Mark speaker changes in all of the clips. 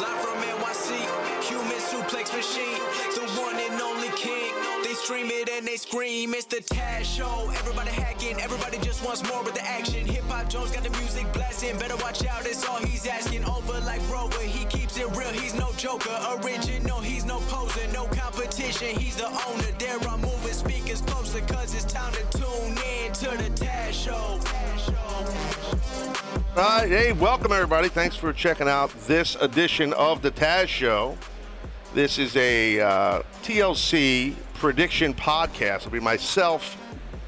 Speaker 1: Live from NYC, human suplex machine, the one and only king. They stream it and they scream. It's the Taz Show. Everybody hacking, everybody just wants more with the action. Hip Hop Jones got the music blasting. Better watch out, it's all he's asking. Over like Rover, he keeps it real. He's no joker, original. He's no poser, no competition. He's the owner. There I'm moving speakers closer, cause it's time to tune in to the Taz Show.
Speaker 2: All right, hey, welcome everybody. Thanks for checking out this edition of the Taz Show. This is a uh, TLC prediction podcast. It'll be myself,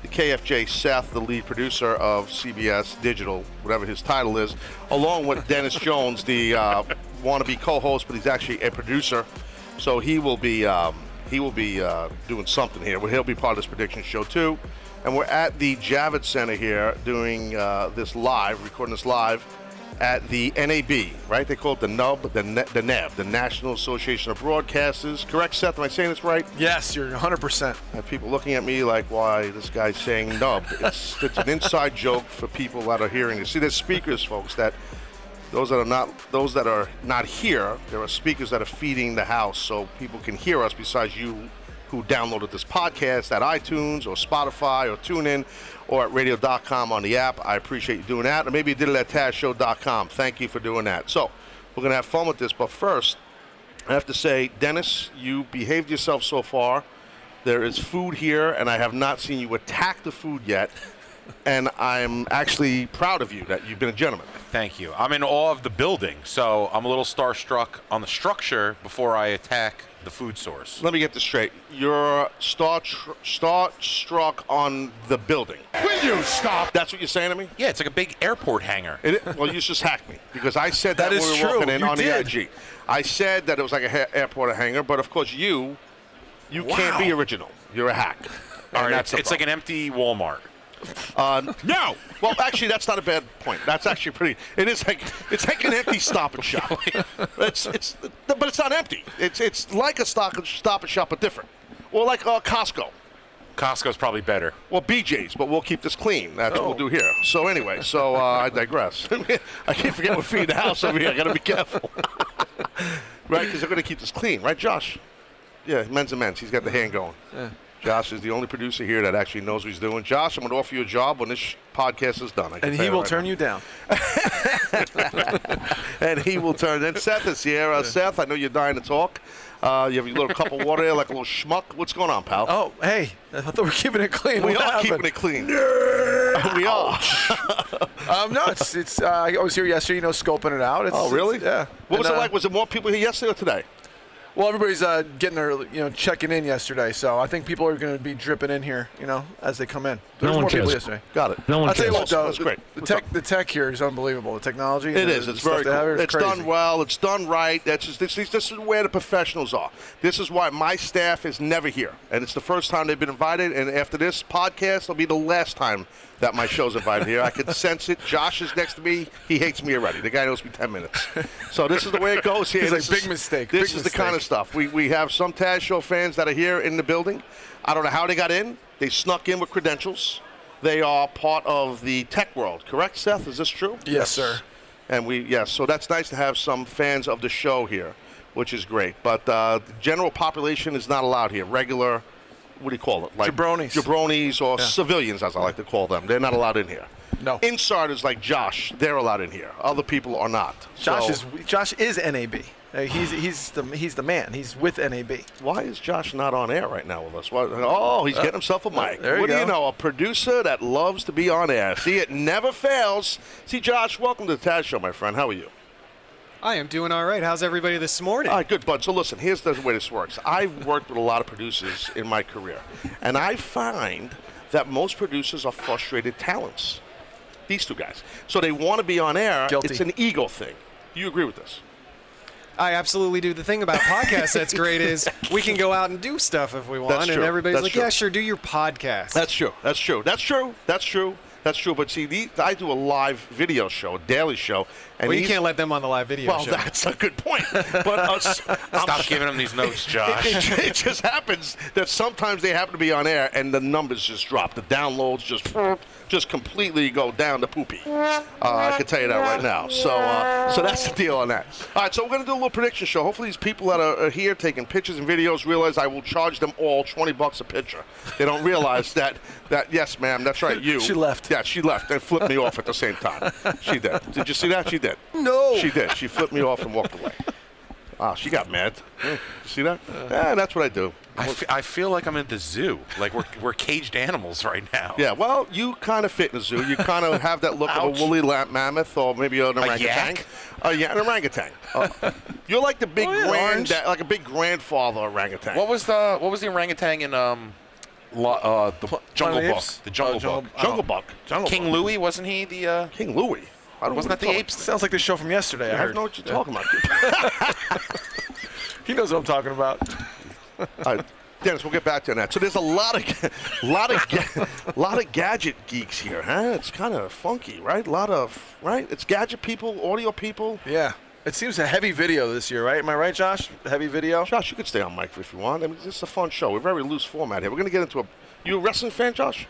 Speaker 2: the KFJ Seth, the lead producer of CBS Digital, whatever his title is, along with Dennis Jones, the uh, wannabe co-host, but he's actually a producer. So he will be um, he will be uh, doing something here. Well, He'll be part of this prediction show too. And we're at the Javits Center here doing uh, this live, recording this live at the NAB, right? They call it the NUB, the, ne- the NAB, the National Association of Broadcasters. Correct, Seth? Am I saying this right?
Speaker 3: Yes, you're 100%.
Speaker 2: I have people looking at me like, why this guy's saying nub? It's, it's an inside joke for people that are hearing this. See, there's speakers, folks, that those that are not those that are not here, there are speakers that are feeding the house so people can hear us besides you who downloaded this podcast at iTunes or Spotify or TuneIn or at radio.com on the app. I appreciate you doing that. Or maybe you did it at TazShow.com. Thank you for doing that. So we're gonna have fun with this, but first, I have to say, Dennis, you behaved yourself so far. There is food here, and I have not seen you attack the food yet. And I'm actually proud of you that you've been a gentleman.
Speaker 4: Thank you. I'm in awe of the building, so I'm a little starstruck on the structure before I attack the food source.
Speaker 2: Let me get this straight. You're star tr- starstruck on the building. Will you stop? That's what you're saying to me?
Speaker 4: Yeah, it's like a big airport hangar.
Speaker 2: It i- well, you just hacked me because I said that,
Speaker 4: That
Speaker 2: when
Speaker 4: is
Speaker 2: we were walking
Speaker 4: true.
Speaker 2: in
Speaker 4: You
Speaker 2: on the
Speaker 4: did.
Speaker 2: IG. I said that it was like a ha- airport hangar, but of course you, you can't be
Speaker 4: Wow.
Speaker 2: original. You're a hack.
Speaker 4: All right,
Speaker 2: that's Um,
Speaker 4: it's, it's like an empty Walmart.
Speaker 2: No. Well, actually, that's not a bad point. That's actually pretty. It is like it's like an empty Stop and Shop. It's it's but it's not empty. It's it's like a stock Stop and Shop, but different, or like uh, Costco.
Speaker 4: Costco's probably better.
Speaker 2: Well, BJ's, but we'll keep this clean. That's what
Speaker 3: Oh.
Speaker 2: we'll do here. So anyway, so uh, I digress. I can't forget we're feeding the house over here. I gotta be careful, right? Because they're gonna keep this clean, right, Josh? Yeah, men's and men's. He's got the hand going. Josh is the only producer here that actually knows what he's doing. Josh, I'm gonna offer you a job when this sh- podcast is done. I can
Speaker 3: And
Speaker 2: tell
Speaker 3: he will
Speaker 2: right
Speaker 3: turn
Speaker 2: now.
Speaker 3: you down.
Speaker 2: and he will turn. And Seth is here. Uh, Seth, I know you're dying to talk. Uh, you have your little cup of water there, like a little schmuck. What's going on, pal?
Speaker 3: Oh, hey, I thought we were keeping it clean.
Speaker 2: we
Speaker 3: What
Speaker 2: are
Speaker 3: happened?
Speaker 2: keeping it clean. we are.
Speaker 3: Um, no, it's, it's, uh, I was here yesterday, you know, scoping it out. It's,
Speaker 2: Oh, really?
Speaker 3: it's- yeah.
Speaker 2: What was
Speaker 3: And,
Speaker 2: it
Speaker 3: uh,
Speaker 2: like? Was there more people here yesterday or today?
Speaker 3: Well, everybody's uh, getting their, you know, checking in yesterday, so I think people are going to be dripping in here, you know, as they come in. There's
Speaker 5: one
Speaker 3: more people
Speaker 5: cares.
Speaker 3: yesterday.
Speaker 2: Got it.
Speaker 5: No one
Speaker 3: I'll tell you what,
Speaker 5: cares.
Speaker 3: though,
Speaker 2: That's great.
Speaker 3: The
Speaker 2: What's
Speaker 3: tech,
Speaker 2: up?
Speaker 3: the tech here is unbelievable. The technology.
Speaker 2: It
Speaker 3: and
Speaker 2: is.
Speaker 3: the
Speaker 2: It's
Speaker 3: stuff
Speaker 2: very
Speaker 3: they have
Speaker 2: cool.
Speaker 3: here is
Speaker 2: It's
Speaker 3: crazy.
Speaker 2: done well. It's done right. That's just, this, this, this is where the professionals are. This is why my staff is never here, and it's the first time they've been invited. And after this podcast, it'll be the last time that my show's invited here. I can sense it. Josh is next to me. He hates me already. The guy knows me ten minutes. So this is the way it goes here.
Speaker 3: He's like,
Speaker 2: This
Speaker 3: "Big
Speaker 2: is-
Speaker 3: mistake,
Speaker 2: This
Speaker 3: big
Speaker 2: is the kind of
Speaker 3: mistake."
Speaker 2: stuff. We we have some Taz Show fans that are here in the building. I don't know how they got in. They snuck in with credentials. They are part of the tech world, correct, Seth? Is this true?
Speaker 3: Yes, sir.
Speaker 2: And we, yes, so that's nice to have some fans of the show here, which is great. But uh, the general population is not allowed here. Regular, what do you call it? Like
Speaker 3: Jabronis.
Speaker 2: Jabronis or civilians, as I like to call them. They're not allowed in here.
Speaker 3: No.
Speaker 2: Insiders like Josh, they're allowed in here. Other people are not.
Speaker 3: Josh
Speaker 2: So-
Speaker 3: is Josh is NAB. Uh, he's he's the he's the man. He's with NAB.
Speaker 2: Why is Josh not on air right now with us? Why, oh, he's getting himself a mic.
Speaker 3: Uh, there you
Speaker 2: what do you
Speaker 3: go.
Speaker 2: know? A producer that loves to be on air. See, it never fails. See, Josh, welcome to the Taz Show, my friend. How are you?
Speaker 6: I am doing all right. How's everybody this morning?
Speaker 2: All right, good, bud. So listen, here's the way this works. I've worked with a lot of producers in my career, and I find that most producers are frustrated talents. These two guys. So they want to be on air.
Speaker 3: Guilty.
Speaker 2: It's an ego thing. You agree with this?
Speaker 6: I absolutely do. The thing about podcasts that's great is we can go out and do stuff if we want,
Speaker 2: That's
Speaker 6: and
Speaker 2: true.
Speaker 6: everybody's
Speaker 2: That's
Speaker 6: like,
Speaker 2: true.
Speaker 6: "Yeah, sure, do your podcast."
Speaker 2: That's true. That's true. That's true. That's true. That's true, but see, the, I do a live video show, a daily show, and
Speaker 6: Well, you
Speaker 2: these-
Speaker 6: can't let them on the live video
Speaker 2: Well,
Speaker 6: show.
Speaker 2: that's a good point. But uh,
Speaker 4: Stop giving him these notes, Josh.
Speaker 2: it, it just happens that sometimes they happen to be on air and the numbers just drop. The downloads just just completely go down to poopy. Uh, I can tell you that right now. So uh, so that's the deal on that. All right, so we're gonna do a little prediction show. Hopefully, these people that are, are here taking pictures and videos realize I will charge them all twenty bucks a picture. They don't realize that that yes, ma'am, that's right, you.
Speaker 3: She left.
Speaker 2: Yeah, she left and flipped me off at the same time. She did. Did you see that? She did.
Speaker 3: No.
Speaker 2: She did. She flipped me off and walked away. Ah, she got mad. Hmm, you See that? yeah, that's what I do.
Speaker 4: I, f- I feel like I'm at the zoo. Like we're, we're caged animals right now.
Speaker 2: Yeah, well, you kind of fit in a zoo. You kind of have that look of a woolly lamp mammoth or maybe an orangutan.
Speaker 4: yak? Oh.
Speaker 2: A yeah, an orangutan. Uh, you're like the big
Speaker 3: Oh, yeah,
Speaker 2: grand,
Speaker 3: orange.
Speaker 2: like a big grandfather orangutan.
Speaker 4: What was the what was the orangutan in um, lo, uh, the
Speaker 3: Planet
Speaker 4: Jungle
Speaker 3: of the
Speaker 4: Book?
Speaker 3: Apes?
Speaker 4: The Jungle
Speaker 3: Oh, Jungle-
Speaker 4: Book.
Speaker 3: I
Speaker 2: Uh, Jungle Buck? Jungle
Speaker 4: King
Speaker 2: Buck.
Speaker 4: Louis wasn't he the? Uh,
Speaker 2: King Louis. I don't
Speaker 4: wasn't
Speaker 2: know
Speaker 4: that
Speaker 2: what
Speaker 4: the
Speaker 2: you're talking-
Speaker 4: ape?
Speaker 3: Sounds like the show from yesterday. I
Speaker 2: I
Speaker 3: heard.
Speaker 2: don't know what you're talking about.
Speaker 3: He knows what I'm talking about.
Speaker 2: All right, Dennis, we'll get back to that. So there's a lot of, lot of, ga- lot of gadget geeks here, huh? It's kind of funky, right? A lot of, right? It's gadget people, audio people.
Speaker 3: Yeah. It seems a heavy video this year, right? Am I right, Josh? Heavy video.
Speaker 2: Josh, you could stay on mic if you want. I mean, this is a fun show. We're very loose format here. We're gonna get into a. You a wrestling fan, Josh?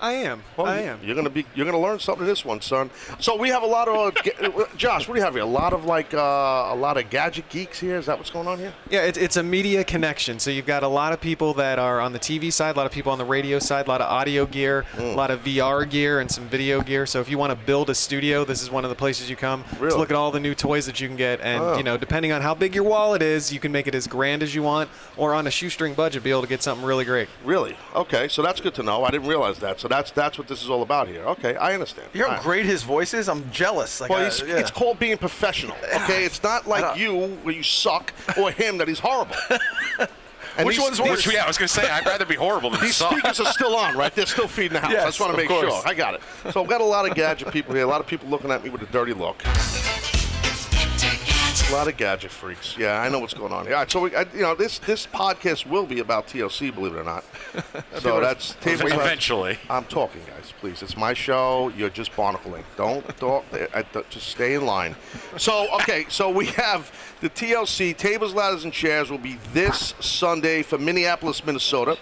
Speaker 6: I am.
Speaker 2: Well,
Speaker 6: I
Speaker 2: you-
Speaker 6: am.
Speaker 2: You're gonna be. You're gonna learn something in this one, son. So we have a lot of. Uh, ga- Josh, what do you have here? A lot of like uh, a lot of gadget geeks here. Is that what's going on here?
Speaker 6: Yeah, it's, it's a media connection. So you've got a lot of people that are on the TV side, a lot of people on the radio side, a lot of audio gear, a lot of VR gear, and some video gear. So if you want to build a studio, this is one of the places you come
Speaker 2: Really?
Speaker 6: to look at all the new toys that you can get. And
Speaker 2: Wow.
Speaker 6: you know, depending on how big your wallet is, you can make it as grand as you want, or on a shoestring budget, be able to get something really great.
Speaker 2: Really? Okay, so that's good to know. I didn't realize that. So that's that's what this is all about here. Okay, I understand.
Speaker 3: You hear
Speaker 2: All
Speaker 3: how
Speaker 2: right.
Speaker 3: great his voice is? I'm jealous. Like,
Speaker 2: Well,
Speaker 3: I-
Speaker 2: it's,
Speaker 3: yeah.
Speaker 2: it's called being professional. Okay, it's not like
Speaker 3: don't-
Speaker 2: you where you suck or him that he's horrible. And
Speaker 3: Which
Speaker 2: these-
Speaker 3: one's
Speaker 2: these-
Speaker 3: worse?
Speaker 4: which yeah, I was gonna say I'd rather be horrible than
Speaker 2: These
Speaker 4: suck.
Speaker 2: speakers are still on, right? They're still feeding the house. I
Speaker 3: Yes,
Speaker 2: just want to
Speaker 3: of
Speaker 2: make
Speaker 3: course.
Speaker 2: sure. I got it. So I've got a lot of gadget people here. A lot of people looking at me with a dirty look. A lot of gadget freaks. Yeah, I know what's going on here. All right, so we, I, you know, this this podcast will be about TLC, believe it or not. so that's table left.
Speaker 4: Eventually.
Speaker 2: I'm talking, guys. Please, it's my show. You're just barnacling. Don't talk. I, I- just stay in line. So, okay. So we have the TLC tables, ladders, and chairs will be this Sunday for Minneapolis, Minnesota,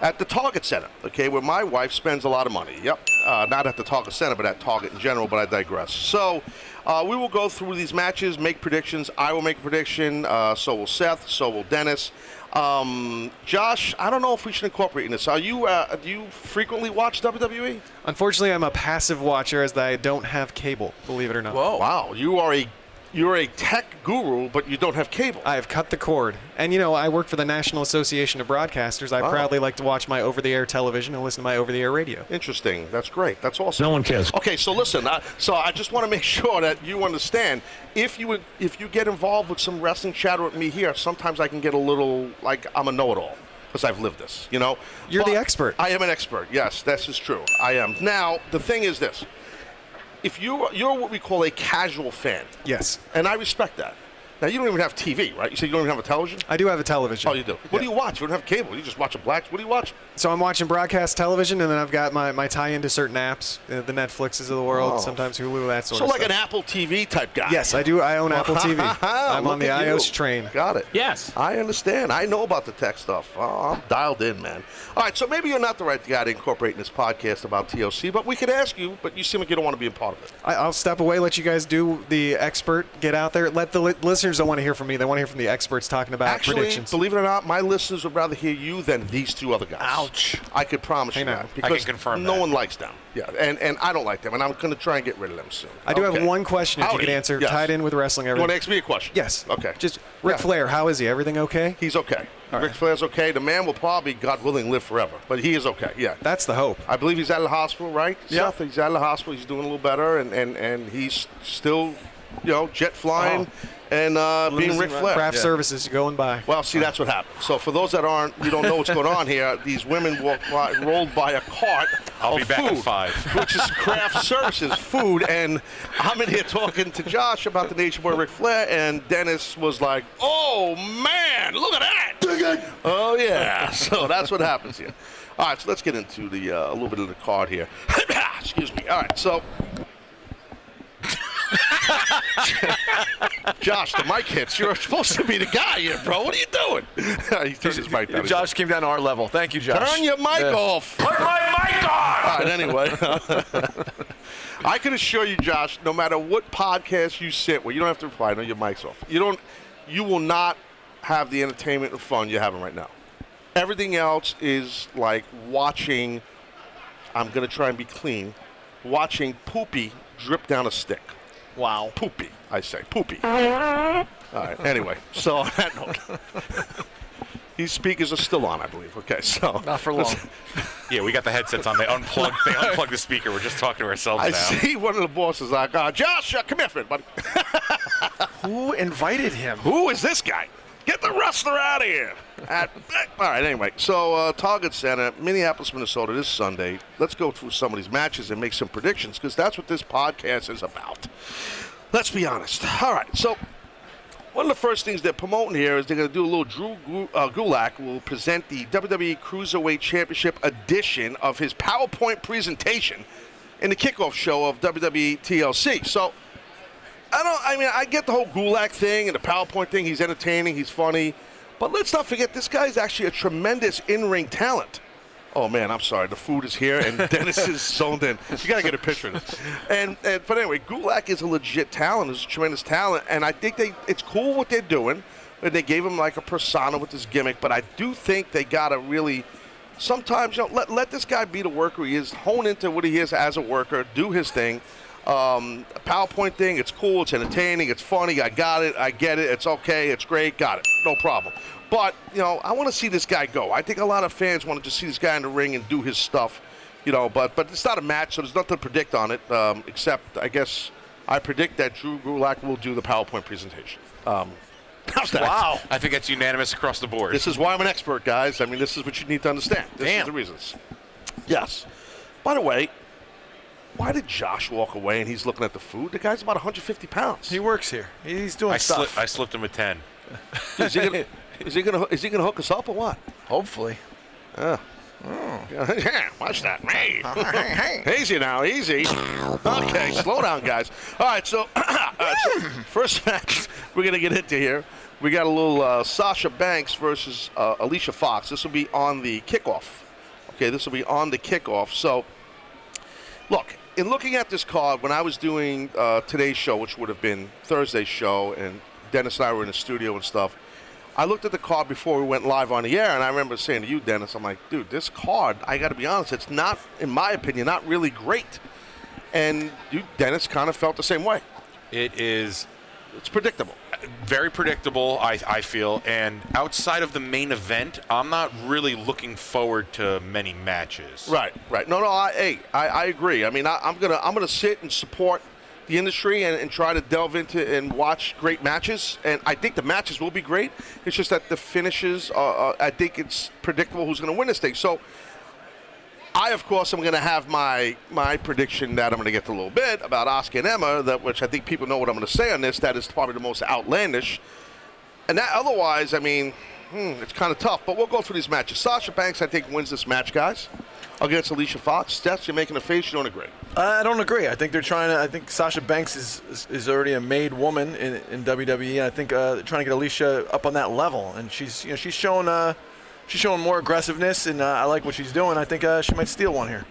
Speaker 2: at the Target Center. Okay, where my wife spends a lot of money. Yep. Uh, not at the Target Center, but at Target in general. But I digress. So. Uh, we will go through these matches, make predictions. I will make a prediction. Uh, so will Seth. So will Dennis. Um, Josh, I don't know if we should incorporate in this. Are you? Uh, do you frequently watch E? WWE?
Speaker 6: Unfortunately, I'm a passive watcher as I don't have cable. Believe it or not.
Speaker 3: Whoa.
Speaker 2: Wow, you are a you're a tech guru, but you don't have cable.
Speaker 6: I have cut the cord. And you know, I work for the National Association of Broadcasters. I proudly like to watch my over the air television and listen to my over the air radio.
Speaker 2: Interesting. That's great. That's awesome.
Speaker 5: No one cares.
Speaker 2: Okay, so listen. I, so I just want to make sure that you understand. If you would- if you get involved with some wrestling chatter with me here, sometimes I can get a little like I'm a know-it-all because I've lived this. You know,
Speaker 6: You're the expert.
Speaker 2: I am an expert. Yes, this is true. I am. Now the thing is this: if you you're what we call a casual fan,
Speaker 6: Yes.
Speaker 2: and I respect that. Now you don't even have TV, right? You said you don't even have a television.
Speaker 6: I do have a television.
Speaker 2: Oh, you do. What do you watch? You don't have cable. You just watch a black. What do you watch?
Speaker 6: So I'm watching broadcast television, and then I've got my, my tie into certain apps, uh, the Netflixes of the world,
Speaker 3: Oh.
Speaker 6: sometimes Hulu, that sort
Speaker 2: So
Speaker 6: of
Speaker 2: like
Speaker 6: stuff.
Speaker 2: an Apple TV type guy.
Speaker 6: Yes, I do. I own Apple TV. I'm on the
Speaker 2: Look at you.
Speaker 6: iOS train.
Speaker 2: Got it.
Speaker 5: Yes.
Speaker 2: I understand. I know about the tech stuff. Oh, I'm dialed in, man. All right, so maybe you're not the right guy to incorporate in this podcast about TOC, but we could ask you, but you seem like you don't want to be a part of it.
Speaker 6: I, I'll step away, let you guys do the expert, get out there. Let the li- listeners don't want to hear from me. They want to hear from the experts talking about
Speaker 2: Actually,
Speaker 6: predictions.
Speaker 2: believe it or not, my listeners would rather hear you than these two other guys. Ouch. I could promise you
Speaker 6: now.
Speaker 2: that.
Speaker 4: I can
Speaker 2: Because
Speaker 4: confirm
Speaker 2: No
Speaker 4: that.
Speaker 2: one likes them. Yeah, and, and I don't like them, and I'm going to try and get rid of them soon.
Speaker 6: I do
Speaker 2: Okay.
Speaker 6: have one question if
Speaker 2: Howdy.
Speaker 6: you could answer,
Speaker 2: Yes.
Speaker 6: tied in with wrestling.
Speaker 2: You want to
Speaker 6: Everything.
Speaker 2: ask me a question?
Speaker 6: Yes.
Speaker 2: Okay.
Speaker 6: Just Ric
Speaker 2: Yeah.
Speaker 6: Flair, how is he? Everything okay?
Speaker 2: He's okay. Ric Flair's okay. The man will probably, God willing, live forever. But he is okay. Yeah.
Speaker 6: That's the hope.
Speaker 2: I believe he's out of the hospital, right?
Speaker 3: Yeah.
Speaker 2: Seth, he's out of the hospital. He's doing a little better, and, and, and he's still you know, jet flying and uh, being Ric Flair.
Speaker 6: Craft services you go and buy.
Speaker 2: Well, see, that's what happened. So for those that aren't, you don't know what's going on here. These women walked by, rolled by a cart.
Speaker 4: I'll
Speaker 2: of
Speaker 4: be back in
Speaker 2: food,
Speaker 4: five.
Speaker 2: which is craft services, food, and I'm in here talking to Josh about the Nature Boy Ric Flair, and Dennis was like, "Oh man, look at that! oh yeah." So that's what happens here. All right, so let's get into the uh, a little bit of the card here. Excuse me. All right, so. Josh, the mic hits. You're supposed to be the guy here, bro. What are you doing? he turns his mic down.
Speaker 3: Josh came down to our level. Thank you, Josh.
Speaker 2: Turn your mic
Speaker 3: Yeah.
Speaker 2: off.
Speaker 4: Put my mic on!
Speaker 2: All right, anyway. I can assure you, Josh, no matter what podcast you sit with, you don't have to reply. I know your mic's off. You don't you will not have the entertainment and fun you're having right now. Everything else is like watching I'm gonna try and be clean, watching poopy drip down a stick.
Speaker 6: Wow.
Speaker 2: Poopy, I say. Poopy. All right. Anyway, so on that note. These speakers are still on, I believe. Okay, so
Speaker 3: Not for long.
Speaker 4: Yeah, we got the headsets on. They unplugged. They unplugged the speaker. We're just talking to ourselves
Speaker 2: I
Speaker 4: now.
Speaker 2: see one of the bosses like, uh, Josh, uh, come here, friend, buddy.
Speaker 3: Who invited him?
Speaker 2: Who is this guy? Get the wrestler out of here. At- all right, anyway. So, uh, Target Center, Minneapolis, Minnesota, this Sunday. Let's go through some of these matches and make some predictions because that's what this podcast is about. Let's be honest. All right, so one of the first things they're promoting here is they're going to do a little Drew Gu- uh, Gulak will present the WWE Cruiserweight Championship edition of his PowerPoint presentation in the kickoff show of E WWE TLC. So, I don't. I mean, I get the whole Gulak thing and the PowerPoint thing. He's entertaining. He's funny. But let's not forget this guy's actually a tremendous in-ring talent. Oh man, I'm sorry. The food is here, and Dennis is zoned in. You gotta get a picture of this. And, and but anyway, Gulak is a legit talent. He's a tremendous talent, and I think they. It's cool what they're doing, and they gave him like a persona with this gimmick. But I do think they gotta really. Sometimes you know, let let this guy be the worker he is. Hone into what he is as a worker. Do his thing um, a PowerPoint thing. It's cool. It's entertaining. It's funny. I got it. I get it. It's okay. It's great. Got it. No problem. But you know, I want to see this guy go. I think a lot of fans want to just see this guy in the ring and do his stuff. You know, but but it's not a match, so there's nothing to predict on it. Um, except I guess I predict that Drew Gulak will do the PowerPoint presentation. Um, how's that?
Speaker 3: Wow.
Speaker 4: I think that's unanimous across the board.
Speaker 2: This is why I'm an expert, guys. I mean, this is what you need to understand. This is
Speaker 3: Damn.
Speaker 2: the reasons. Yes. By the way, why did Josh walk away and he's looking at the food? The guy's about 150 pounds.
Speaker 3: He works here. He's doing
Speaker 4: I,
Speaker 3: stuff.
Speaker 4: sli- I slipped him a ten.
Speaker 2: is, he gonna, is he gonna is he gonna hook us up or what?
Speaker 3: Hopefully.
Speaker 2: yeah, watch that. Hey. easy now, easy. Okay, slow down, guys. All right, so, all right, so first match we're gonna get into here. We got a little uh, Sasha Banks versus uh, Alicia Fox. This will be on the kickoff. Okay, this will be on the kickoff. So, look, in looking at this card, when I was doing uh, today's show, which would have been Thursday's show, and Dennis and I were in the studio and stuff, I looked at the card before we went live on the air, and I remember saying to you, Dennis, I'm like, dude, this card, I got to be honest, it's not, in my opinion, not really great. And you, Dennis, kind of felt the same way.
Speaker 4: It is
Speaker 2: It's predictable.
Speaker 4: very predictable, I, I feel. And outside of the main event, I'm not really looking forward to many matches.
Speaker 2: Right, right. No, no. I, hey, I, I agree. I mean, I, I'm gonna I'm gonna sit and support the industry and, and try to delve into and watch great matches. And I think the matches will be great. It's just that the finishes, uh, uh, I think it's predictable who's gonna win this thing. So. I, of course, am going to have my my prediction that I'm going to get to a little bit about Oscar and Emma, that which I think people know what I'm going to say on this. That is probably the most outlandish and that otherwise, I mean, hmm, it's kind of tough. But we'll go through these matches. Sasha Banks, I think, wins this match, guys, against Alicia Fox. Steph, you're making a face. You don't agree.
Speaker 3: I don't agree. I think they're trying to. I think Sasha Banks is is, is already a made woman in, in WWE, and I think uh, they're trying to get Alicia up on that level. And she's you know she's shown uh, she's showing more aggressiveness, and uh, I like what she's doing. I think uh, she might steal one here.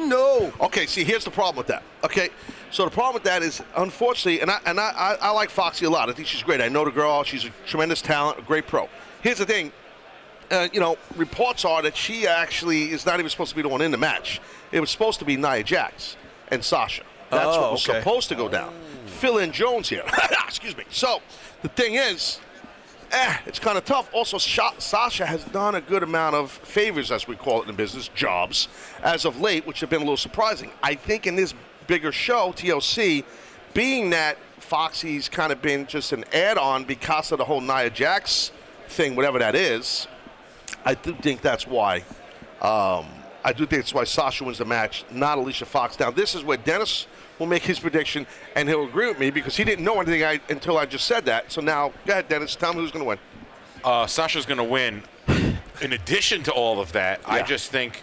Speaker 2: No. Okay. See, here's the problem with that. Okay. So the problem with that is, unfortunately, and I and I, I, I like Foxy a lot. I think she's great. I know the girl. She's a tremendous talent, a great pro. Here's the thing. Uh, you know, reports are that she actually is not even supposed to be the one in the match. It was supposed to be Nia Jax and Sasha. That's
Speaker 3: Oh,
Speaker 2: what was
Speaker 3: okay.
Speaker 2: supposed to go down. Fill in Jones here. Excuse me. So the thing is, eh, it's kind of tough. Also, Sha- Sasha has done a good amount of favors, as we call it in business, jobs, as of late, which have been a little surprising. I think in this bigger show, TLC, being that Foxy's kind of been just an add-on because of the whole Nia Jax thing, whatever that is. I do think that's why. Um, I do think it's why Sasha wins the match, not Alicia Fox. Now, this is where Dennis will make his prediction, and he'll agree with me because he didn't know anything I, until I just said that. So now, go ahead, Dennis. Tell me who's going to win.
Speaker 4: uh, Sasha's going to win. In addition to all of that, I
Speaker 2: Yeah.
Speaker 4: just think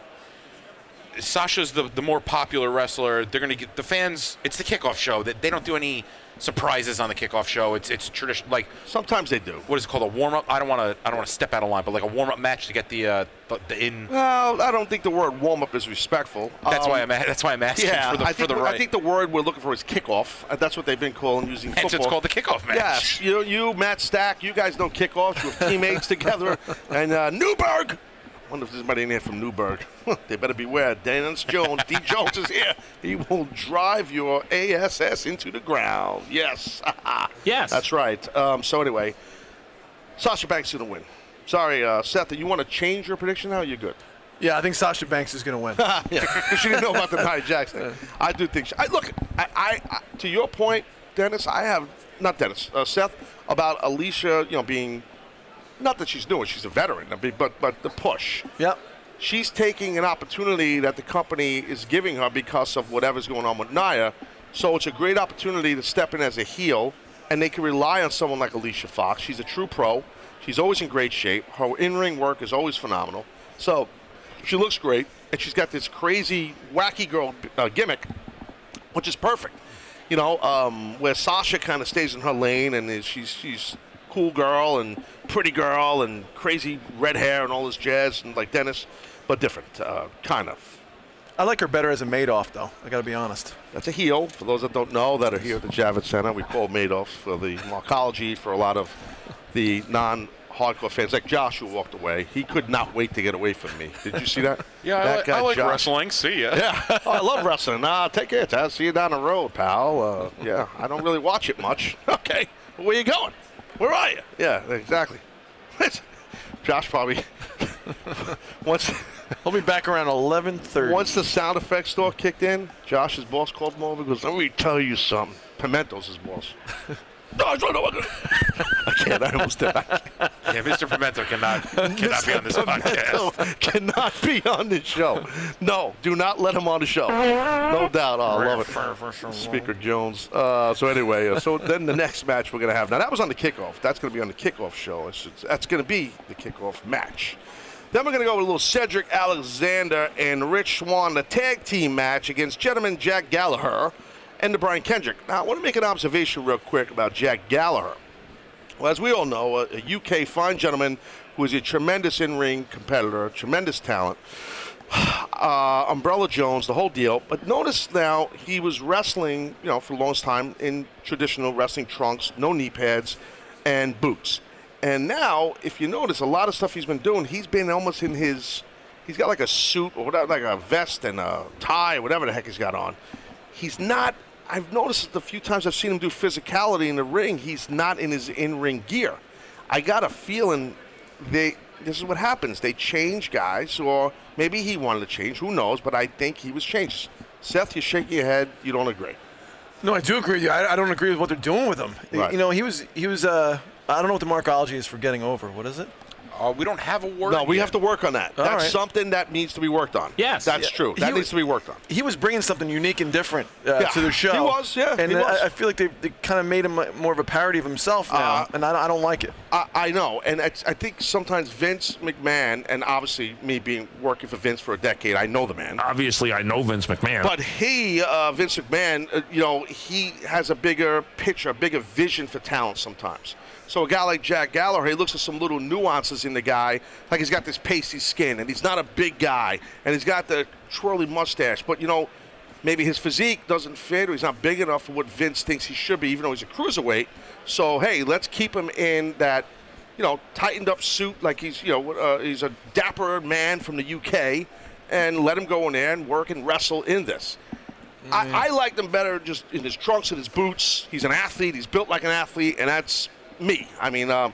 Speaker 4: Sasha's the, the more popular wrestler. They're going to get the fans. It's the kickoff show that they don't do any surprises on the kickoff show. It's it's tradition like
Speaker 2: Sometimes they do.
Speaker 4: what is it called a warm up. I don't want to I don't want to step out of line, but like a warm up match to get the uh, the, the in.
Speaker 2: Well, I don't think the word warm-up is respectful.
Speaker 4: That's
Speaker 2: Um,
Speaker 4: why I'm a- that's why I'm asking
Speaker 2: Yeah,
Speaker 4: for the
Speaker 2: I,
Speaker 4: for
Speaker 2: think,
Speaker 4: the
Speaker 2: I
Speaker 4: right.
Speaker 2: think the word we're looking for is kickoff. Uh, That's what they've been calling using
Speaker 4: Hence, it's
Speaker 2: football.
Speaker 4: called the kickoff match.
Speaker 2: Yes, you, you, Matt Stack, you guys know kickoffs. You're teammates together. And uh, Newberg. I wonder if there's anybody in here from Newberg. they better beware. Dennis Jones. D. Jones is here. He will drive your ASS into the ground. Yes.
Speaker 5: Yes.
Speaker 2: That's right. Um, so, anyway, Sasha Banks going to win. Sorry, uh, Seth, you want to change your prediction now? You're good.
Speaker 3: Yeah, I think Sasha Banks is going to win.
Speaker 2: Yeah, because she didn't know about the Nia Jax thing. I do think. She, I look. I, I, I to your point, Dennis. I have not Dennis. Uh, Seth about Alicia. You know, being not that she's new. She's a veteran. I mean, but but the push.
Speaker 3: yep.
Speaker 2: She's taking an opportunity that the company is giving her because of whatever's going on with Nia. So it's a great opportunity to step in as a heel, and they can rely on someone like Alicia Fox. She's a true pro. She's always in great shape. Her in-ring work is always phenomenal. So she looks great, and she's got this crazy, wacky girl uh, gimmick, which is perfect. You know, um, where Sasha kind of stays in her lane, and is, she's she's cool girl and pretty girl and crazy red hair and all this jazz and like Dennis, but different, uh, kind of.
Speaker 3: I like her better as a Madoff, though. I got to be honest.
Speaker 2: That's a heel. For those that don't know, that are here at the Javits Center, we call Madoff for the markology for a lot of the non-hardcore fans. Like Josh, who walked away, he could not wait to get away from me. Did you see that?
Speaker 4: Yeah, I,
Speaker 2: that
Speaker 4: like- I like
Speaker 2: Josh.
Speaker 4: wrestling. See ya.
Speaker 2: Yeah, oh, I love wrestling. Nah, take it. I'll see you down the road, pal. Uh, yeah, I don't really watch it much. Okay, where you going? Where are you? Yeah, exactly. Josh probably once
Speaker 3: He'll be back around 11:30.
Speaker 2: once the sound effects store kicked in, Josh's boss called him over. and Goes, let me tell you something. Pimento's his boss. no, I don't know what. I can't. I almost did. I
Speaker 4: Yeah, Mr. Pimento cannot cannot be on this podcast.
Speaker 2: cannot be on this show. No, do not let him on the show. No doubt. Oh, I love it. Speaker Jones. Uh, so anyway, uh, so then the next match we're gonna have. Now that was on the kickoff. That's gonna be on the kickoff show. I should- that's gonna be the kickoff match. Then we're gonna go with a little Cedric Alexander and Rich Swan, the tag team match against gentleman Jack Gallagher and the Brian Kendrick. Now I want to make an observation real quick about Jack Gallagher. Well, as we all know, a, a UK fine gentleman who is a tremendous in-ring competitor, tremendous talent uh, Umbrella Jones, the whole deal. But notice now he was wrestling, you know, for the longest time in traditional wrestling trunks, no knee pads, and boots. And now, if you notice, a lot of stuff he's been doing, he's been almost in his, he's got like a suit or whatever, like a vest and a tie, or whatever the heck he's got on. He's not. I've noticed it the few times I've seen him do physicality in the ring, he's not in his in-ring gear. I got a feeling they this is what happens. They change guys, or maybe he wanted to change. Who knows? But I think he was changed. Seth, you're shaking your head. You don't agree.
Speaker 3: No, I do agree with you. I, I don't agree with what they're doing with him. Y-
Speaker 2: Right.
Speaker 3: You know, he was he was. Uh, I don't know what the markology is for getting over. What is it?
Speaker 4: Uh, we don't have a word.
Speaker 2: No, we
Speaker 4: yet.
Speaker 2: have to work on that. That's
Speaker 3: right.
Speaker 2: something that needs to be worked on.
Speaker 5: Yes.
Speaker 2: that's
Speaker 5: Yeah.
Speaker 2: true. That
Speaker 3: He
Speaker 2: needs
Speaker 3: was-
Speaker 2: to be worked on.
Speaker 3: He was bringing something unique and different uh,
Speaker 2: Yeah,
Speaker 3: to
Speaker 2: he
Speaker 3: the show.
Speaker 2: was, yeah,
Speaker 3: And
Speaker 2: he
Speaker 3: I-
Speaker 2: was.
Speaker 3: I, feel like they, they kind of made him like, more of a parody of himself now,
Speaker 2: Uh,
Speaker 3: and I, don't- I don't like it.
Speaker 2: I, I know, and it's, I think sometimes Vince McMahon, and obviously me being working for Vince for a decade, I know the man.
Speaker 5: Obviously, I know Vince McMahon.
Speaker 2: But he, uh, Vince McMahon, uh, you know, he has a bigger picture, a bigger vision for talent sometimes. So a guy like Jack Gallagher, he looks at some little nuances in the guy, like he's got this pasty skin, and he's not a big guy, and he's got the twirly mustache. But you know, maybe his physique doesn't fit, or he's not big enough for what Vince thinks he should be, even though he's a cruiserweight. So hey, let's keep him in that you know, tightened up suit like he's, you know, uh, he's a dapper man from the UK, and let him go in there and work and wrestle in this.
Speaker 3: Mm.
Speaker 2: I, I liked him better just in his trunks and his boots. He's an athlete. He's built like an athlete, and that's me. I mean, um,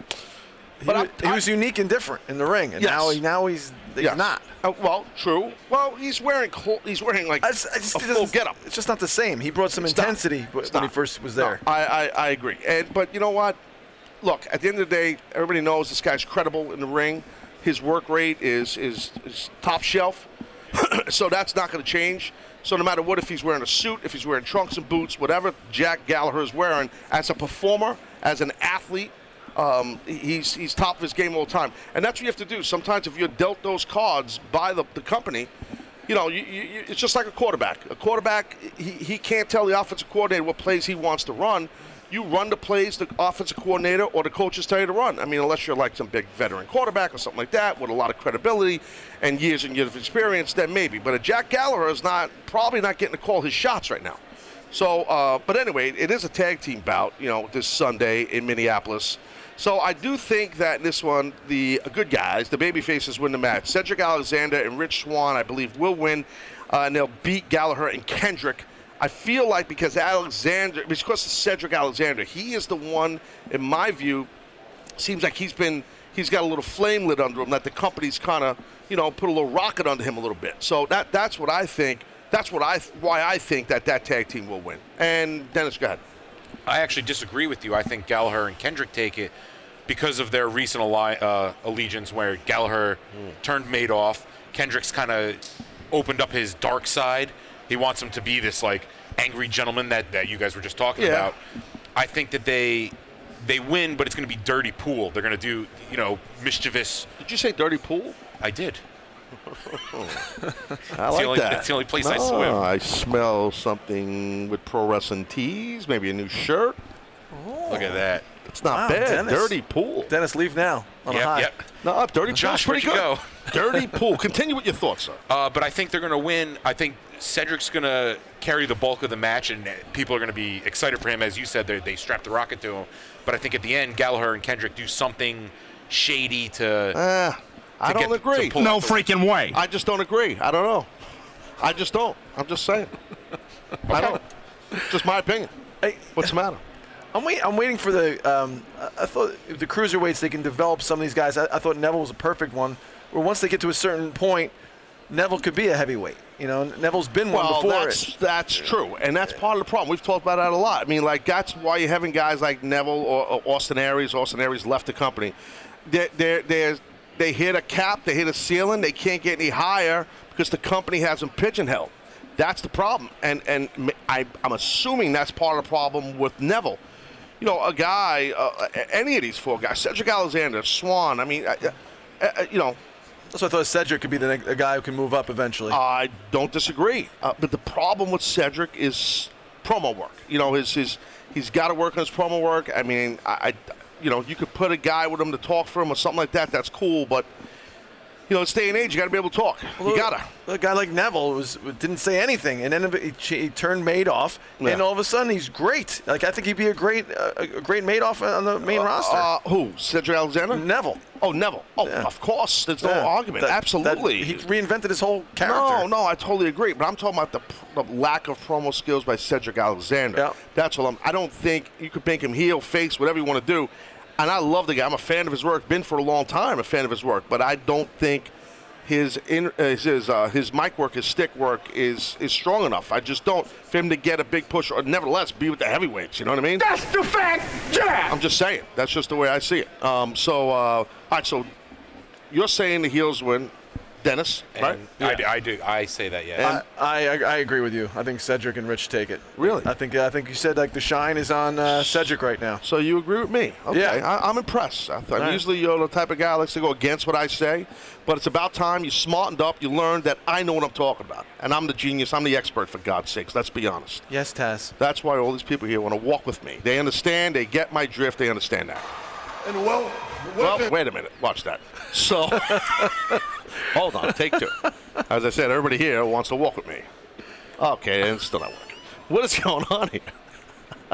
Speaker 2: But
Speaker 3: he,
Speaker 2: I'm-
Speaker 3: wa- he was unique and different in the ring, and
Speaker 2: Yes.
Speaker 3: now he, now he's he's
Speaker 2: Yes.
Speaker 3: not.
Speaker 2: Uh, well, true. Well, he's wearing cl- he's wearing like
Speaker 3: I just- I just-
Speaker 2: a
Speaker 3: it
Speaker 2: full
Speaker 3: doesn't-
Speaker 2: getup.
Speaker 3: It's just not the same. He brought some
Speaker 2: It's not.
Speaker 3: intensity wh-
Speaker 2: It's
Speaker 3: when he
Speaker 2: not.
Speaker 3: first was
Speaker 2: No,
Speaker 3: there.
Speaker 2: I, I, I agree. And but you know what? Look, at the end of the day, everybody knows this guy's credible in the ring. His work rate is is, is top shelf, so that's not going to change. So no matter what, if he's wearing a suit, if he's wearing trunks and boots, whatever Jack Gallagher is wearing, as a performer, as an athlete, um, he's he's top of his game all the time. And that's what you have to do. Sometimes if you're dealt those cards by the, the company, you know, you, you, you- it's just like a quarterback. A quarterback, he, he can't tell the offensive coordinator what plays he wants to run. You run the plays the offensive coordinator or the coaches tell you to run. I mean, unless you're like some big veteran quarterback or something like that with a lot of credibility and years and years of experience, then maybe. But a Jack Gallagher is not probably not getting to call his shots right now. So, uh, but anyway, it is a tag team bout, you know, this Sunday in Minneapolis. So I do think that in this one, the good guys, the baby faces, win the match. Cedric Alexander and Rich Swan, I believe, will win, uh, and they'll beat Gallagher and Kendrick. I feel like because Alexander, because of Cedric Alexander, he is the one, in my view, seems like he's been he's got a little flame lit under him that the company's kind of you know put a little rocket under him a little bit. So that that's what I think. That's what I why I think that that tag team will win. And Dennis, go ahead.
Speaker 4: I actually disagree with you. I think Gallagher and Kendrick take it because of their recent alli- uh, allegiance, where Gallagher turned Madoff. Kendrick's kind of opened up his dark side. He wants him to be this like angry gentleman that, that you guys were just talking
Speaker 2: Yeah.
Speaker 4: about. I think that they they win, but it's going to be dirty pool. They're going to do you know mischievous.
Speaker 2: Did you say dirty pool?
Speaker 4: I did.
Speaker 2: I
Speaker 4: the only- that's the only place I swim.
Speaker 2: I smell something with pro wrestling tees, maybe a new shirt.
Speaker 4: Look at that.
Speaker 2: It's not
Speaker 3: Wow,
Speaker 2: bad.
Speaker 3: Dennis.
Speaker 2: Dirty pool.
Speaker 3: Dennis, leave now on a
Speaker 4: Yep,
Speaker 3: high.
Speaker 4: yep.
Speaker 2: No, up dirty
Speaker 4: Josh,
Speaker 2: pool's pretty
Speaker 4: where'd you
Speaker 2: good. dirty pool. Continue with your thoughts, sir.
Speaker 4: Uh, but I think they're going to win. I think Cedric's going to carry the bulk of the match, and people are going to be excited for him. As you said, they, they strapped the rocket to him. But I think at the end, Gallagher and Kendrick do something shady to.
Speaker 2: Uh, I
Speaker 4: get
Speaker 2: don't
Speaker 4: the- to
Speaker 2: agree.
Speaker 4: pull-
Speaker 5: No freaking way.
Speaker 2: I just don't agree. I don't know. I just don't. I'm just saying. I don't. Just my opinion.
Speaker 3: Hey,
Speaker 2: What's the matter?
Speaker 3: I'm, wait, I'm waiting for the. Um, I- I thought if the cruiserweights they can develop some of these guys. I, I thought Neville was a perfect one. Where once they get to a certain point, Neville could be a heavyweight. You know, Neville's been one
Speaker 2: Well,
Speaker 3: before.
Speaker 2: that's that's true, and that's part of the problem. We've talked about that a lot. I mean, like that's why you're having guys like Neville or, or Austin Aries. Austin Aries left the company. They they they they hit a cap, they hit a ceiling, they can't get any higher because the company has them pigeonholed. That's the problem, and and m- I, I'm assuming that's part of the problem with Neville. You know, a guy, uh, a- any of these four guys, Cedric Alexander, Swan. I mean, uh, uh, uh, you know,
Speaker 3: So I thought Cedric could be the next, a guy who can move up eventually.
Speaker 2: I don't disagree. Uh, but the problem with Cedric is promo work. You know, his his he's got to work on his promo work. I mean, I, I you know, you could put a guy with him to talk for him or something like that. That's cool, but you know, this day and age, you got to be able to talk. You gotta.
Speaker 3: A guy like Neville was didn't say anything, and then he, ch- he turned Madoff,
Speaker 2: Yeah.
Speaker 3: and all of a sudden he's great. Like I think he'd be a great, uh, a great Madoff on the main roster.
Speaker 2: Uh, who? Cedric Alexander?
Speaker 3: Neville.
Speaker 2: Oh, Neville. Oh,
Speaker 3: Yeah.
Speaker 2: of course. There's no
Speaker 3: Yeah.
Speaker 2: argument.
Speaker 3: That- that-
Speaker 2: Absolutely.
Speaker 3: he reinvented his whole character.
Speaker 2: No, no, I totally agree. But I'm talking about the, pr- the lack of promo skills by Cedric Alexander.
Speaker 3: Yeah.
Speaker 2: That's all I'm. I don't think you could make him heel, face, whatever you want to do. And I love the guy. I'm a fan of his work. Been for a long time a fan of his work. But I don't think his in, uh, his his, uh, his mic work, his stick work is is strong enough. I just don't for him to get a big push or nevertheless be with the heavyweights. You know what I mean?
Speaker 7: That's the fact, Jack!
Speaker 2: I'm just saying. That's just the way I see it. Um. So, uh, all right. So, you're saying the heels win, Dennis, right?
Speaker 4: And I, do- I do. I say that. Yeah.
Speaker 3: I, I I agree with you. I think Cedric and Rich take it.
Speaker 2: Really?
Speaker 3: I think I think you said like the shine is on uh, Cedric right now.
Speaker 2: So you agree with me? Okay.
Speaker 3: Yeah.
Speaker 2: I, I'm impressed. I th- I'm
Speaker 3: right.
Speaker 2: usually you're the type of guy that likes to go against what I say, but it's about time you smartened up. You learned that I know what I'm talking about, and I'm the genius. I'm the expert, for God's sakes. Let's be honest.
Speaker 3: Yes, Taz.
Speaker 2: That's why all these people here want to walk with me. They understand. They get my drift. They understand that.
Speaker 7: And well,
Speaker 2: Well, wait a minute. Watch that. So, hold on. Take two. As I said, everybody here wants to walk with me. Okay, and it's still not working. What is going on here?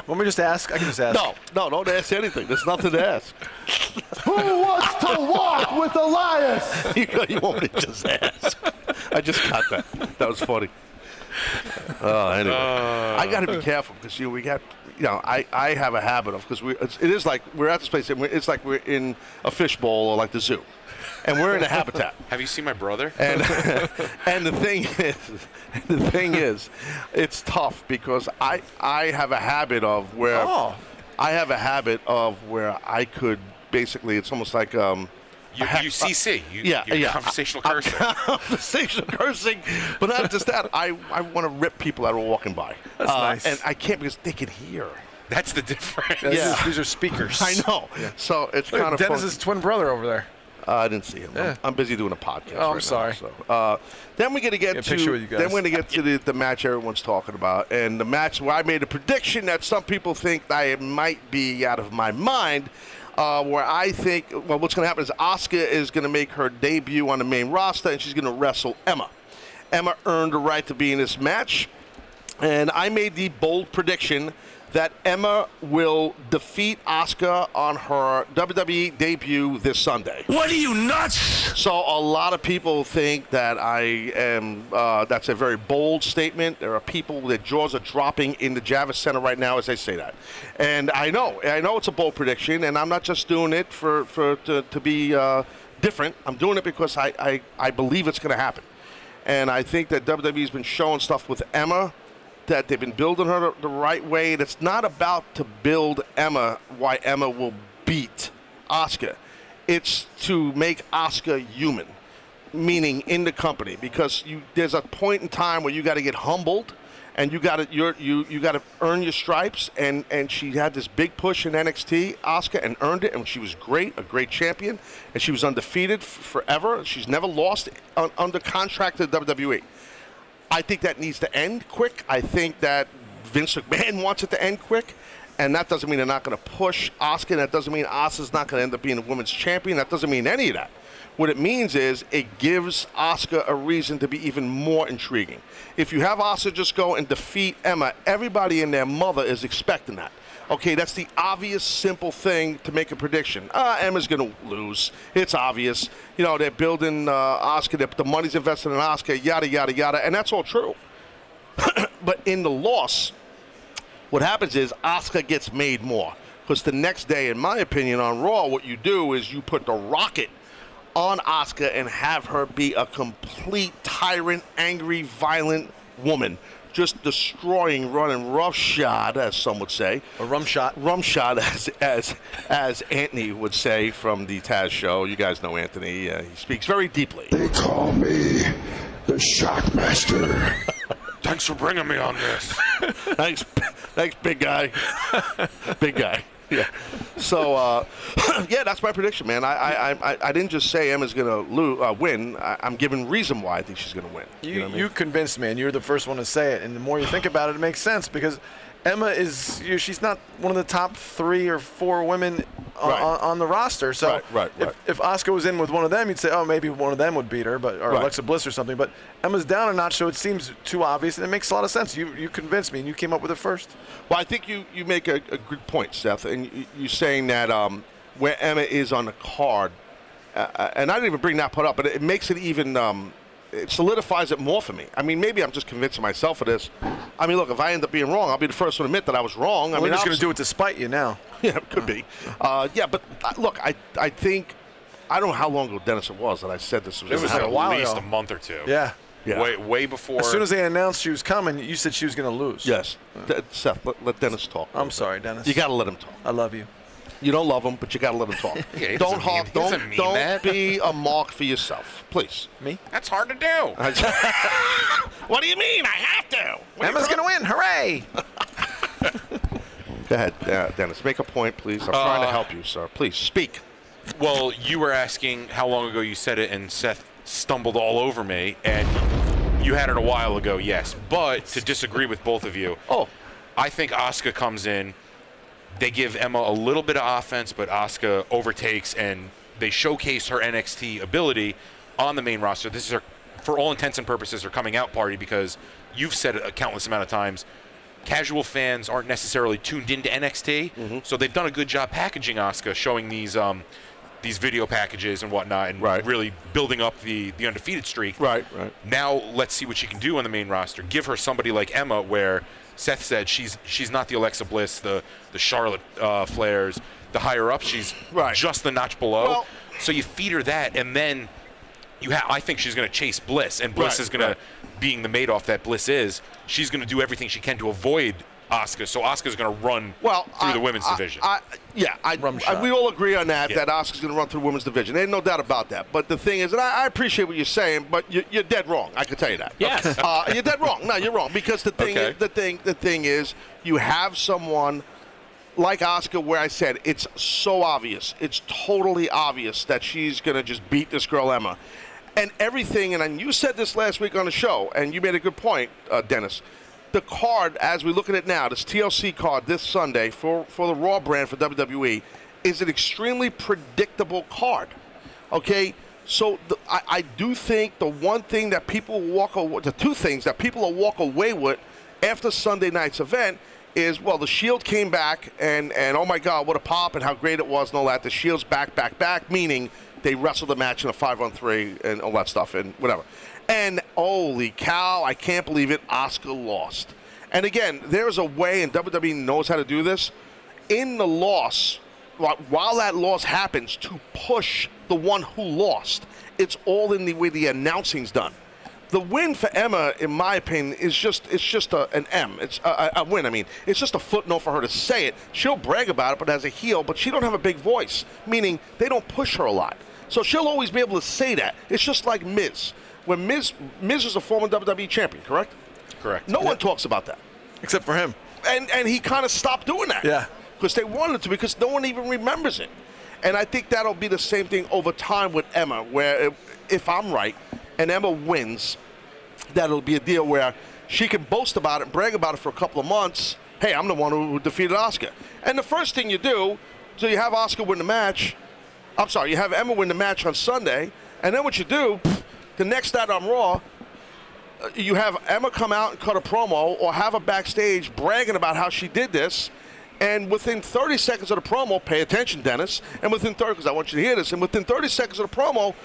Speaker 3: Let me just ask. I can just ask.
Speaker 2: No, no, don't ask anything. There's nothing to ask.
Speaker 7: who wants to walk with Elias?
Speaker 2: you, know, you want me to just ask? I just caught that. That was funny. Oh, anyway, I got to be careful because you know, we got you know I, I have a habit of because we it's, it is like we're at this place and we're, it's like we're in a fishbowl or like the zoo, and we're in a habitat.
Speaker 4: Have you seen my brother?
Speaker 2: And and the thing is, the thing is, it's tough because I I have a habit of where
Speaker 3: Oh.
Speaker 2: I have a habit of where I could basically it's almost like um
Speaker 4: You,
Speaker 2: I ha-
Speaker 4: you CC. You,
Speaker 2: yeah,
Speaker 4: you
Speaker 2: yeah. Uh,
Speaker 4: Conversational
Speaker 2: I-
Speaker 4: cursor.
Speaker 2: conversational cursing, but not just that. I, I want to rip people that are walking by. That's
Speaker 3: nice.
Speaker 2: And I can't because they can hear.
Speaker 4: That's the difference.
Speaker 3: This
Speaker 2: Yeah.
Speaker 3: is- these are speakers.
Speaker 2: I know. So it's
Speaker 3: Look at
Speaker 2: kind of fun.
Speaker 3: Dennis's twin brother over there.
Speaker 2: Uh, I didn't see him. I'm- I'm, busy doing a podcast.
Speaker 3: Oh, I'm
Speaker 2: right now,
Speaker 3: sorry.
Speaker 2: so, uh, then we're gonna get
Speaker 3: Yeah,
Speaker 2: to
Speaker 3: picture with you guys.
Speaker 2: then we're gonna get to the, the match everyone's talking about, and the match where I made a prediction that some people think I might be out of my mind. Uh, where I think, well, what's going to happen is Asuka is going to make her debut on the main roster, and she's going to wrestle Emma. Emma earned the right to be in this match, and I made the bold prediction that Emma will defeat Asuka on her WWE debut this Sunday.
Speaker 5: What are you nuts?
Speaker 2: So a lot of people think that I am. Uh, that's a very bold statement. There are people their jaws are dropping in the Javis Center right now as I say that, and I know, I know it's a bold prediction, and I'm not just doing it for for to, to be uh, different. I'm doing it because I I, I believe it's going to happen, and I think that WWE's been showing stuff with Emma. That they've been building her the right way, and it's not about to build Emma. Why Emma will beat Oscar? it's to make Oscar human, meaning in the company, because you, there's a point in time where you got to get humbled, and you got to you you you got to earn your stripes. And and she had this big push in NXT, Oscar, and earned it, and she was great, a great champion, and she was undefeated f- forever. She's never lost un- under contract to E. WWE. I think that needs to end quick. I think that Vince McMahon wants it to end quick. And that doesn't mean they're not going to push Oscar. That doesn't mean Oscar's not going to end up being a women's champion. That doesn't mean any of that. What it means is it gives Oscar a reason to be even more intriguing. If you have Oscar just go and defeat Emma, everybody and their mother is expecting that. Okay, that's the obvious, simple thing to make a prediction. Uh, Emma's going to lose. It's obvious. You know, they're building uh, Oscar. they the money's invested in Oscar. Yada yada yada, and that's all true. but in the loss, what happens is Oscar gets made more because the next day, in my opinion, on Raw, what you do is you put the rocket on Oscar and have her be a complete tyrant, angry, violent woman, just destroying, running roughshod, as some would say,
Speaker 3: A rum shot.
Speaker 2: rum shot, as as as Anthony would say from the Taz show. You guys know Anthony; uh, he speaks very deeply.
Speaker 8: They call me the Shockmaster.
Speaker 4: Thanks for bringing me on this.
Speaker 2: thanks, thanks, big guy, big guy. Yeah. So, uh, yeah, that's my prediction, man. I, I, I, I didn't just say Emma's gonna lose, uh, win. I, I'm giving reason why I think she's gonna win.
Speaker 3: You,
Speaker 2: know what I mean?
Speaker 3: you convinced me, and you're the first one to say it. And the more you think about it, it makes sense because Emma is you know, she's not one of the top three or four women on,
Speaker 2: Right.
Speaker 3: on, on the roster. So
Speaker 2: Right, right, right.
Speaker 3: if if Oscar was in with one of them, you'd say, oh, maybe one of them would beat her, but or
Speaker 2: Right.
Speaker 3: Alexa Bliss or something. But Emma's down a notch, so it seems too obvious, and it makes a lot of sense. You you convinced me, and you came up with it first.
Speaker 2: Well, I think you, you make a, a good point, Seth, and you, you're saying that um, where Emma is on the card, uh, and I didn't even bring that part up, but it, makes it even um, it solidifies it more for me. I mean, maybe I'm just convincing myself of this. I mean, look, if I end up being wrong, I'll be the first one to admit that I was wrong. I
Speaker 3: We're
Speaker 2: mean,
Speaker 3: just going
Speaker 2: obviously-
Speaker 3: to do it to spite you now.
Speaker 2: yeah, it could be. Uh, yeah, but uh, look, I, I think I don't know how long ago Dennis it was that I said this was.
Speaker 4: It was
Speaker 2: gonna
Speaker 4: at
Speaker 3: a
Speaker 2: happen.
Speaker 3: while
Speaker 4: least
Speaker 3: ago.
Speaker 4: a month or two.
Speaker 3: Yeah.
Speaker 2: Yeah.
Speaker 4: Way, way before.
Speaker 3: As soon as they announced she was coming, you said she was going to lose.
Speaker 2: Yes, Th- Seth, let, let Dennis talk.
Speaker 3: I'm sorry, Dennis.
Speaker 2: You got to let him talk.
Speaker 3: I love you.
Speaker 2: You don't love him, but you got to let him talk.
Speaker 4: Yeah, he
Speaker 2: don't
Speaker 4: doesn't mean-
Speaker 2: hawk.
Speaker 4: he doesn't
Speaker 2: Don't
Speaker 4: mean
Speaker 2: don't
Speaker 4: that.
Speaker 2: be a mark for yourself, please.
Speaker 3: Me?
Speaker 4: That's hard to do.
Speaker 2: what do you mean? I have to. What
Speaker 3: Emma's going to win. Hooray!
Speaker 2: to. Go ahead, uh, Dennis. Make a point, please. I'm trying to
Speaker 4: Uh,
Speaker 2: help you, sir. Please speak.
Speaker 4: Well, you were asking how long ago you said it, and Seth stumbled all over me, and you had it a while ago, yes. But to disagree with both of you,
Speaker 2: Oh.
Speaker 4: I think Asuka comes in. They give Emma a little bit of offense, but Asuka overtakes, and they showcase her NXT ability on the main roster. This is her, for all intents and purposes, her coming out party because you've said it a countless amount of times. Casual fans aren't
Speaker 2: Mm-hmm.
Speaker 4: necessarily tuned into NXT, so they've done a good job packaging Asuka, showing these um, these video packages and whatnot, and
Speaker 2: Right.
Speaker 4: really building up the the undefeated streak.
Speaker 2: Right, right.
Speaker 4: Now let's see what she can do on the main roster. Give her somebody like Emma, where Seth said she's she's not the Alexa Bliss, the the Charlotte uh, Flairs, the higher up. She's
Speaker 2: Right.
Speaker 4: just the notch below.
Speaker 2: Well-
Speaker 4: so you feed her that, and then you ha- I think she's going to chase Bliss, and Bliss
Speaker 2: Right,
Speaker 4: is going
Speaker 2: right.
Speaker 4: to, being the Madoff that Bliss is, she's going to do everything she can to avoid Oscar. So Oscar's going to run
Speaker 2: Well,
Speaker 4: through
Speaker 2: I-
Speaker 4: the women's
Speaker 2: I-
Speaker 4: division.
Speaker 2: I, yeah, I,
Speaker 3: Rum
Speaker 2: I-
Speaker 3: shot.
Speaker 2: we all agree on that.
Speaker 4: Yeah.
Speaker 2: That Oscar's going to run through the women's division. There's no doubt about that. But the thing is, and I, I appreciate what you're saying, but you, you're dead wrong. I can tell you that.
Speaker 5: Yes.
Speaker 2: uh, you're dead wrong. No, you're wrong because the thing,
Speaker 4: Okay.
Speaker 2: is, the thing, the thing is, you have someone like Oscar, where I said it's so obvious, it's totally obvious that she's going to just beat this girl Emma, and everything. And then you said this last week on the show, and you made a good point, uh, Dennis. The card, as we look at it now, this TLC card this Sunday for for the Raw brand for WWE, is an extremely predictable card. Okay. So the, I, I do think the one thing that people walk away, the two things that people will walk away with after Sunday night's event is well, the Shield came back and and oh my God, what a pop and how great it was and all that. The Shield's back, back, back, meaning they wrestled the match in a five on three and all that stuff and whatever. And holy cow, I can't believe it. Oscar lost. And again, there's a way, and WWE knows how to do this. In the loss, while while that loss happens, to push the one who lost. It's all in the way the announcing's done. The win for Emma, in my opinion, is just it's just a, an M. It's a, a a win. I mean, it's just a footnote for her to say it. She'll brag about it, but as a heel, but she don't have a big voice, meaning they don't push her a lot. So she'll always be able to say that. It's just like Miz. When Miz Miz is a former WWE champion, correct?
Speaker 4: Correct.
Speaker 2: No one talks about that
Speaker 3: Except for him.
Speaker 2: and and he kind of stopped doing that.
Speaker 3: Yeah.
Speaker 2: Because they wanted to, because no one even remembers it. And I think that'll be the same thing over time with Emma, where if, if I'm right and Emma wins, that'll be a deal where she can boast about it and brag about it for a couple of months. Hey, I'm the one who defeated Oscar. And the first thing you do, so you have Oscar win the match. I'm sorry, you have Emma win the match on Sunday, and then what you do, pff, the next night on Raw, you have Emma come out and cut a promo or have her backstage bragging about how she did this. And within 30 seconds of the promo, pay attention, Dennis. And within 30, because I want you to hear this. And within 30 seconds of the promo,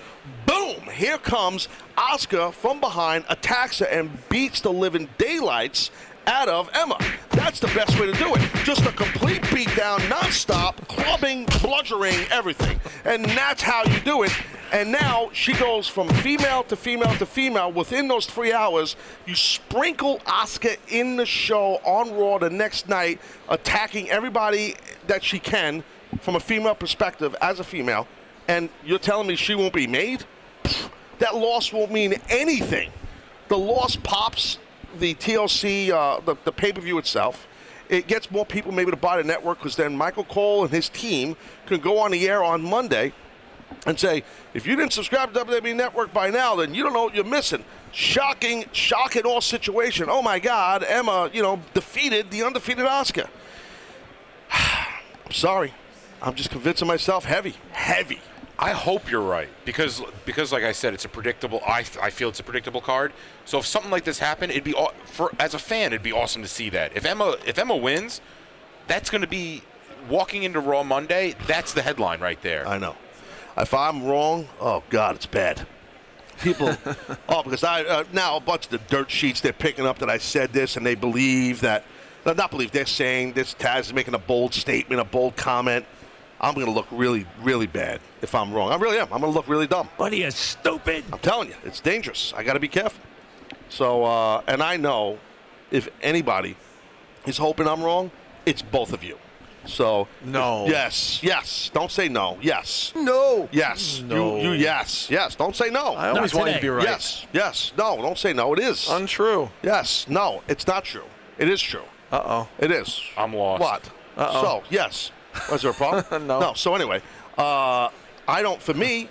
Speaker 2: boom! Here comes Oscar from behind, attacks her, and beats the living daylights out of Emma. That's the best way to do it. Just a complete beatdown, nonstop, clubbing, bludgeoning, everything. And that's how you do it. And now she goes from female to female to female. Within those three hours, you sprinkle Oscar in the show on Raw the next night, attacking everybody that she can from a female perspective as a female. And you're telling me she won't be made? Pfft, That loss won't mean anything. The loss pops the TLC, uh, the, the pay per view itself. It gets more people maybe to buy the network because then Michael Cole and his team can go on the air on Monday and say, if you didn't subscribe to WWE Network by now, then you don't know what you're missing. Shocking, shocking all situation. Oh my God, Emma, you know, defeated the undefeated Oscar. I'm sorry. I'm just convincing myself heavy, heavy.
Speaker 4: I hope you're right because because like I said, it's a predictable. I, f- I feel it's a predictable card. So if something like this happened, it'd be aw- for as a fan, it'd be awesome to see that. If Emma if Emma wins, that's going to be walking into Raw Monday. That's the headline right there.
Speaker 2: I know. If I'm wrong, oh God, it's bad. People, oh, because I uh, now a bunch of the dirt sheets they're picking up that I said this, and they believe that, no, not believe they're saying this. Taz is making a bold statement, a bold comment. I'm going to look really, really bad if I'm wrong. I really am. I'm going to look really dumb.
Speaker 5: What are you, stupid?
Speaker 2: I'm telling you, it's dangerous. I got to be careful. So, uh, and I know if anybody is hoping I'm wrong, it's both of you. So,
Speaker 3: No.
Speaker 2: Yes, yes. Don't say no. Yes. No. Yes.
Speaker 3: No.
Speaker 2: You, you yes. Yes. Don't say no.
Speaker 3: I always
Speaker 5: Not
Speaker 3: want you to be
Speaker 5: today.
Speaker 3: right.
Speaker 2: Yes. Yes. No. Don't say no. It is.
Speaker 3: Untrue.
Speaker 2: yes. No. It's not true. It is true.
Speaker 3: Uh oh.
Speaker 2: It is.
Speaker 4: I'm lost.
Speaker 2: What? So yes. Was there a problem?
Speaker 3: No.
Speaker 2: No. So anyway, uh, I don't. For me,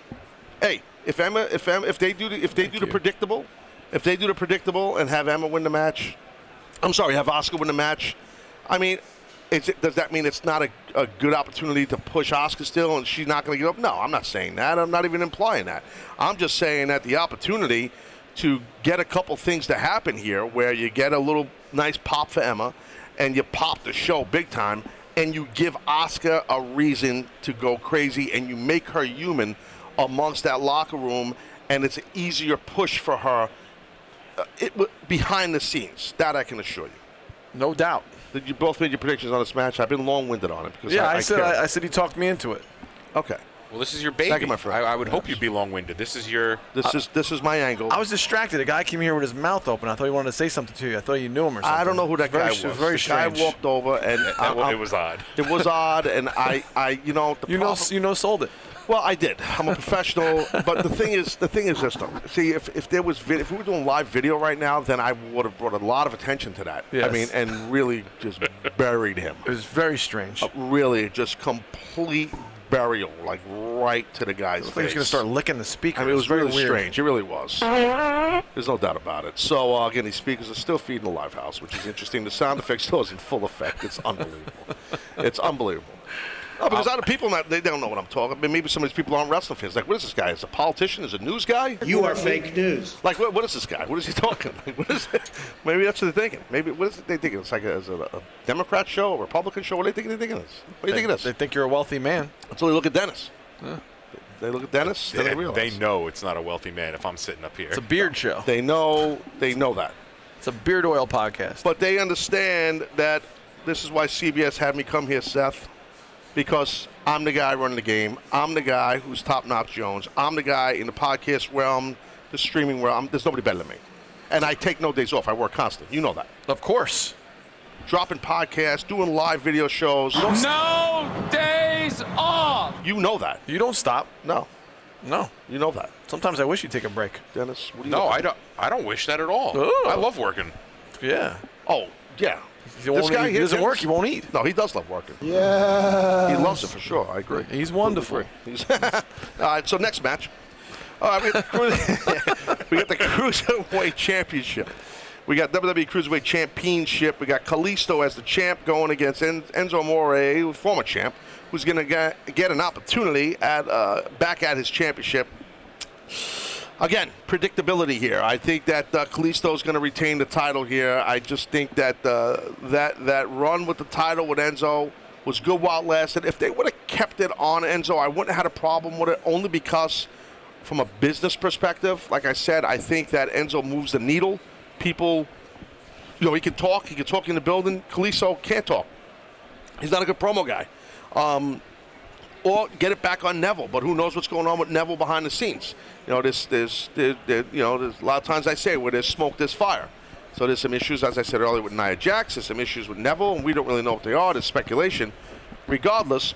Speaker 2: hey, if Emma, if Emma, if they do, the, if they do the predictable, if they do the predictable and have Emma win the match, I'm sorry, have Oscar win the match. I mean, is it, does that mean it's not a, a good opportunity to push Oscar still, and she's not going to get up? No, I'm not saying that. I'm not even implying that. I'm just saying that the opportunity to get a couple things to happen here, where you get a little nice pop for Emma, and you pop the show big time, and you give Oscar a reason to go crazy and you make her human amongst that locker room and it's an easier push for her uh, it, w- behind the scenes. That I can assure you.
Speaker 3: No doubt.
Speaker 2: That you both made your predictions on this match. I've been long-winded on it because
Speaker 3: Yeah,
Speaker 2: I,
Speaker 3: I, said
Speaker 2: care.
Speaker 3: I, I said he talked me into it.
Speaker 2: okay.
Speaker 4: Well, this is your baby.
Speaker 2: Thank you, my friend.
Speaker 4: I, I would hope you'd be long-winded. This is your.
Speaker 2: This is this is my angle.
Speaker 3: I was distracted. A guy came here with his mouth open. I thought he wanted to say something to you. I thought you knew him or something.
Speaker 2: I don't know who that
Speaker 3: It's very
Speaker 2: guy
Speaker 3: s-
Speaker 2: was.
Speaker 3: it's Very
Speaker 2: the guy
Speaker 3: strange.
Speaker 2: walked over and I,
Speaker 4: wa-
Speaker 2: I-
Speaker 4: it was odd.
Speaker 2: It was odd, and I, I you know, the
Speaker 3: You know,
Speaker 2: problem-
Speaker 3: you know, sold it.
Speaker 2: Well, I did. I'm a professional, but the thing is, the thing is this though. See, if, if there was vid- if we were doing live video right now, then I would have brought a lot of attention to that. I
Speaker 3: Yes.
Speaker 2: mean, and really just buried him.
Speaker 3: It was very strange.
Speaker 2: Oh,
Speaker 3: I
Speaker 2: Really, just complete burial, like right to the guy's
Speaker 3: think he was
Speaker 2: face.
Speaker 3: going to start licking the speaker.
Speaker 2: I mean, it was
Speaker 3: It's really
Speaker 2: really
Speaker 3: weird.
Speaker 2: strange. It really was. There's no doubt about it. So uh, again, these speakers are still feeding the live house, which is interesting. The sound effects still is in full effect. It's unbelievable. it's unbelievable. No, because a lot of people not, they don't know what I'm talking. about. Maybe some of these people aren't wrestling fans. Like, what is this guy? Is a politician? Is a news guy?
Speaker 9: You are fake news.
Speaker 2: Like, what, what is this guy? What is he talking? Like, what is Maybe that's what they're thinking. Maybe what is it they thinking? It's like a, is it a, a Democrat show, a Republican show. What are they thinking? They thinking this? What do you
Speaker 3: They,
Speaker 2: think of
Speaker 3: they
Speaker 2: this?
Speaker 3: think you're a wealthy man.
Speaker 2: Until they look at Dennis. They they look at Dennis. then they
Speaker 4: and
Speaker 2: realize.
Speaker 4: they know it's not a wealthy man if I'm sitting up here.
Speaker 3: It's a beard show.
Speaker 2: They know. They know that.
Speaker 3: It's a beard oil podcast.
Speaker 2: But they understand that this is why CBS had me come here, Seth, because I'm the guy running the game. I'm the guy who's top notch Jones. I'm the guy in the podcast realm, the streaming realm. There's nobody better than me. And I take no days off. I work constantly. You know that.
Speaker 3: of course.
Speaker 2: Dropping podcasts, doing live video shows.
Speaker 5: No days off.
Speaker 2: You know that.
Speaker 3: You don't stop.
Speaker 2: No.
Speaker 3: No.
Speaker 2: You know that.
Speaker 3: Sometimes I wish you'd take a break.
Speaker 2: Dennis, what do you
Speaker 4: no,
Speaker 2: look
Speaker 4: I
Speaker 2: at?
Speaker 4: don't. I don't wish that at all.
Speaker 3: Ooh.
Speaker 4: I love working.
Speaker 3: Yeah.
Speaker 2: Oh, yeah.
Speaker 3: He, won't eat- he doesn't work. He won't eat.
Speaker 2: No, he does love working.
Speaker 9: Yeah.
Speaker 2: He loves it for sure. I agree.
Speaker 3: He's wonderful.
Speaker 2: He's- All right, so next match. All right, we got, the cruis- we got the Cruiserweight Championship. We got WWE Cruiserweight Championship. We got Kalisto as the champ going against En- Enzo More, former champ, who's going to get, get an opportunity at uh, back at his championship. Again, predictability here. I think that uh, Kalisto is going to retain the title here. I just think that uh, that that run with the title with Enzo was good while it lasted. If they would have kept it on Enzo, I wouldn't have had a problem with it. Only because, from a business perspective, like I said, I think that Enzo moves the needle. People, you know, he can talk. He can talk in the building. Kalisto can't talk. He's not a good promo guy. Um, or get it back on Neville. But who knows what's going on with Neville behind the scenes? You know, there's, there's, there, there- you know, there's a lot of times I say where there's smoke, there's fire. So there's some issues, as I said earlier, with Nia Jax. There's some issues with Neville, and we don't really know what they are. There's speculation. Regardless,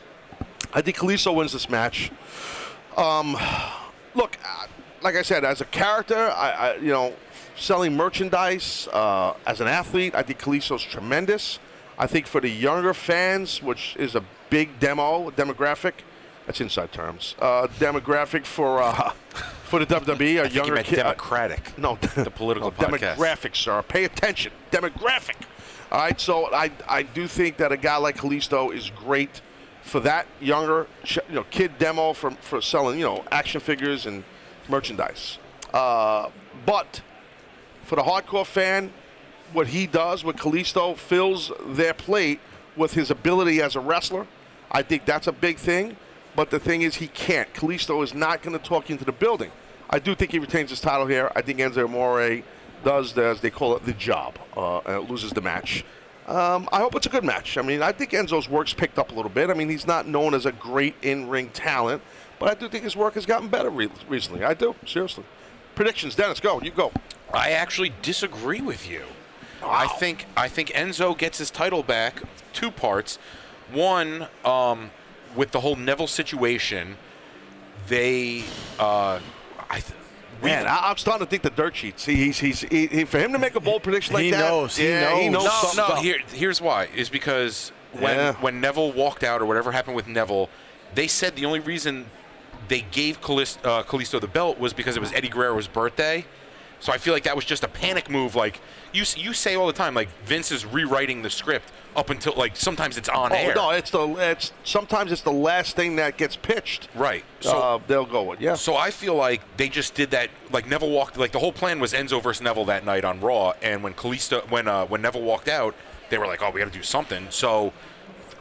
Speaker 2: I think Kalisto wins this match. Um, look, uh, like I said, as a character, I, I you know, selling merchandise uh, as an athlete, I think Kalisto's tremendous. I think for the younger fans, which is a big demo demographic, that's inside terms. Uh, demographic for uh, for the WWE, a
Speaker 4: I think you
Speaker 2: younger uh,
Speaker 4: meant
Speaker 2: kid.
Speaker 4: democratic.
Speaker 2: No,
Speaker 4: The political
Speaker 2: no,
Speaker 4: podcast.
Speaker 2: demographic, sir. Pay attention. Demographic. All right, so I, I do think that a guy like Kalisto is great for that younger ch- you know kid demo for, for selling you know action figures and merchandise. Uh, but for the hardcore fan, what he does, what Kalisto fills their plate with his ability as a wrestler, I think that's a big thing. But the thing is, he can't. Kalisto is not going to talk you into the building. I do think he retains his title here. I think Enzo Amore does, the, as they call it, the job, uh, and loses the match. Um, I hope it's a good match. I mean, I think Enzo's work's picked up a little bit. I mean, he's not known as a great in-ring talent, but I do think his work has gotten better re- recently. I do, seriously. Predictions, Dennis, go. You go.
Speaker 4: I actually disagree with you. I think I think Enzo gets his title back. Two parts. One, um, with the whole Neville situation, they. Uh, I th- we-
Speaker 2: Man, I, I'm starting to think the dirt sheets. He, he's, he's, he, he- for him to make a bold prediction like
Speaker 3: He
Speaker 2: that.
Speaker 3: knows, he
Speaker 2: yeah, He knows
Speaker 3: knows.
Speaker 4: no,
Speaker 2: something's
Speaker 4: no.
Speaker 2: up.
Speaker 4: Here, here's why: is because when
Speaker 2: Yeah.
Speaker 4: when Neville walked out or whatever happened with Neville, they said the only reason they gave Calist- uh, Callisto the belt was because it was Eddie Guerrero's birthday. So I feel like that was just a panic move. Like you s- you say all the time, like Vince is rewriting the script up until like sometimes it's on
Speaker 2: Oh,
Speaker 4: air.
Speaker 2: no, it's the it's sometimes it's the last thing that gets pitched.
Speaker 4: Right.
Speaker 2: So uh,
Speaker 4: So-
Speaker 2: they'll go with yeah.
Speaker 4: So I feel like they just did that. Like Neville walked. Like the whole plan was Enzo versus Neville that night on Raw. And when Kalisto, when uh, when Neville walked out, they were like, "Oh, we got to do something." So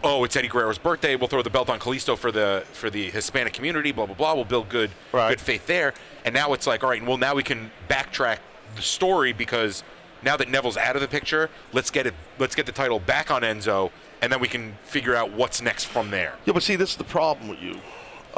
Speaker 4: oh, it's Eddie Guerrero's birthday. We'll throw the belt on Kalisto for the for the Hispanic community. Blah blah blah. We'll build good good faith there. And now it's like, all right, well now we can backtrack the story because now that Neville's out of the picture, let's get it. Let's get the title back on Enzo, and then we can figure out what's next from there.
Speaker 2: Yeah, but see, this is the problem with you.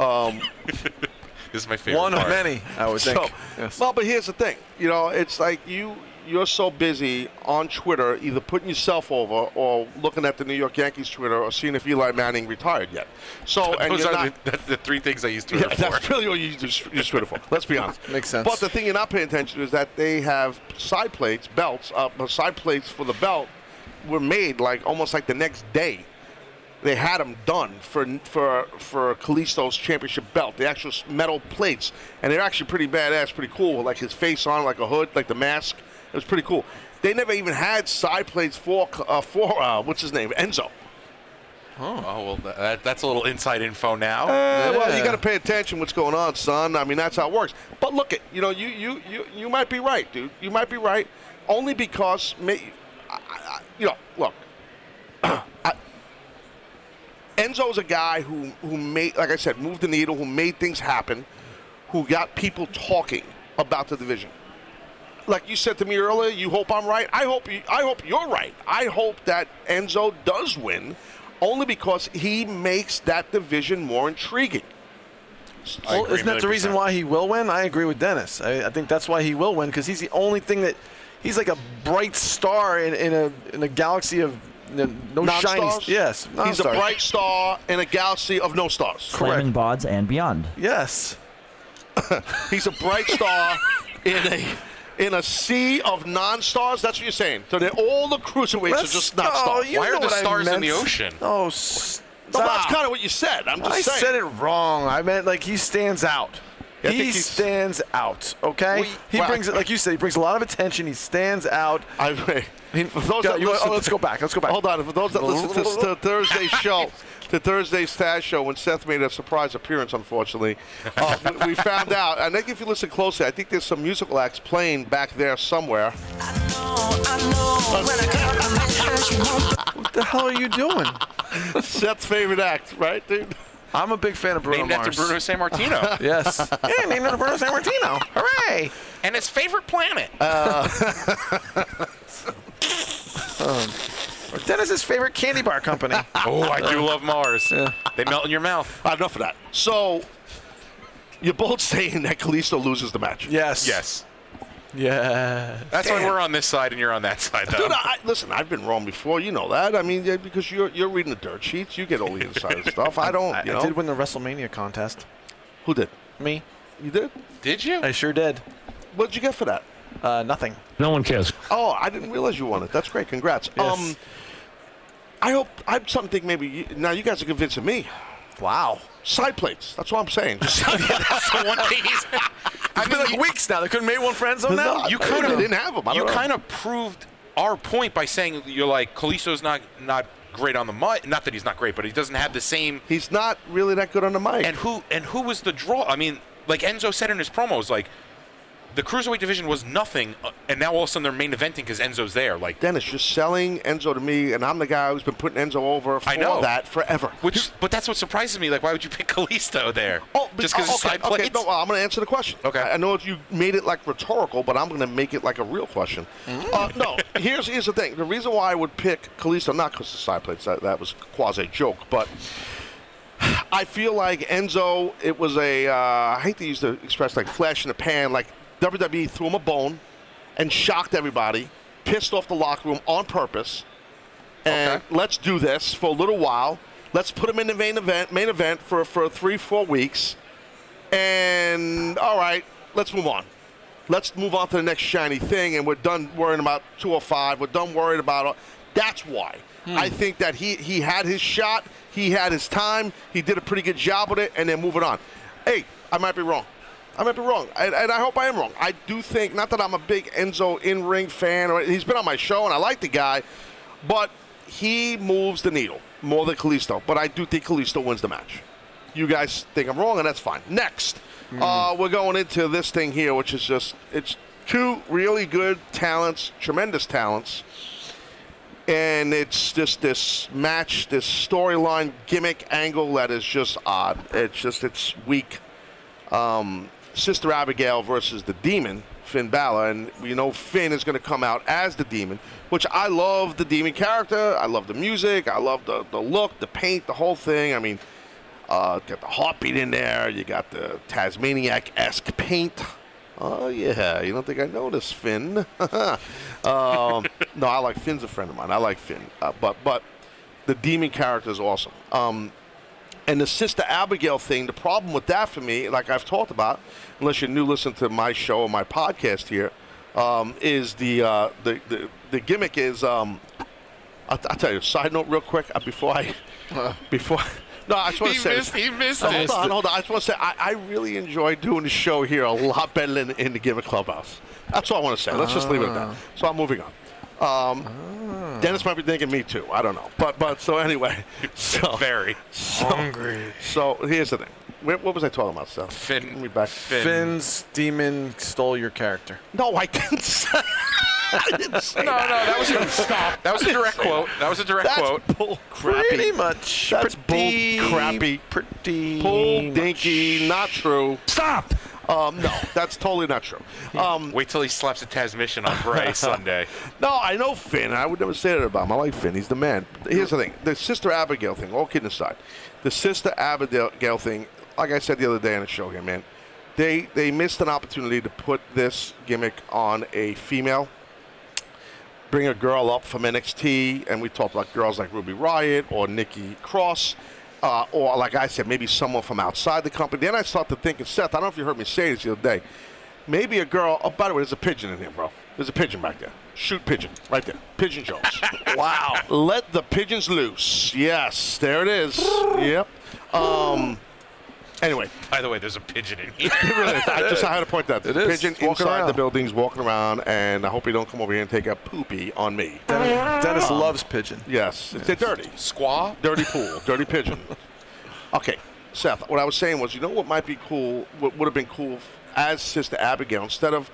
Speaker 2: Um,
Speaker 4: This is my favorite.
Speaker 3: One of
Speaker 4: part.
Speaker 3: many, I would think.
Speaker 2: So, Well, but here's the thing. You know, it's like you you're so busy on Twitter, either putting yourself over or looking at the New York Yankees Twitter or seeing if Eli Manning retired yet. So Oh, and
Speaker 4: Those
Speaker 2: you're
Speaker 4: are
Speaker 2: not.
Speaker 4: the, that's the three things I used to.
Speaker 2: Yeah,
Speaker 4: refer.
Speaker 2: that's really what you use your Twitter for. Let's be honest.
Speaker 3: Makes sense.
Speaker 2: But the thing you're not paying attention to is that they have side plates, belts, uh, but side plates for the belt were made like almost like the next day. They had them done for for for Kalisto's championship belt, the actual s- metal plates, and they're actually pretty badass, pretty cool. with, Like his face on, like a hood, like the mask. It was pretty cool. They never even had side plates for uh, for uh, what's his name, Enzo.
Speaker 4: Oh well, tha- that, that's a little inside info now.
Speaker 2: Eh, Well, you got to pay attention what's going on, son. I mean, that's how it works. But look, at you know, you you you you might be right, dude. You might be right, only because, may, I, I, you know, look. I- Enzo's a guy who who made, like I said, moved the needle, who made things happen, who got people talking about the division. Like you said to me earlier, you hope I'm right. I hope you, I hope you're right. I hope that Enzo does win, only because he makes that division more intriguing.
Speaker 4: I
Speaker 3: Well,
Speaker 4: agree
Speaker 3: isn't that the
Speaker 4: 100%.
Speaker 3: reason why he will win? I agree with Dennis. I, I think that's why he will win because he's the only thing that he's like a bright star in, in a in a galaxy of n- no shiny.
Speaker 2: Non-stars?
Speaker 3: Yes,
Speaker 2: he's a
Speaker 3: non-stars.
Speaker 2: bright star in a galaxy of no stars.
Speaker 10: Slamming bods and beyond.
Speaker 3: Yes,
Speaker 2: He's a bright star in a in a sea of non-stars. That's what you're saying. So they're all the cruiserweights
Speaker 3: Let's
Speaker 2: are just not
Speaker 3: go.
Speaker 2: stars.
Speaker 3: You
Speaker 4: Why are
Speaker 3: know
Speaker 4: the
Speaker 3: what I
Speaker 4: stars in
Speaker 3: meant.
Speaker 4: the ocean?
Speaker 3: Oh, stop.
Speaker 2: No, but that's kind of what you said. I'm just
Speaker 3: I
Speaker 2: saying.
Speaker 3: said it wrong. I meant like he stands out.
Speaker 2: Yeah, I think
Speaker 3: he
Speaker 2: he's-
Speaker 3: stands out. Okay,
Speaker 2: We-
Speaker 3: he
Speaker 2: well, I-
Speaker 3: brings it like you said. He brings a lot of attention. He stands out.
Speaker 2: I mean, for those
Speaker 3: Yeah,
Speaker 2: that
Speaker 3: you- oh,
Speaker 2: listen
Speaker 3: let's go back, let's go back.
Speaker 2: Hold on. For those that listen to, to Thursday's show, to Thursday's Taz show, when Seth made a surprise appearance, unfortunately, uh, we, we found out. I think if you listen closely, I think there's some musical acts playing back there somewhere.
Speaker 3: What the hell are you doing?
Speaker 2: Seth's favorite act, right, dude?
Speaker 3: I'm a big fan of Bruno
Speaker 4: Named
Speaker 3: Mars.
Speaker 4: after Bruno San Martino
Speaker 3: Yes. yeah, named after Bruno San Martino. Hooray!
Speaker 4: and his favorite planet.
Speaker 2: Uh,
Speaker 3: Or Dennis's favorite candy bar company.
Speaker 4: oh, I do love Mars. They melt in your mouth.
Speaker 2: Uh, enough of that. So, you're both saying that Kalisto loses the match.
Speaker 3: yes.
Speaker 4: Yes.
Speaker 3: Yeah.
Speaker 4: That's why we're on this side and you're on that side. Though.
Speaker 2: Dude, I, I- listen, I've been wrong before. You know that. I mean, yeah, because you're you're reading the dirt sheets, you get all the inside stuff. I don't.
Speaker 3: I,
Speaker 2: You know.
Speaker 3: I did win the WrestleMania contest.
Speaker 2: Who did?
Speaker 3: Me.
Speaker 2: You did?
Speaker 4: Did you?
Speaker 3: I sure did.
Speaker 2: What'd you get for that?
Speaker 3: Uh, nothing.
Speaker 10: No one cares.
Speaker 2: Oh, I didn't realize you won it. That's great. Congrats.
Speaker 3: Yes.
Speaker 2: Um, I hope I'm something. Maybe you, now you guys are convincing me.
Speaker 3: Wow.
Speaker 2: Side plates. That's what I'm saying. Just
Speaker 4: That's the one thing he's. I
Speaker 3: It's been
Speaker 4: mean,
Speaker 3: like
Speaker 4: you-
Speaker 3: weeks now. They couldn't make one friend zone now.
Speaker 2: you
Speaker 4: you
Speaker 2: kind
Speaker 4: kinda-
Speaker 2: of didn't have them. I
Speaker 4: you
Speaker 2: don't know.
Speaker 4: kind of proved our point by saying you're like Kalisto's not not great on the mic. Not that he's not great, but he doesn't have the same.
Speaker 2: He's not really that good on the mic.
Speaker 4: And who and who was the draw? I mean, like Enzo said in his promos, like the cruiserweight division was nothing, uh, and now all of a sudden they're main eventing because Enzo's there. Like
Speaker 2: Dennis, you're selling Enzo to me, and I'm the guy who's been putting Enzo over for
Speaker 4: I know.
Speaker 2: that forever.
Speaker 4: Which, but that's what surprises me. Like, why would you pick Kalisto there?
Speaker 2: but-
Speaker 4: just because
Speaker 2: oh,
Speaker 4: it's
Speaker 2: okay,
Speaker 4: side plates.
Speaker 2: okay, no, I'm going to answer the question.
Speaker 4: Okay.
Speaker 2: I I know you made it like rhetorical, but I'm going to make it like a real question.
Speaker 4: Mm.
Speaker 2: Uh, no, here's here's the thing. The reason why I would pick Kalisto, not because the side plates, that, that was quasi joke, but I feel like Enzo, it was a, uh, I hate to use the express like flash in the pan, like WWE threw him a bone and shocked everybody, pissed off the locker room on purpose and let's do this for a little while. Let's put him in the main event, main event for, for three, four weeks, and all right, let's move on. Let's move on to the next shiny thing, and we're done worrying about 205. We're done worrying about. That's why I think that he he had his shot, he had his time, he did a pretty good job with it, and then moving on. Hey, I might be wrong. I might be wrong, and, and I hope I am wrong. I do think not that I'm a big Enzo in ring fan, or he's been on my show, and I like the guy, but he moves the needle more than Kalisto. But I do think Kalisto wins the match. You guys think I'm wrong, and that's fine. Next, uh, we're going into this thing here, which is just it's two really good talents, tremendous talents, and it's just this match, this storyline gimmick angle that is just odd. It's just it's weak. Um, Sister Abigail versus the Demon Finn Balor, and you know Finn is going to come out as the Demon, which I love the Demon character. I love the music. I love the the look, the paint, the whole thing. I mean, uh, got the heartbeat in there. You got the Tasmaniac-esque paint. Oh yeah, you don't think I noticed Finn? um, no, I like Finn's a friend of mine. I like Finn, uh, but but the demon character is awesome. Um, and the Sister Abigail thing, the problem with that for me, like I've talked about, unless you're new, listen to my show or my podcast here, um, is the, uh, the the the gimmick is. Um, I'll, I'll tell you. Side note, real quick, uh, before I before. No, I just want
Speaker 4: He
Speaker 2: to say.
Speaker 4: missed- he missed
Speaker 2: hold
Speaker 4: it.
Speaker 2: on, hold on. I just want to say I, I really enjoy doing the show here a lot better than in the gimmick clubhouse. That's all I want to say. Let's just leave it at
Speaker 4: Ah.
Speaker 2: that. So I'm moving on. Um, Dennis might be thinking me too. I don't know. But but so anyway,
Speaker 4: Oh,
Speaker 2: so very
Speaker 3: hungry.
Speaker 2: So here's the thing. Where, what was I talking about, Seth?
Speaker 4: Finn.
Speaker 2: Let me back.
Speaker 3: Finn's demon stole your character.
Speaker 2: No, I didn't say. I didn't say
Speaker 4: No, no, that was a stop. That was a direct quote. That was a direct
Speaker 2: That's
Speaker 4: quote.
Speaker 2: bull crappy.
Speaker 3: Pretty much.
Speaker 2: That's
Speaker 3: pretty
Speaker 2: bull crappy.
Speaker 3: Pretty.
Speaker 2: Bull
Speaker 3: much.
Speaker 2: dinky. Not true.
Speaker 10: Stop!
Speaker 2: Um, no, that's totally not true. Um,
Speaker 4: Wait till he slaps a Tasmanian on Bray Sunday.
Speaker 2: no, I know Finn. I would never say that about him. I like Finn. He's the man. Here's the thing: the Sister Abigail thing. All kidding aside, the Sister Abigail thing. Like I said the other day on the show here, man, they they missed an opportunity to put this gimmick on a female. Bring a girl up from NXT, and we talked about girls like Ruby Riot or Nikki Cross. Uh, or like I said, maybe someone from outside the company. Then I started thinking, Seth, I don't know if you heard me say this the other day. Maybe a girl. Oh, by the way, there's a pigeon in here, bro. There's a pigeon back there. Shoot pigeon right there. Pigeon Jones. wow. Let the pigeons loose. Yes, there it is. yep. Um. Anyway,
Speaker 4: By the way, there's a pigeon in here.
Speaker 2: it really is. I just I had to point that out.
Speaker 3: It
Speaker 2: The
Speaker 3: is.
Speaker 2: pigeon
Speaker 3: It's walking
Speaker 2: inside the
Speaker 3: around.
Speaker 2: buildings, walking around, and I hope he don't come over here and take a poopy on me.
Speaker 3: Dennis, Dennis loves pigeon.
Speaker 2: Yes, they're dirty.
Speaker 4: Squaw?
Speaker 2: Dirty pool, dirty pigeon. Okay, Seth, what I was saying was, you know what might be cool, what would have been cool as Sister Abigail, instead of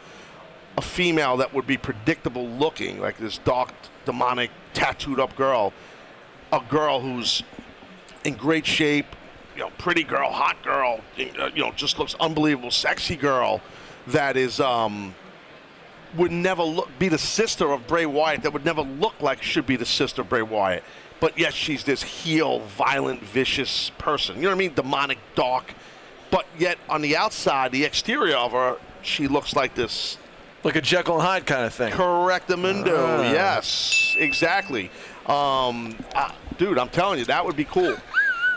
Speaker 2: a female that would be predictable looking, like this dark, demonic, tattooed up girl, a girl who's in great shape, you know, pretty girl, hot girl, you know, just looks unbelievable, sexy girl that is, um, would never look be the sister of Bray Wyatt that would never look like should be the sister of Bray Wyatt. But yet she's this heel, violent, vicious person. You know what I mean? Demonic, dark. But yet on the outside, the exterior of her, she looks like this
Speaker 3: Like a Jekyll and Hyde kind of thing.
Speaker 2: correctamundo. Yes, exactly. Um, uh, dude, I'm telling you, that would be cool.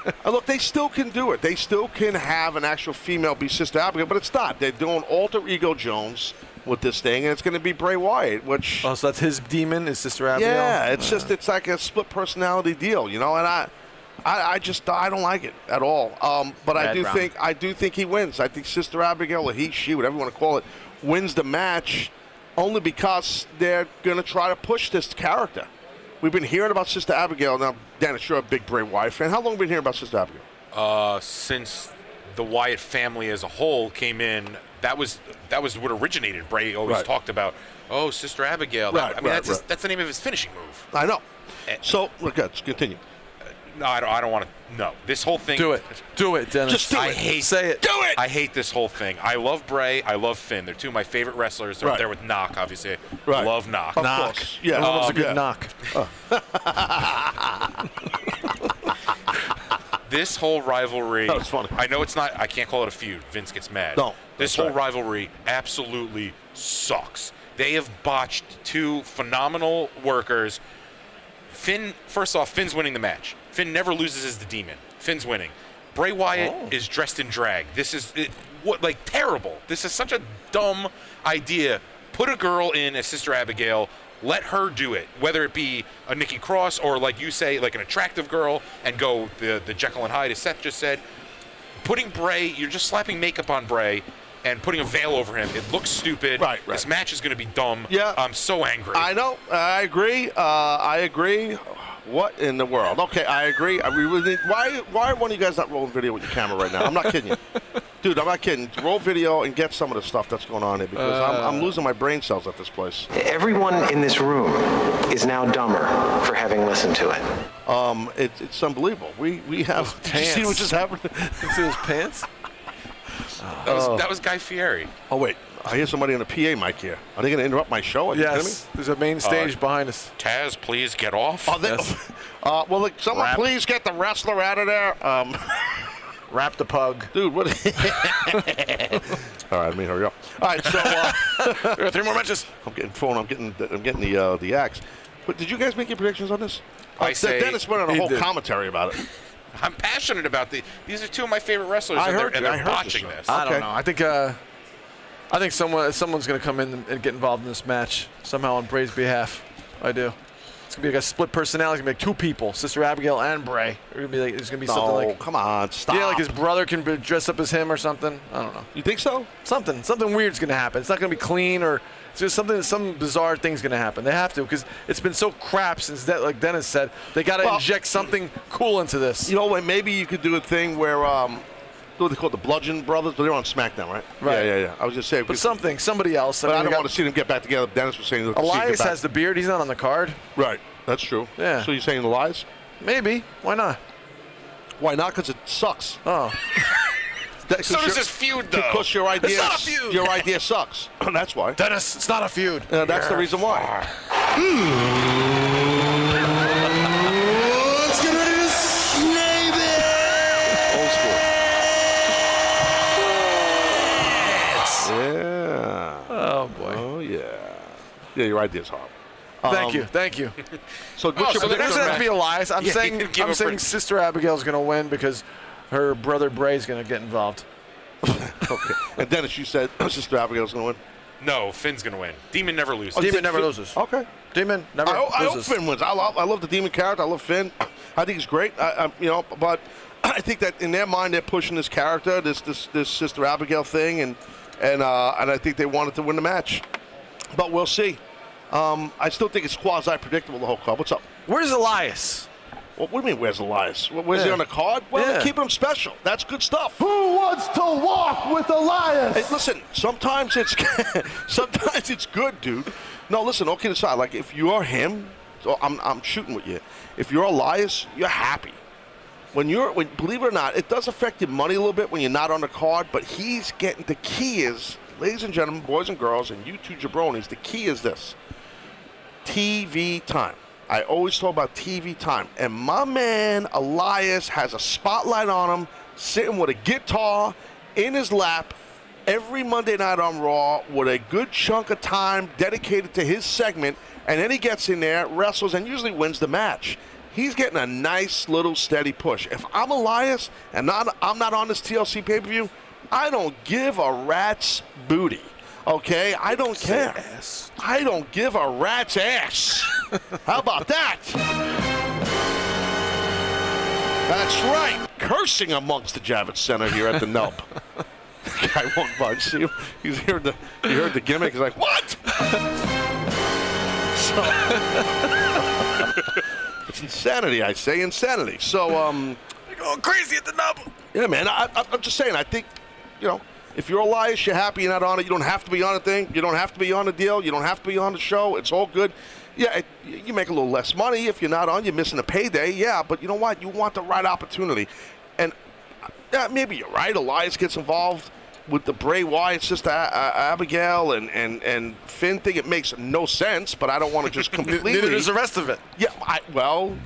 Speaker 2: And look, they still can do it. They still can have an actual female be Sister Abigail, but it's not. They're doing alter ego Jones with this thing, and it's going to be Bray Wyatt, which
Speaker 3: Oh, so that's his demon, is Sister Abigail?
Speaker 2: yeah, it's just it's like a split personality deal, you know. And I, I, I just I don't like it at all. Um, but I
Speaker 11: Red
Speaker 2: do
Speaker 11: rum.
Speaker 2: think I do think he wins. I think Sister Abigail or he, she, whatever you want to call it, wins the match, only because they're gonna try to push this character. We've been hearing about Sister Abigail now. Dennis, you're a big Bray Wyatt fan. How long have we been hearing about Sister Abigail?
Speaker 4: Uh, since the Wyatt family as a whole came in, that was that was what originated. Bray always
Speaker 2: Right.
Speaker 4: talked about, oh, Sister Abigail. That-
Speaker 2: Right,
Speaker 4: I mean,
Speaker 2: right,
Speaker 4: that's, his,
Speaker 2: right.
Speaker 4: that's the name of his finishing move.
Speaker 2: I know.
Speaker 4: Eh.
Speaker 2: So look, let's continue.
Speaker 4: No, I don't, I don't want to. No, this whole thing.
Speaker 3: Do it. Do it, Dennis.
Speaker 2: Just do
Speaker 4: I
Speaker 2: it.
Speaker 4: hate
Speaker 3: Say it.
Speaker 2: Do it.
Speaker 4: I hate this whole thing. I love Bray. I love Finn. They're two of my favorite wrestlers. They're
Speaker 2: Right.
Speaker 4: up there with Knock, obviously.
Speaker 2: Right. Oh.
Speaker 4: Love Knock.
Speaker 2: Of
Speaker 3: knock.
Speaker 2: course. Yeah.
Speaker 3: Everyone loves a
Speaker 2: Um,
Speaker 3: good
Speaker 2: yeah.
Speaker 3: knock.
Speaker 4: this whole rivalry.
Speaker 2: That was funny.
Speaker 4: I know it's not. I can't call it a feud. Vince gets mad.
Speaker 2: No,
Speaker 4: This
Speaker 2: that's
Speaker 4: whole
Speaker 2: right.
Speaker 4: rivalry absolutely sucks. They have botched two phenomenal workers. Finn. First off, Finn's winning the match. Finn never loses as the demon. Finn's winning. Bray Wyatt
Speaker 2: Oh.
Speaker 4: is dressed in drag. This is it, what like terrible. This is such a dumb idea. Put a girl in as Sister Abigail. Let her do it, whether it be a Nikki Cross or, like you say, like an attractive girl, and go the the Jekyll and Hyde, as Seth just said putting Bray, you're just slapping makeup on Bray and putting a veil over him. It looks stupid.
Speaker 2: Right, right.
Speaker 4: This match is going to be dumb.
Speaker 2: Yeah.
Speaker 4: I'm so angry.
Speaker 2: I know. I agree. Uh, I agree. What in the world? Okay, I agree. I, we really need, why why are one of you guys not rolling video with your camera right now? I'm not kidding you. Dude, I'm not kidding. Roll video and get some of the stuff that's going on here because I'm, I'm losing my brain cells at this place.
Speaker 11: Everyone in this room is now dumber for having listened to it.
Speaker 2: Um, it, it's unbelievable. We we have. did you see what just happened?
Speaker 3: see his pants?
Speaker 4: That was, that was Guy Fieri.
Speaker 2: Oh wait, I hear somebody on the PA mic here. Are they going to interrupt my show? Are you kidding me?
Speaker 3: Yes. There's a main stage behind us.
Speaker 4: Taz, please get off.
Speaker 2: Oh, they, uh, well, look, someone
Speaker 4: Rap.
Speaker 2: please get the wrestler out of there. Um,
Speaker 3: Wrap the pug.
Speaker 2: dude, what? All right, let me hurry up. All right, so uh,
Speaker 3: There are three more matches.
Speaker 2: I'm getting phone. I'm getting. The, I'm getting the uh, the axe. But did you guys make your predictions on this?
Speaker 4: I
Speaker 2: Uh,
Speaker 4: say-
Speaker 2: Dennis went on a
Speaker 3: He
Speaker 2: whole
Speaker 3: did.
Speaker 2: commentary about it.
Speaker 4: I'm passionate about the. These are two of my favorite wrestlers,
Speaker 2: I
Speaker 4: and
Speaker 2: heard
Speaker 4: they're, and
Speaker 2: you.
Speaker 4: they're
Speaker 2: I heard you,
Speaker 4: botching
Speaker 2: sir.
Speaker 4: this.
Speaker 3: I don't
Speaker 2: Okay.
Speaker 3: know. I think uh, I think someone someone's gonna come in and get involved in this match somehow on Bray's behalf. I do. It's gonna be like a split personality. It's gonna be like two people, Sister Abigail and Bray. It's gonna be like, it's gonna be
Speaker 2: No,
Speaker 3: something like
Speaker 2: come on, stop.
Speaker 3: yeah, like his brother can be dress up as him or something. I don't know.
Speaker 2: you think so?
Speaker 3: Something something weird's gonna happen. It's not gonna be clean or it's just something some bizarre thing's gonna happen. They have to because it's been so crap since that. Like Dennis said, they gotta
Speaker 2: Well-
Speaker 3: inject something cool into this.
Speaker 2: You know what? Maybe you could do a thing where um, what do they call it, the Bludgeon Brothers? But they're on SmackDown, right?
Speaker 3: Right.
Speaker 2: Yeah, yeah, yeah. I was just saying.
Speaker 3: but something, somebody else.
Speaker 2: But I,
Speaker 3: mean, we
Speaker 2: don't
Speaker 3: got-
Speaker 2: want to see them get back together. Dennis was saying.
Speaker 3: Elias
Speaker 2: see
Speaker 3: has the beard. He's not on the card.
Speaker 2: right. That's true.
Speaker 3: Yeah.
Speaker 2: So you're saying Elias?
Speaker 3: Maybe. Why not?
Speaker 2: Why not? Because it sucks.
Speaker 3: Oh,
Speaker 2: That-
Speaker 4: So
Speaker 2: 'cause
Speaker 4: does
Speaker 2: your-
Speaker 4: this feud, though.
Speaker 2: Because your idea,
Speaker 3: not a feud.
Speaker 2: your idea sucks. that's why.
Speaker 3: Dennis, it's not a feud.
Speaker 2: Uh, that's the reason why. Old school. Yeah.
Speaker 3: Oh boy.
Speaker 2: Oh yeah. Yeah, your idea's horrible.
Speaker 3: Thank
Speaker 2: Um,
Speaker 3: you. Thank you.
Speaker 2: So what's your
Speaker 4: so the
Speaker 2: prediction?
Speaker 3: It
Speaker 4: next
Speaker 3: doesn't have to be Elias. I'm
Speaker 4: Yeah, he
Speaker 3: saying
Speaker 4: didn't give
Speaker 3: I'm
Speaker 4: a
Speaker 3: saying
Speaker 4: pre-
Speaker 3: Sister Abigail's gonna win because her brother Bray's gonna get involved.
Speaker 2: okay. And Dennis, you said Sister Abigail's going to win.
Speaker 4: No, Finn's gonna win. Demon never loses.
Speaker 2: Oh,
Speaker 3: Demon never loses.
Speaker 2: Okay.
Speaker 3: Demon never
Speaker 2: I, hope- I hope
Speaker 3: loses.
Speaker 2: Finn wins. I love, I love the demon character. I love Finn. I think he's great. I, I, you know, but I think that in their mind they're pushing this character, this this this Sister Abigail thing, and and uh, and I think they wanted to win the match, but we'll see. Um, I still think it's quasi predictable the whole card. What's up?
Speaker 3: Where's Elias?
Speaker 2: What, what do you mean? Where's Elias? Wh- Where's he
Speaker 3: Yeah.
Speaker 2: on the card? Well,
Speaker 3: Yeah.
Speaker 2: they're keeping him special. That's good stuff.
Speaker 7: Who wants to walk with Elias?
Speaker 2: Hey, listen, sometimes it's sometimes it's good, dude. No, listen, all kidding aside, like if you're him, so I'm, I'm shooting with you. If you're Elias, you're happy. When you're, when, believe it or not, it does affect your money a little bit when you're not on the card, but he's getting, the key is, ladies and gentlemen, boys and girls, and you two jabronis, the key is this. TV time. I always talk about TV time. And my man Elias has a spotlight on him, sitting with a guitar in his lap every Monday night on Raw with a good chunk of time dedicated to his segment. And then he gets in there, wrestles, and usually wins the match. He's getting a nice little steady push. If I'm Elias and not, I'm not on this TLC pay per view, I don't give a rat's booty. Okay? I don't care. I don't give a rat's ass. How about that? That's right. Cursing amongst the Javits Center here at the Nub. Guy won't budge. See, him? he's heard the he heard the gimmick. He's like, what? So- it's insanity. I say insanity. So um.
Speaker 3: They're going crazy at the nub.
Speaker 2: Yeah, man. I, I, I'm just saying. I think, you know, if you're Elias, you're happy you're not on it. You don't have to be on a thing. You don't have to be on a deal. You don't have to be on the show. It's all good. Yeah, it, you make a little less money if you're not on. You're missing a payday. Yeah, but you know what? You want the right opportunity, and uh, yeah, maybe you're right. Elias gets involved with the Bray Wyatt sister uh, Abigail and, and, and Finn thing. It makes no sense, but I don't want to just completely.
Speaker 3: Neither does the rest of it.
Speaker 2: Yeah, I, well,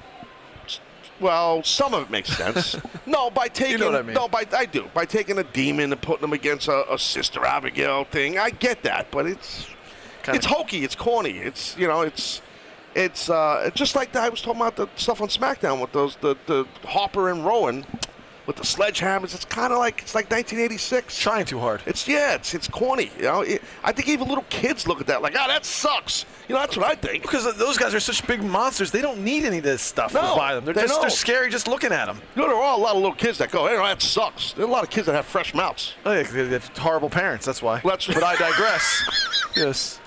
Speaker 2: s- well, some of it makes sense. no, by taking
Speaker 3: what I mean.
Speaker 2: no, by I do by taking a demon and putting him against a, a sister Abigail thing. I get that, but it's
Speaker 3: Kinda-
Speaker 2: it's hokey, it's corny, it's you know, it's it's uh, just like the, I was talking about the stuff on SmackDown with those the, the Harper and Rowan with the sledgehammers. It's kind of like it's like 1986.
Speaker 3: Trying too hard.
Speaker 2: It's yeah, it's it's corny. You know, it, I think even little kids look at that like, ah, that sucks. You know, that's what I think.
Speaker 3: Because those guys are such big monsters, they don't need any of this stuff
Speaker 2: No,
Speaker 3: to buy them. They're
Speaker 2: they
Speaker 3: just they're
Speaker 2: don't.
Speaker 3: scary just looking at them.
Speaker 2: You know, there are a lot of little kids that go, hey, that sucks. There are a lot of kids that have fresh mouths.
Speaker 3: Oh, yeah, 'cause they have horrible parents. That's why.
Speaker 2: Let's-
Speaker 3: but I digress. yes.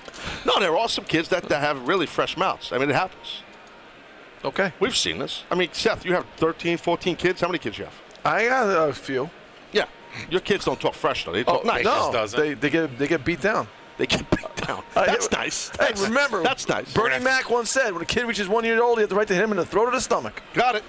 Speaker 2: No, there are some kids that, that have really fresh mouths. I mean, it happens.
Speaker 3: Okay.
Speaker 2: We've seen this. I mean, Seth, you have 13, 14 kids. How many kids you have?
Speaker 3: I got a few.
Speaker 2: Yeah. Your kids don't talk fresh though. They
Speaker 3: Oh,
Speaker 2: talk nice.
Speaker 3: no, They, they get they get beat down.
Speaker 2: They get beat down. That's nice.
Speaker 3: Hey,
Speaker 2: That's-
Speaker 3: remember,
Speaker 2: that's nice.
Speaker 3: Bernie Mac once said, when a kid reaches one year old, you have to write to him in the throat or the stomach.
Speaker 2: Got it.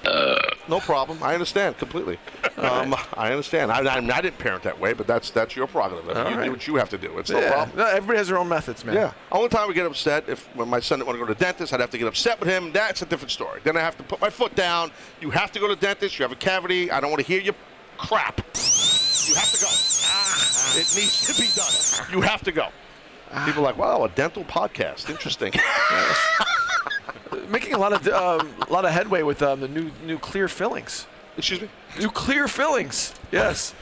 Speaker 2: no problem. I understand completely. Um, I understand. I, I, I didn't parent that way, but that's that's your prerogative.
Speaker 3: All
Speaker 2: you
Speaker 3: right.
Speaker 2: do what you have to do. It's no
Speaker 3: Yeah.
Speaker 2: problem.
Speaker 3: No, everybody has their own methods, man.
Speaker 2: Yeah. Only time we get upset if when my son didn't want to go to the dentist, I'd have to get upset with him. That's a different story. Then I have to put my foot down. You have to go to the dentist. You have a cavity. I don't want to hear your crap. You have to go.
Speaker 3: Ah.
Speaker 2: It needs to be done. You have to go. People are like, wow, a dental podcast. Interesting.
Speaker 3: Making a lot of um, a lot of headway with um, the new new clear fillings.
Speaker 2: Excuse me.
Speaker 3: New clear fillings. Yes.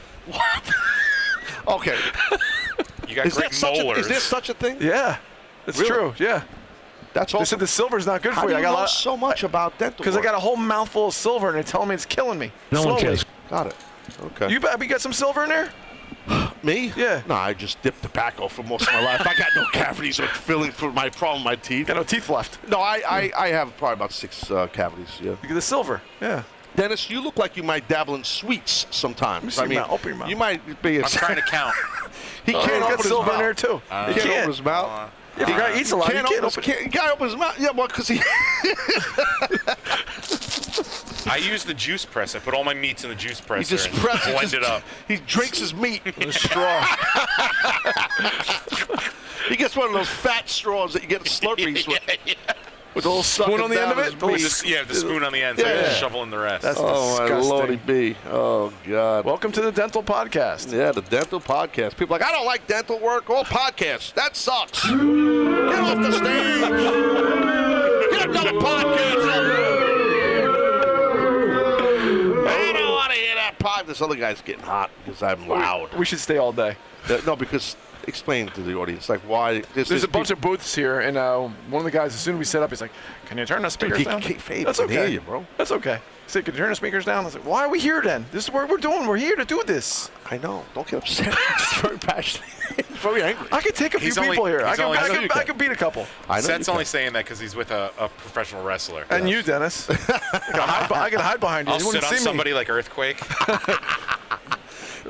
Speaker 2: okay.
Speaker 4: You got
Speaker 2: Is,
Speaker 4: great
Speaker 2: that such a,
Speaker 4: molars.
Speaker 2: is there such a thing?
Speaker 3: Yeah. That's
Speaker 2: Really?
Speaker 3: true. Yeah.
Speaker 2: That's
Speaker 3: They
Speaker 2: all.
Speaker 3: said the silver's not good
Speaker 2: How
Speaker 3: for
Speaker 2: do
Speaker 3: you.
Speaker 2: you
Speaker 3: I got a
Speaker 2: know
Speaker 3: lot
Speaker 2: so much about dental?
Speaker 3: because I got a whole mouthful of silver and they're telling me it's killing me.
Speaker 2: No one
Speaker 3: Slowly.
Speaker 2: cares. Got it. Okay.
Speaker 3: You, bet- you got some silver in there?
Speaker 2: Me?
Speaker 3: Yeah.
Speaker 2: No, I just dipped tobacco for most of my life. I got no cavities or filling for my problem with my teeth.
Speaker 3: Got no teeth left.
Speaker 2: No, I, I, I have probably about six uh, cavities. Yeah.
Speaker 3: You get the silver. Yeah.
Speaker 2: Dennis, you look like you might dabble in sweets sometimes.
Speaker 3: see
Speaker 2: I mean,
Speaker 3: your mouth. Open your mouth.
Speaker 2: You might be. A,
Speaker 4: I'm trying to count.
Speaker 2: he can't
Speaker 3: got
Speaker 2: open his
Speaker 3: silver in
Speaker 2: mouth.
Speaker 3: there, too.
Speaker 2: he
Speaker 3: Oh, You
Speaker 2: can't,
Speaker 3: can't.
Speaker 2: open his mouth.
Speaker 3: If your guy eats a lot, you
Speaker 2: can't open,
Speaker 3: can't
Speaker 2: his-
Speaker 3: open
Speaker 2: can't, guy open his mouth. Yeah, well, because he.
Speaker 4: I use the juice press. I put all my meats in the juice
Speaker 2: He
Speaker 4: presser
Speaker 2: just
Speaker 4: and
Speaker 2: presses.
Speaker 4: blend
Speaker 2: just-
Speaker 4: it up.
Speaker 2: He drinks his meat in a straw. he gets one of those fat straws that you get Slurpees with. With a little
Speaker 3: spoon on the end of it?
Speaker 4: With the s- yeah, the spoon on the end, so I
Speaker 2: Yeah.
Speaker 4: just shovel in the rest.
Speaker 3: That's
Speaker 2: Oh my
Speaker 3: disgusting.
Speaker 2: lordy b! Oh god!
Speaker 3: Welcome to the dental podcast.
Speaker 2: yeah, the dental podcast. People are like I don't like dental work or podcasts. That sucks. Get off the stage. Get another podcast. I don't want to hear that pod. This other guy's getting hot because I'm loud.
Speaker 3: We should stay all day.
Speaker 2: Uh, no, because explain to the audience like why there's,
Speaker 3: There's a bunch of booths here, and uh, one of the guys, as soon as we set up, he's like, "Can you turn the speakers
Speaker 2: he
Speaker 3: down?"
Speaker 2: can't fade.
Speaker 3: That's
Speaker 2: I can hear
Speaker 3: okay,
Speaker 2: you, bro.
Speaker 3: That's okay. He said, "Can you turn the speakers down?" I was like, "Why are we here then? This is what we're doing. We're here to do this.
Speaker 2: I know. Don't get upset. He's very passionate. He's very angry.
Speaker 3: Oh, I could take a few
Speaker 4: He's only-
Speaker 3: people here. I
Speaker 4: he's
Speaker 3: could,
Speaker 4: only-
Speaker 3: I,
Speaker 4: I know
Speaker 3: could,
Speaker 4: you
Speaker 3: I
Speaker 4: can.
Speaker 3: could beat a couple."
Speaker 2: I know
Speaker 4: Seth's
Speaker 2: you
Speaker 4: only
Speaker 2: can.
Speaker 4: saying that because he's with a, a professional wrestler.
Speaker 3: And you, Dennis. I can hide, be- I can hide behind you.
Speaker 4: I'll
Speaker 3: you
Speaker 4: sit
Speaker 3: wouldn't
Speaker 4: on
Speaker 3: see
Speaker 4: somebody
Speaker 3: me.
Speaker 4: like Earthquake.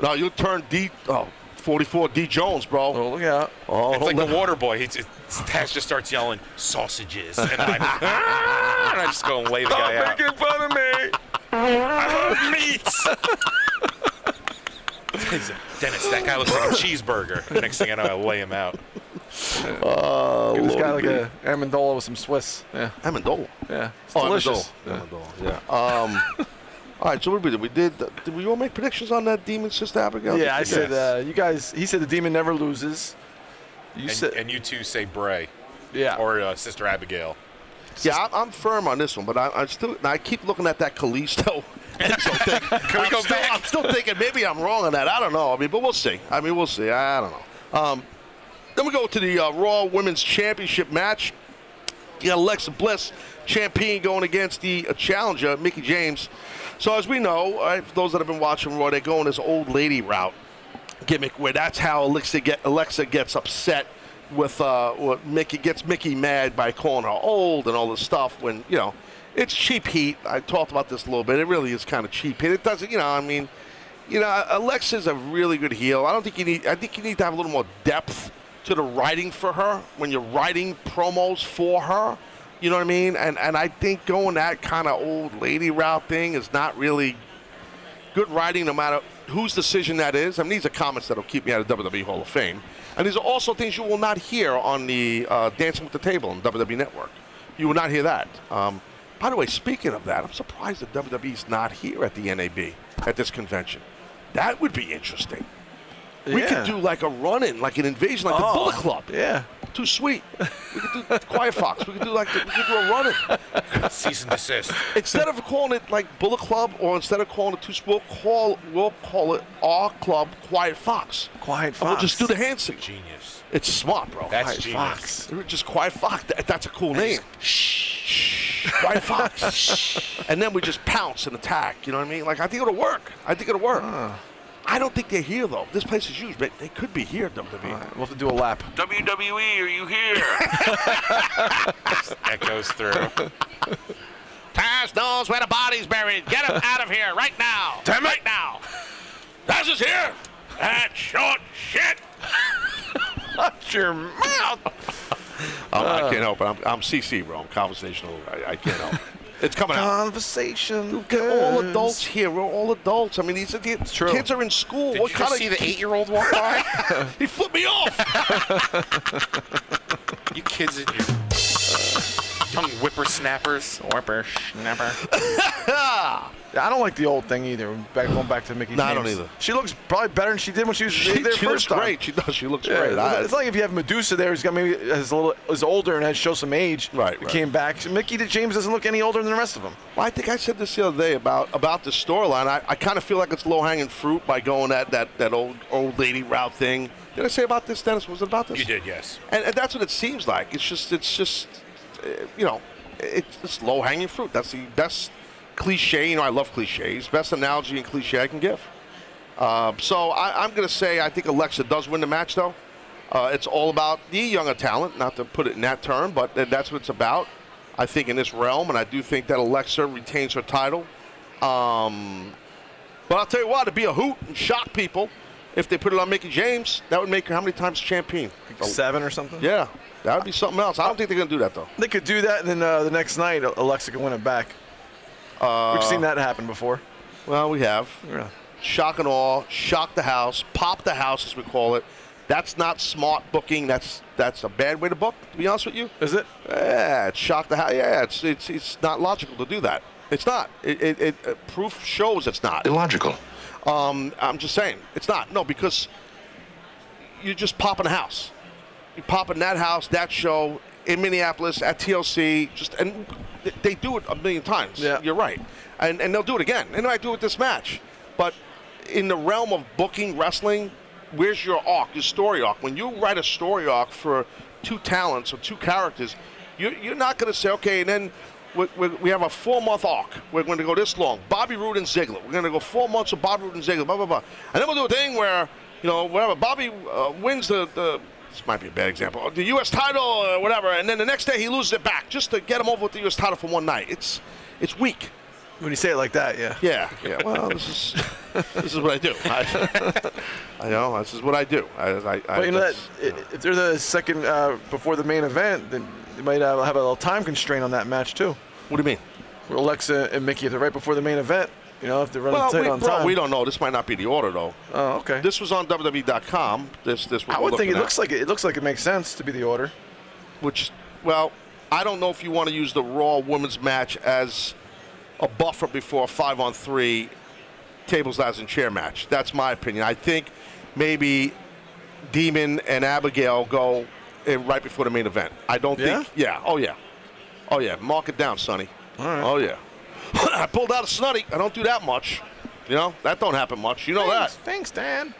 Speaker 2: No, you turn D. Oh, 44 D Jones, bro.
Speaker 3: Oh, look out!
Speaker 2: Oh,
Speaker 4: it's like
Speaker 2: hold
Speaker 4: the
Speaker 2: on.
Speaker 4: water boy. He just, Tash just starts yelling sausages, and I, and I just go and lay the
Speaker 2: Oh,
Speaker 4: guy
Speaker 3: Stop
Speaker 4: out.
Speaker 3: making fun of me.
Speaker 4: I love meats. Dennis, that guy looks like a cheeseburger. Next thing I know, I lay him out.
Speaker 2: Oh,
Speaker 3: Give this guy like
Speaker 2: Lordy
Speaker 3: a Amendola with some Swiss. Yeah,
Speaker 2: B. Amendola.
Speaker 3: yeah. It's
Speaker 2: Oh,
Speaker 3: delicious.
Speaker 2: Amendola. Amendola, Yeah. Um, all right. So what did we do? We did. Did we all make predictions on that demon sister Abigail?
Speaker 3: Yeah, I
Speaker 2: Yes.
Speaker 3: said uh, you guys. He said the demon never loses. You
Speaker 4: And,
Speaker 3: said
Speaker 4: and you two say Bray
Speaker 3: yeah.
Speaker 4: or uh, Sister Abigail.
Speaker 2: Yeah, I'm, I'm firm on this one, but I, I'm still. I keep looking at that Kalisto. Enzo thing. Can
Speaker 4: we
Speaker 2: I'm
Speaker 4: go
Speaker 2: still,
Speaker 4: back?
Speaker 2: I'm still thinking maybe I'm wrong on that. I don't know. I mean, but we'll see. I mean, we'll see. I don't know. Um, then we go to the uh, Raw Women's Championship match. You got Alexa Bliss, champion, going against the uh, challenger, Mickey James. So, as we know, uh, for those that have been watching Raw, they're going this old lady route gimmick where that's how Alexa, get, Alexa gets upset with uh, what Mickey gets Mickey mad by calling her old and all this stuff when, you know, it's cheap heat. I talked about this a little bit. It really is kind of cheap heat. It doesn't, you know, I mean, you know, Alexa's a really good heel. I don't think you need. I think you need to have a little more depth to the writing for her when you're writing promos for her. You know what I mean? And and I think going that kind of old lady route thing is not really good writing, no matter whose decision that is. I mean, these are comments that'll keep me out of WWE Hall of Fame. And these are also things you will not hear on the uh, Dancing with the Table on WWE Network. You will not hear that. Um, by the way, speaking of that, I'm surprised that WWE's not here at the NAB at this convention. That would be interesting. We
Speaker 3: Yeah.
Speaker 2: could do like a run-in, like an invasion, like
Speaker 3: Oh,
Speaker 2: the Bullet Club.
Speaker 3: Yeah.
Speaker 2: Too sweet. We could do Quiet Fox. We could do like the, we could do a run-in
Speaker 4: Cease and desist.
Speaker 2: instead of calling it like Bullet Club or instead of calling it Two Spoke, call we'll call it our club Quiet Fox.
Speaker 3: Quiet
Speaker 2: And we'll just do
Speaker 3: Fox.
Speaker 2: the hand signal.
Speaker 4: Genius.
Speaker 2: It's smart, bro.
Speaker 4: That's
Speaker 2: Quiet
Speaker 4: genius.
Speaker 2: Fox. We're Just Quiet Fox. That- that's a cool name. Shh. Quiet Fox. Shh. And then we just pounce and attack. You know what I mean? Like I think it'll work. I think it'll work. I don't think they're here though. This place is huge, but they could be here. WWE.
Speaker 3: All right, we'll have to do a lap.
Speaker 4: WWE, are you here? Echoes through.
Speaker 2: Taz knows where the body's buried. Get him out of here right now. Damn it! Right now.
Speaker 12: This is here. That short shit.
Speaker 2: Shut your mouth. Oh, I can't help it. I'm, I'm CC, bro. I'm conversational. I, I can't help. it. It's coming out.
Speaker 3: Conversation.
Speaker 2: All adults here. We're all adults. I mean, these are the kids are in school.
Speaker 4: Did
Speaker 2: what
Speaker 4: you
Speaker 2: kind
Speaker 4: just
Speaker 2: of
Speaker 4: see the eight-year-old walk by?
Speaker 2: he flipped me off.
Speaker 4: you kids and your young whippersnappers.
Speaker 3: Whippersnapper. I don't like the old thing either. Back going back to Mickey.
Speaker 2: No, I don't
Speaker 3: James.
Speaker 2: either.
Speaker 3: She looks probably better than she did when she was
Speaker 2: She-
Speaker 3: there
Speaker 2: she looks
Speaker 3: first time.
Speaker 2: great. She does. She looks
Speaker 3: Yeah,
Speaker 2: great.
Speaker 3: It's,
Speaker 2: I-
Speaker 3: it's like if you have Medusa there, who's got maybe is a little is older and has show some age. Right. Came back. Mickey to James doesn't look any older than the rest of them.
Speaker 2: Well, I think I said this the other day about about the storyline. I, I kind of feel like it's low hanging fruit by going that, that that old old lady route thing. Did I say about this, Dennis? Was it about this?
Speaker 4: You did, yes.
Speaker 2: And, and that's what it seems like. It's just it's just uh, you know it's, it's low hanging fruit. That's the best cliche. You know, I love cliches. Best analogy and cliche I can give. Um, so I, I'm going to say I think Alexa does win the match though. Uh, it's all about the younger talent, not to put it in that term, but th- that's what it's about. I think in this realm, and I do think that Alexa retains her title. Um, but I'll tell you what, it'd be a hoot and shock people if they put it on Mickey James. That would make her how many times champion?
Speaker 3: Seven or something.
Speaker 2: Oh. Yeah, that would be something else. I don't think they're going to do that, though.
Speaker 3: They could do that, and then uh, the next night Alexa can win it back.
Speaker 2: Uh,
Speaker 3: We've seen that happen before.
Speaker 2: Well, we have. Shock and awe, shock the house, pop the house, as we call it. That's not smart booking. That's that's a bad way to book. To be honest with you,
Speaker 3: is it?
Speaker 2: Yeah, it's shock the house. Yeah, it's it's it's not logical to do that. It's not. It, it, it uh, proof shows it's not illogical. Um, I'm just saying it's not. No, because you're just popping a house. You're popping that house, that show in Minneapolis at TLC. Just and th- they do it a million times. Yeah. you're right, and and they'll do it again, and they might do it this match. But in the realm of booking wrestling, where's your arc, your story arc? When you write a story arc for two talents or two characters, you're, you're not going to say okay, and then. We, we, we have a four-month arc. We're going to go this long. Bobby Roode and Ziggler. We're going to go four months of Bobby Roode and Ziggler. Blah blah blah. And then we'll do a thing where you know, whatever. Bobby uh, wins the, the this might be a bad example, the U.S. title or whatever, and then the next day he loses it back just to get him over with the U.S. title for one night. It's it's weak.
Speaker 3: When you say it like that, yeah.
Speaker 2: Yeah, yeah. Well, this is this is what I do. I, I know this is what I do. I, I, I
Speaker 3: But you know that
Speaker 2: that's-
Speaker 3: i- if they're the second uh, before the main event, then they might uh, have a little time constraint on that match too.
Speaker 2: What do you mean?
Speaker 3: Alexa and Mickey, if they're right before the main event, you know, if they're running
Speaker 2: Well,
Speaker 3: tight
Speaker 2: we,
Speaker 3: on
Speaker 2: bro,
Speaker 3: time.
Speaker 2: we don't know. This might not be the order though.
Speaker 3: Oh, okay.
Speaker 2: This was on WWE.com. This this. What
Speaker 3: I
Speaker 2: we're
Speaker 3: would think
Speaker 2: looking
Speaker 3: it
Speaker 2: at.
Speaker 3: looks like it, it looks like it makes sense to be the order.
Speaker 2: which, well, I don't know if you want to use the Raw women's match as a buffer before a five on three tables, ladders, and chair match. That's my opinion. I think maybe Demon and Abigail go in right before the main event. I don't think. Yeah. Oh, yeah. Oh, yeah. Mark it down, Sonny. Oh, yeah. I pulled out a snutty. I don't do that much. You know, that don't happen much. You know that.
Speaker 3: Thanks, Dan.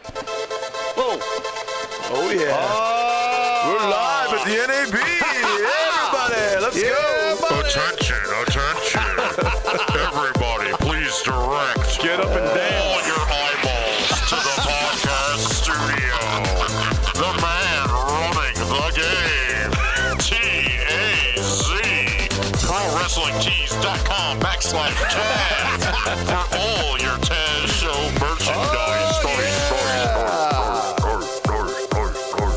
Speaker 2: Oh
Speaker 3: yeah.
Speaker 2: We're
Speaker 3: live at the NAB. Everybody, let's go.
Speaker 12: Attention, attention. Everybody, please direct. Get up and down. All your eyeballs to the podcast studio. The man running the game. T-A-Z. ProWrestlingTees.com backslash Taz. For all your Taz Show merchandise.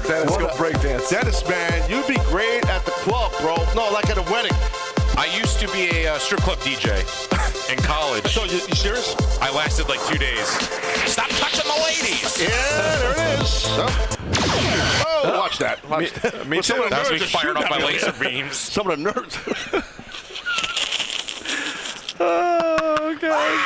Speaker 3: Dennis, go break dance.
Speaker 2: Dennis, man, you'd be great at the club, bro. No, like at a wedding.
Speaker 4: I used to be a uh, strip club DJ in college. So
Speaker 2: you, you serious?
Speaker 4: I lasted like two days. Stop touching my ladies.
Speaker 2: Yeah, there it is. Oh, watch that. Watch that.
Speaker 4: me
Speaker 2: Well, some
Speaker 4: too.
Speaker 2: of the
Speaker 4: That's
Speaker 2: nerds
Speaker 4: me
Speaker 2: are
Speaker 4: fired
Speaker 2: shooting at
Speaker 4: up by
Speaker 2: me.
Speaker 4: laser beams.
Speaker 2: Some of the nerds.
Speaker 3: Oh god.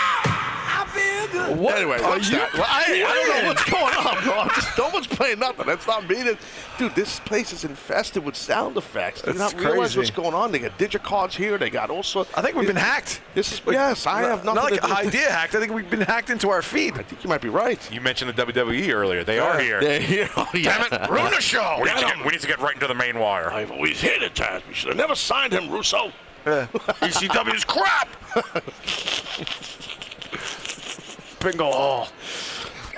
Speaker 2: What anyway,
Speaker 12: are
Speaker 2: what's
Speaker 12: you
Speaker 2: that? Well, I, I don't
Speaker 12: doing?
Speaker 2: know what's going on, bro. I'm Just, no one's playing nothing. That's not me. That, dude, this place is infested with sound effects. Do you
Speaker 3: That's
Speaker 2: not realize
Speaker 3: crazy.
Speaker 2: what's going on? They got digicards here. They got all sorts.
Speaker 3: I think we've been hacked.
Speaker 2: This is yes. I have
Speaker 3: not
Speaker 2: nothing.
Speaker 3: like
Speaker 2: to do with
Speaker 3: idea hacked. I think we've been hacked into our feed. I
Speaker 2: think you might be right.
Speaker 4: You mentioned the WWE earlier. They are
Speaker 3: Yeah,
Speaker 4: here.
Speaker 3: they're here. Oh, yeah.
Speaker 4: Damn it! Ruin the show. We need, to
Speaker 3: Get
Speaker 4: get, we need to get right into the main wire.
Speaker 2: I've always hated Taz. We should have never signed him, Russo.
Speaker 4: ECW's E crap.
Speaker 3: Bingo Hall.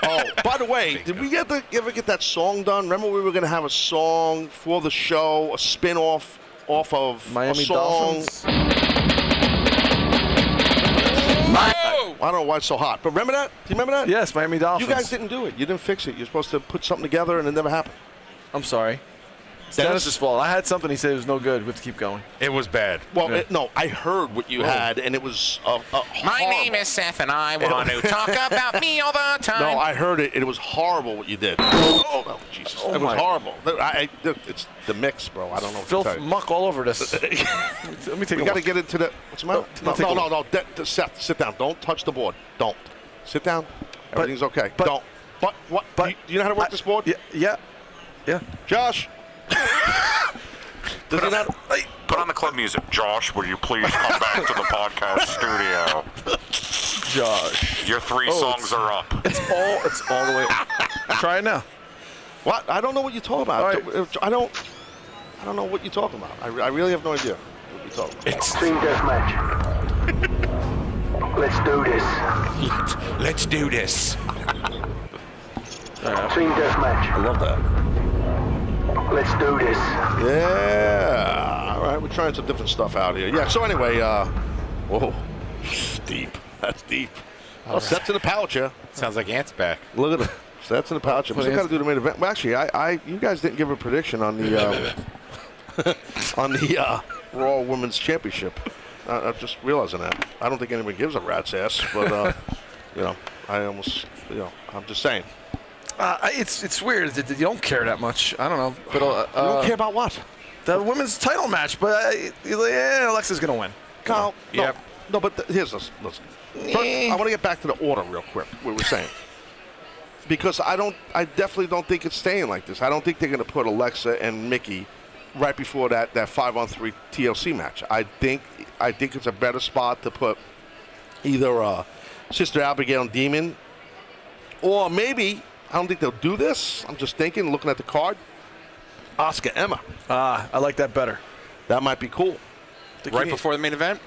Speaker 2: Oh, by the way, did we ever, ever get that song done? Remember, we were going to have a song for the show, a spin off off of
Speaker 3: Miami
Speaker 2: a song.
Speaker 3: Dolphins?
Speaker 2: My- I don't know why it's so hot. But remember that? Do you remember that?
Speaker 3: Yes, Miami Dolphins.
Speaker 2: You guys didn't do it. You didn't fix it. You're supposed to put something together, and it never happened.
Speaker 3: I'm sorry. It's Dennis's fault. I had something. He said it was no good. We have to keep going.
Speaker 4: It was bad.
Speaker 2: Well,
Speaker 3: Yeah.
Speaker 2: it- no, I heard what you
Speaker 3: Oh.
Speaker 2: had, and it was a, a
Speaker 4: My
Speaker 2: horrible-
Speaker 4: name is Seth, and I want to talk about me all the time.
Speaker 2: No, I heard it. and It was horrible what you did. Oh, oh, Jesus.
Speaker 3: Oh,
Speaker 2: it was
Speaker 3: my-
Speaker 2: horrible. I, I- it's the mix, bro. I don't know what
Speaker 3: Filth
Speaker 2: to tell you.
Speaker 3: muck all over us. Let me take
Speaker 2: we
Speaker 3: a
Speaker 2: got to
Speaker 3: look.
Speaker 2: get into the. What's the matter? No,
Speaker 3: I'll take
Speaker 2: no,
Speaker 3: a
Speaker 2: no, no. De- de- Seth, sit down. Don't touch the board. Don't. Sit down. Everything's okay. Don't. But what? But you, you know how to work this board? Yeah.
Speaker 3: Yeah. Yeah.
Speaker 2: Josh. Does it not?
Speaker 12: Put on the club music. Josh, will you please come back to the podcast studio?
Speaker 3: Josh.
Speaker 12: Your three
Speaker 3: Oh,
Speaker 12: songs
Speaker 3: it's-
Speaker 12: are up.
Speaker 3: It's all. It's all the way. Try it now.
Speaker 2: What? I don't know what you're talking about. I don't. I don't know what you're talking about. I, re- I really have no idea what you're talking about.
Speaker 13: Team deathmatch. Let's do this.
Speaker 4: Let's, let's do this.
Speaker 13: Team deathmatch.
Speaker 2: I love that.
Speaker 13: Let's do this.
Speaker 2: Yeah. All right, we're trying some different stuff out here. Yeah. So anyway, uh, whoa, deep. That's deep. Oh,
Speaker 4: right.
Speaker 2: Sets in the pouch, yeah.
Speaker 4: Sounds like Ant's back.
Speaker 2: Look at it. Sets in the pouch. What's it got to do to main event? Well, actually, I, I, you guys didn't give a prediction on the, uh, on the uh, Raw Women's Championship. I, I'm just realizing that. I don't think anyone gives a rat's ass, but uh, you know, I almost, you know, I'm just saying.
Speaker 3: Uh, I- it's it's weird that you don't care that much. I don't know, but uh,
Speaker 2: You don't
Speaker 3: uh,
Speaker 2: care about what?
Speaker 3: the women's title match. But uh, yeah, Alexa's gonna win.
Speaker 2: No, no, no, but th- here's this. Listen, First, I want to get back to the order real quick. We were saying because I don't, I definitely don't think it's staying like this. I don't think they're going to put Alexa and Mickey right before that that five on three TLC match. I think, I think it's a better spot to put either uh, Sister Abigail and Demon, or maybe I don't think they'll do this. I'm just thinking, looking at the card, Oscar Emma.
Speaker 3: Ah, I like that better.
Speaker 2: That might be cool.
Speaker 4: Right before the main event?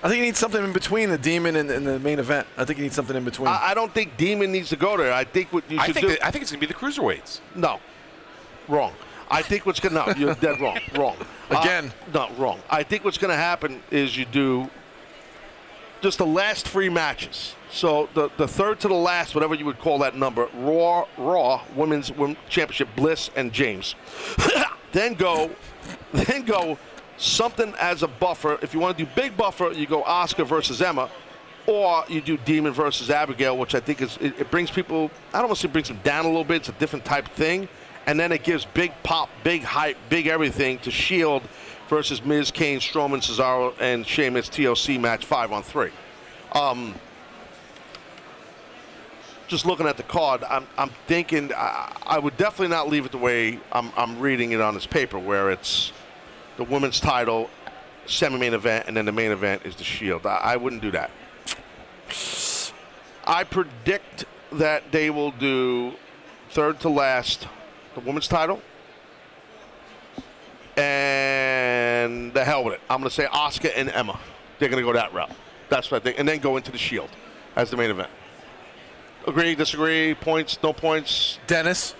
Speaker 3: I think you need something in between the demon and, and the main event. I think you need something in between.
Speaker 2: I, I don't think Demon needs to go there. I think what you
Speaker 4: I
Speaker 2: should
Speaker 4: think
Speaker 2: do.
Speaker 4: that- I think it's gonna be the cruiserweights.
Speaker 2: No, wrong. I think what's gonna. No, you're dead wrong. Wrong.
Speaker 3: Again.
Speaker 2: Uh, no, wrong. I think what's gonna happen is you do just the last three matches. So the the third to the last, whatever you would call that number, Raw, Raw Women's Wom- Championship, Bliss and James. then go, then go something as a buffer. If you want to do big buffer, you go Oscar versus Emma. Or you do Demon versus Abigail, which I think is it, it brings people. I don't want to say brings them down a little bit. It's a different type of thing, and then it gives big pop, big hype, big everything to Shield E versus Miz, Kane, Strowman, Cesaro, and Sheamus TLC match five on three. Um, just looking at the card, I'm, I'm thinking I, I would definitely not leave it the way I'm, I'm reading it on this paper, where it's the women's title, semi-main event, and then the main event is the Shield. I, I wouldn't do that. I predict that they will do third to last the women's title and the hell with it. I'm going to say Oscar and Emma. They're going to go that route. That's what I think, and then go into the Shield as the main event. Agree, disagree, points, no points.
Speaker 3: Dennis,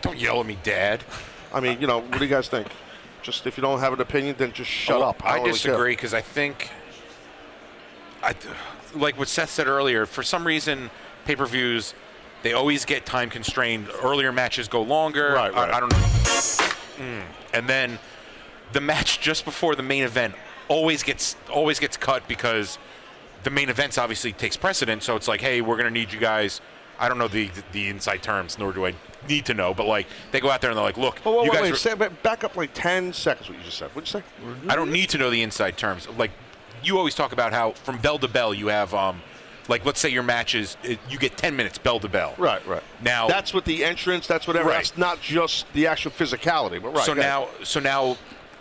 Speaker 4: don't yell at me, Dad.
Speaker 2: I mean, you know, what do you guys think? Just if you don't have an opinion, then just shut
Speaker 4: Oh,
Speaker 2: up.
Speaker 4: I,
Speaker 2: don't really care.
Speaker 4: disagree because I think, I like what Seth said earlier. For some reason, pay per views they always get time constrained. Earlier matches go longer. Right, I, I don't know. Mm. And then the match just before the main event always gets always gets cut because the main events obviously takes precedence. So it's like, hey, we're gonna need you guys. I don't know the the inside terms, nor do I need to know. But like, they go out there and they're like, look,
Speaker 2: Whoa, whoa,
Speaker 4: you
Speaker 2: wait,
Speaker 4: guys.
Speaker 2: wait,
Speaker 4: are-
Speaker 2: stand back- back up like 10 seconds what you just said. What'd you say?
Speaker 4: I don't need to know the inside terms. Like you always talk about how from bell to bell you have um like let's say your match is it, you get 10 minutes bell to bell.
Speaker 2: Right, right.
Speaker 4: Now
Speaker 2: That's with the entrance, that's whatever.
Speaker 4: Right.
Speaker 2: That's not just the actual physicality. But right.
Speaker 4: so
Speaker 2: go ahead.
Speaker 4: now so now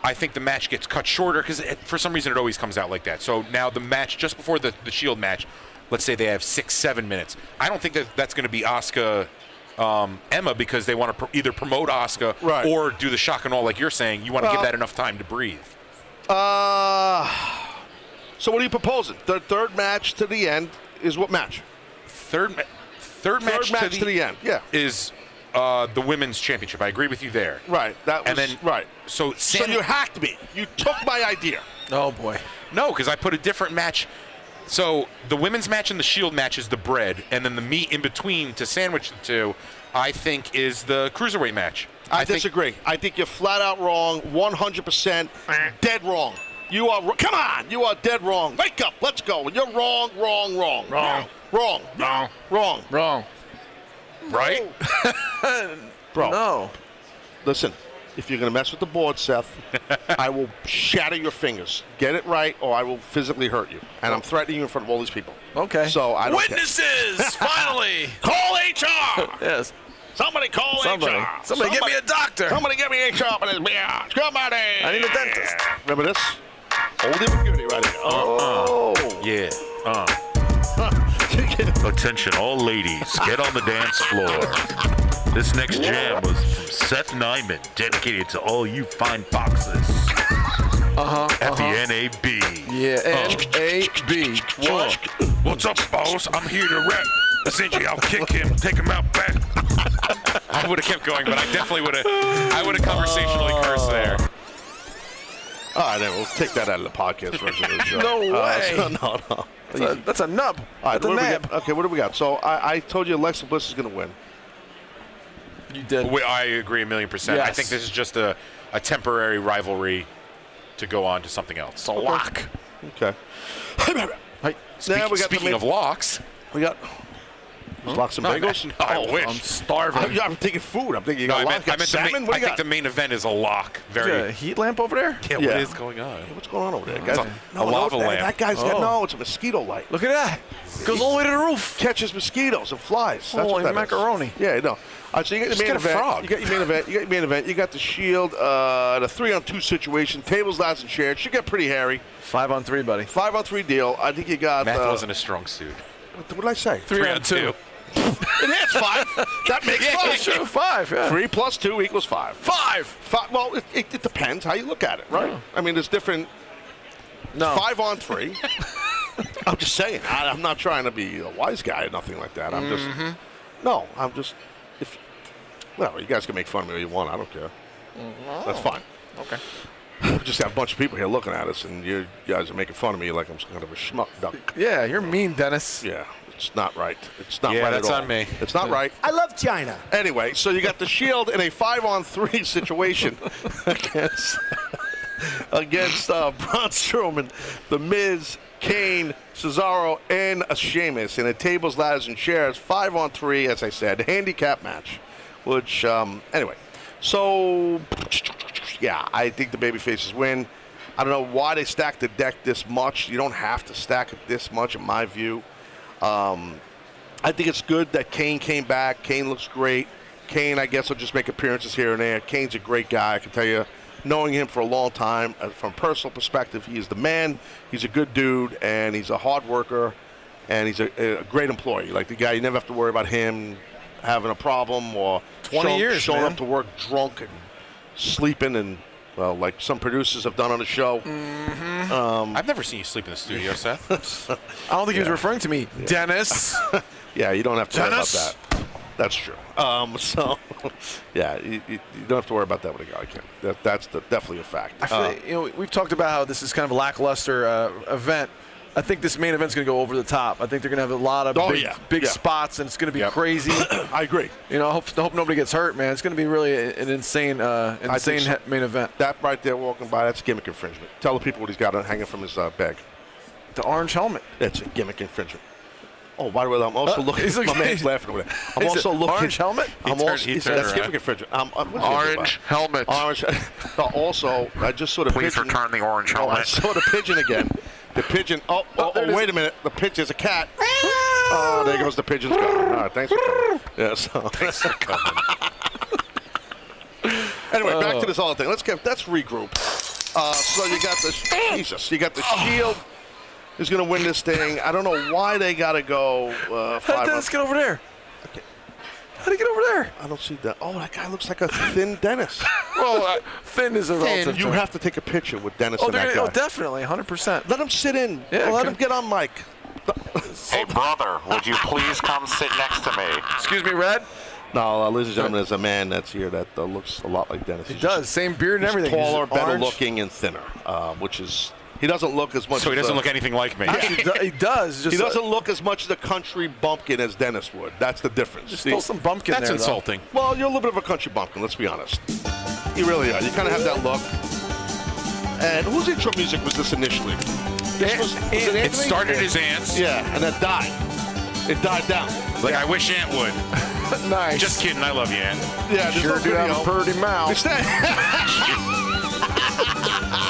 Speaker 4: I think the match gets cut shorter cuz for some reason it always comes out like that. So now the match just before the the Shield match, let's say they have 6 7 minutes. I don't think that that's going to be Asuka um, Emma because they want to pr- either promote Asuka
Speaker 2: Right.
Speaker 4: or do the shock and all like you're saying. You want to
Speaker 2: Well-
Speaker 4: give that enough time to breathe.
Speaker 2: Uh, so what are you proposing? The third match to the end is what match?
Speaker 4: Third, ma- third, match,
Speaker 2: match to the end, yeah.
Speaker 4: is uh, the women's championship. I agree with you there.
Speaker 2: Right. That was
Speaker 4: And then
Speaker 2: right.
Speaker 4: So
Speaker 2: So
Speaker 4: Sam-
Speaker 2: you hacked me. You took my idea.
Speaker 3: Oh boy.
Speaker 4: No, because I put a different match. So the women's match and the Shield match is the bread, and then the meat in between to sandwich the two, I think is the cruiserweight match.
Speaker 2: I, disagree. I think you're flat out wrong, 100%
Speaker 3: Eh.
Speaker 2: dead wrong. You are, wr- come on, you are dead wrong. Wake up, let's go. You're wrong, wrong, wrong.
Speaker 4: Wrong.
Speaker 2: Wrong. Wrong. Wrong.
Speaker 3: Wrong.
Speaker 4: Right?
Speaker 2: Bro.
Speaker 3: Oh.
Speaker 2: No. Listen, if you're going to mess with the board, Seth, I will shatter your fingers. Get it right, or I will physically hurt you. And I'm threatening you in front of all these people. Okay. So I don't care.
Speaker 3: Witnesses, finally.
Speaker 2: Call HR.
Speaker 3: yes.
Speaker 2: Somebody call
Speaker 3: Somebody.
Speaker 2: HR.
Speaker 3: Somebody, get me a doctor.
Speaker 2: Somebody get me HR for this biatch. Somebody.
Speaker 3: I need a dentist.
Speaker 2: Remember this? Old immaturity right here. Oh.
Speaker 4: Yeah. Uh.
Speaker 12: Attention, all ladies, get on the dance floor. This next jam was from Seth Nyman, dedicated to all you fine boxers
Speaker 3: Uh huh.
Speaker 12: at the NAB.
Speaker 3: Yeah,
Speaker 2: Oh.
Speaker 3: N A B. Whoa.
Speaker 12: What's up, boss? I'm here to rap. Essentially, I'll kick him, take him out back.
Speaker 4: I would have kept going, but I definitely would have. I would have conversationally cursed there.
Speaker 2: All right, then we'll take that out of the podcast version of the show.
Speaker 3: No
Speaker 2: Uh,
Speaker 3: way.
Speaker 2: so- no, no.
Speaker 3: That's a, that's a nub.
Speaker 2: All right,
Speaker 3: That's a
Speaker 2: what do we
Speaker 3: nab.
Speaker 2: got? Okay, what do we got? So I, I told you Alexa Bliss is going to win.
Speaker 3: You did.
Speaker 4: We- I agree a million percent. I
Speaker 3: Yes.
Speaker 4: think this is just a, a temporary rivalry to go on to something else. It's a lock.
Speaker 2: Okay.
Speaker 3: Hey,
Speaker 4: Speak,
Speaker 2: Now we got the
Speaker 4: speaking
Speaker 2: main-
Speaker 4: of locks,
Speaker 2: We got There's locks and
Speaker 4: No,
Speaker 2: bagels.
Speaker 4: no, I wish.
Speaker 3: I'm starving.
Speaker 2: I'm, I'm thinking food. I'm thinking you
Speaker 4: No,
Speaker 2: got
Speaker 4: I
Speaker 2: lock,
Speaker 4: meant,
Speaker 2: Oh, got
Speaker 4: I meant the
Speaker 2: salmon.
Speaker 4: main,
Speaker 2: what
Speaker 4: I
Speaker 2: do you
Speaker 4: think
Speaker 2: got?
Speaker 4: the main event is a lock.
Speaker 3: Is
Speaker 4: Very.
Speaker 3: there a heat lamp over there?
Speaker 4: Yeah,
Speaker 2: Yeah.
Speaker 4: What is going on?
Speaker 2: What's going on over there, guys?
Speaker 4: It's a, a
Speaker 2: no,
Speaker 4: lava
Speaker 2: no, that-
Speaker 4: lamp.
Speaker 2: That guy's got
Speaker 3: Oh.
Speaker 2: no. It's a mosquito light.
Speaker 3: Look at that. Goes all the way to the roof.
Speaker 2: Catches mosquitoes and flies. That's
Speaker 3: Holy
Speaker 2: what that is.
Speaker 3: Oh, macaroni.
Speaker 2: Yeah, no. All right, so you got your
Speaker 3: Just
Speaker 2: main
Speaker 3: get a
Speaker 2: event.
Speaker 3: frog.
Speaker 2: You got your main event. You got your main event. You got the shield. Uh, the three-on-two situation. Tables, ladders, and chairs. Should get pretty hairy.
Speaker 3: Five on three, buddy.
Speaker 2: Five-on-three deal. I think you got.
Speaker 4: Math
Speaker 2: uh,
Speaker 4: wasn't a strong suit.
Speaker 2: What did I say?
Speaker 3: Three, on two.
Speaker 2: That's five. That makes
Speaker 3: Yeah,
Speaker 2: five.
Speaker 3: sure. Five. Yeah.
Speaker 2: Three plus two equals five.
Speaker 3: Five.
Speaker 2: Five. Well, it, it, it depends how you look at it, right? I mean, there's different
Speaker 3: No.
Speaker 2: five on three. I'm just saying. I, I'm not trying to be a wise guy or nothing like that. I'm just no. I'm just if well, you guys can make fun of me all you want. I don't care. That's fine.
Speaker 3: Okay.
Speaker 2: We just have a bunch of people here looking at us, and you, guys are making fun of me like I'm some kind of a schmuck duck.
Speaker 3: Yeah, you're mean, Dennis.
Speaker 2: Yeah, it's not right. It's not
Speaker 4: Yeah,
Speaker 2: right
Speaker 4: that's
Speaker 2: at all.
Speaker 4: on me.
Speaker 2: It's not right.
Speaker 9: I love China.
Speaker 2: Anyway, so you got the Shield in a five-on-three situation against against uh, Braun Strowman, The Miz, Kane, Cesaro, and Sheamus in a tables, ladders, and chairs five-on-three. As I said, handicap match. Which um, anyway, so yeah, I think the babyfaces win. I don't know why they stacked the deck this much. You don't have to stack it this much, in my view. Um, I think it's good that Kane came back. Kane looks great. Kane, I guess, will just make appearances here and there. Kane's a great guy. I can tell you, knowing him for a long time, uh, from personal perspective, he is the man. He's a good dude, and he's a hard worker, and he's a, a great employee. Like the guy, you never have to worry about him having a problem or
Speaker 3: 20
Speaker 2: show-
Speaker 3: years,
Speaker 2: showing
Speaker 3: man.
Speaker 2: up to work drunk and sleeping and. Well, like some producers have done on the show.
Speaker 4: I've never seen you sleep in the studio, Seth.
Speaker 3: I don't think he was referring to me, Dennis.
Speaker 2: Yeah, you don't have to
Speaker 3: Dennis?
Speaker 2: worry about that. That's true. Um, so, yeah, you, you, you don't have to worry about that with a guy. Ken. That, that's the, definitely a fact.
Speaker 3: I feel,
Speaker 2: Uh,
Speaker 3: like, you know, we've talked about how this is kind of a lackluster uh, event. I think this main event's going to go over the top. I think they're going to have a lot of
Speaker 2: Oh,
Speaker 3: big,
Speaker 2: yeah.
Speaker 3: big
Speaker 2: Yeah.
Speaker 3: spots, and it's going to be
Speaker 2: Yep.
Speaker 3: crazy.
Speaker 2: I agree.
Speaker 3: you know, I hope, I hope nobody gets hurt, man. It's going to be really a- an insane, uh,
Speaker 2: I think
Speaker 3: insane
Speaker 2: so.
Speaker 3: he- main event.
Speaker 2: That right there walking by, that's gimmick infringement. Tell the people what he's got hanging from his uh, bag.
Speaker 3: The orange helmet.
Speaker 2: That's a gimmick infringement. Oh, by the way, I'm also
Speaker 3: Uh,
Speaker 2: looking.
Speaker 3: he's
Speaker 2: my
Speaker 3: looking-
Speaker 2: man's laughing over there. I'm
Speaker 3: Is
Speaker 2: also
Speaker 3: it
Speaker 2: looking.
Speaker 3: orange helmet? He
Speaker 2: I'm
Speaker 4: turned-
Speaker 2: also.
Speaker 4: he
Speaker 2: he's-
Speaker 4: turned
Speaker 2: that's
Speaker 4: around.
Speaker 2: gimmick infringement. I'm, I'm, what is it
Speaker 12: Orange
Speaker 2: about?
Speaker 12: helmet.
Speaker 2: Orange. No, also, I just saw the
Speaker 12: Please
Speaker 2: pigeon.
Speaker 12: return the orange
Speaker 2: Oh, I
Speaker 12: helmet.
Speaker 2: saw the pigeon again. The pigeon. Oh, oh,
Speaker 3: there it
Speaker 2: oh,
Speaker 3: is.
Speaker 2: wait a minute. The pigeon is a cat. Oh, there goes the pigeon's gone. All right, thanks for coming. Yeah, so. anyway, back to this other thing. Let's get let's regroup. Uh, so you got the Jesus. You got the shield. Who's gonna win this thing? I don't know why they gotta go uh,
Speaker 3: How did
Speaker 2: five.
Speaker 3: Dennis
Speaker 2: on-
Speaker 3: get over there? How did he get over there?
Speaker 2: I don't see that. Oh, that guy looks like a thin Dennis.
Speaker 3: Well, uh, Finn is a relative.
Speaker 2: you
Speaker 3: term.
Speaker 2: have to take a picture with Dennis
Speaker 3: oh,
Speaker 2: and
Speaker 3: they're
Speaker 2: that
Speaker 3: gonna, oh,
Speaker 2: guy.
Speaker 3: definitely, 100%.
Speaker 2: let him sit in.
Speaker 3: Yeah,
Speaker 2: let
Speaker 3: okay.
Speaker 2: him get on mic.
Speaker 12: Hey, brother, would you please come sit next to me?
Speaker 3: Excuse me, Red.
Speaker 2: No, uh, ladies and gentlemen, there's a man that's here that uh, looks a lot like Dennis.
Speaker 3: He does. Same beard and
Speaker 2: He's
Speaker 3: everything. He's
Speaker 2: taller, better
Speaker 3: orange.
Speaker 2: looking, and thinner, uh, which is He doesn't look as much.
Speaker 4: So he
Speaker 2: as
Speaker 4: doesn't
Speaker 2: a-
Speaker 4: look anything like me.
Speaker 3: Actually, he do- he does. Just
Speaker 2: he doesn't look as much as a country bumpkin as Dennis would. That's the difference.
Speaker 3: Just
Speaker 2: See?
Speaker 3: throw some bumpkin That's there, though. insulting.
Speaker 2: Well, you're a little bit of a country bumpkin. Let's be honest. You really are. You kind of have that look. And whose intro music was this initially? This was, was
Speaker 4: It
Speaker 2: Anthony?
Speaker 4: started as Ant's.
Speaker 2: Yeah, and that died. It died down.
Speaker 4: Like I wish Ant would.
Speaker 2: nice.
Speaker 4: Just kidding. I love you, Ant.
Speaker 2: Yeah, there's no video. It's that-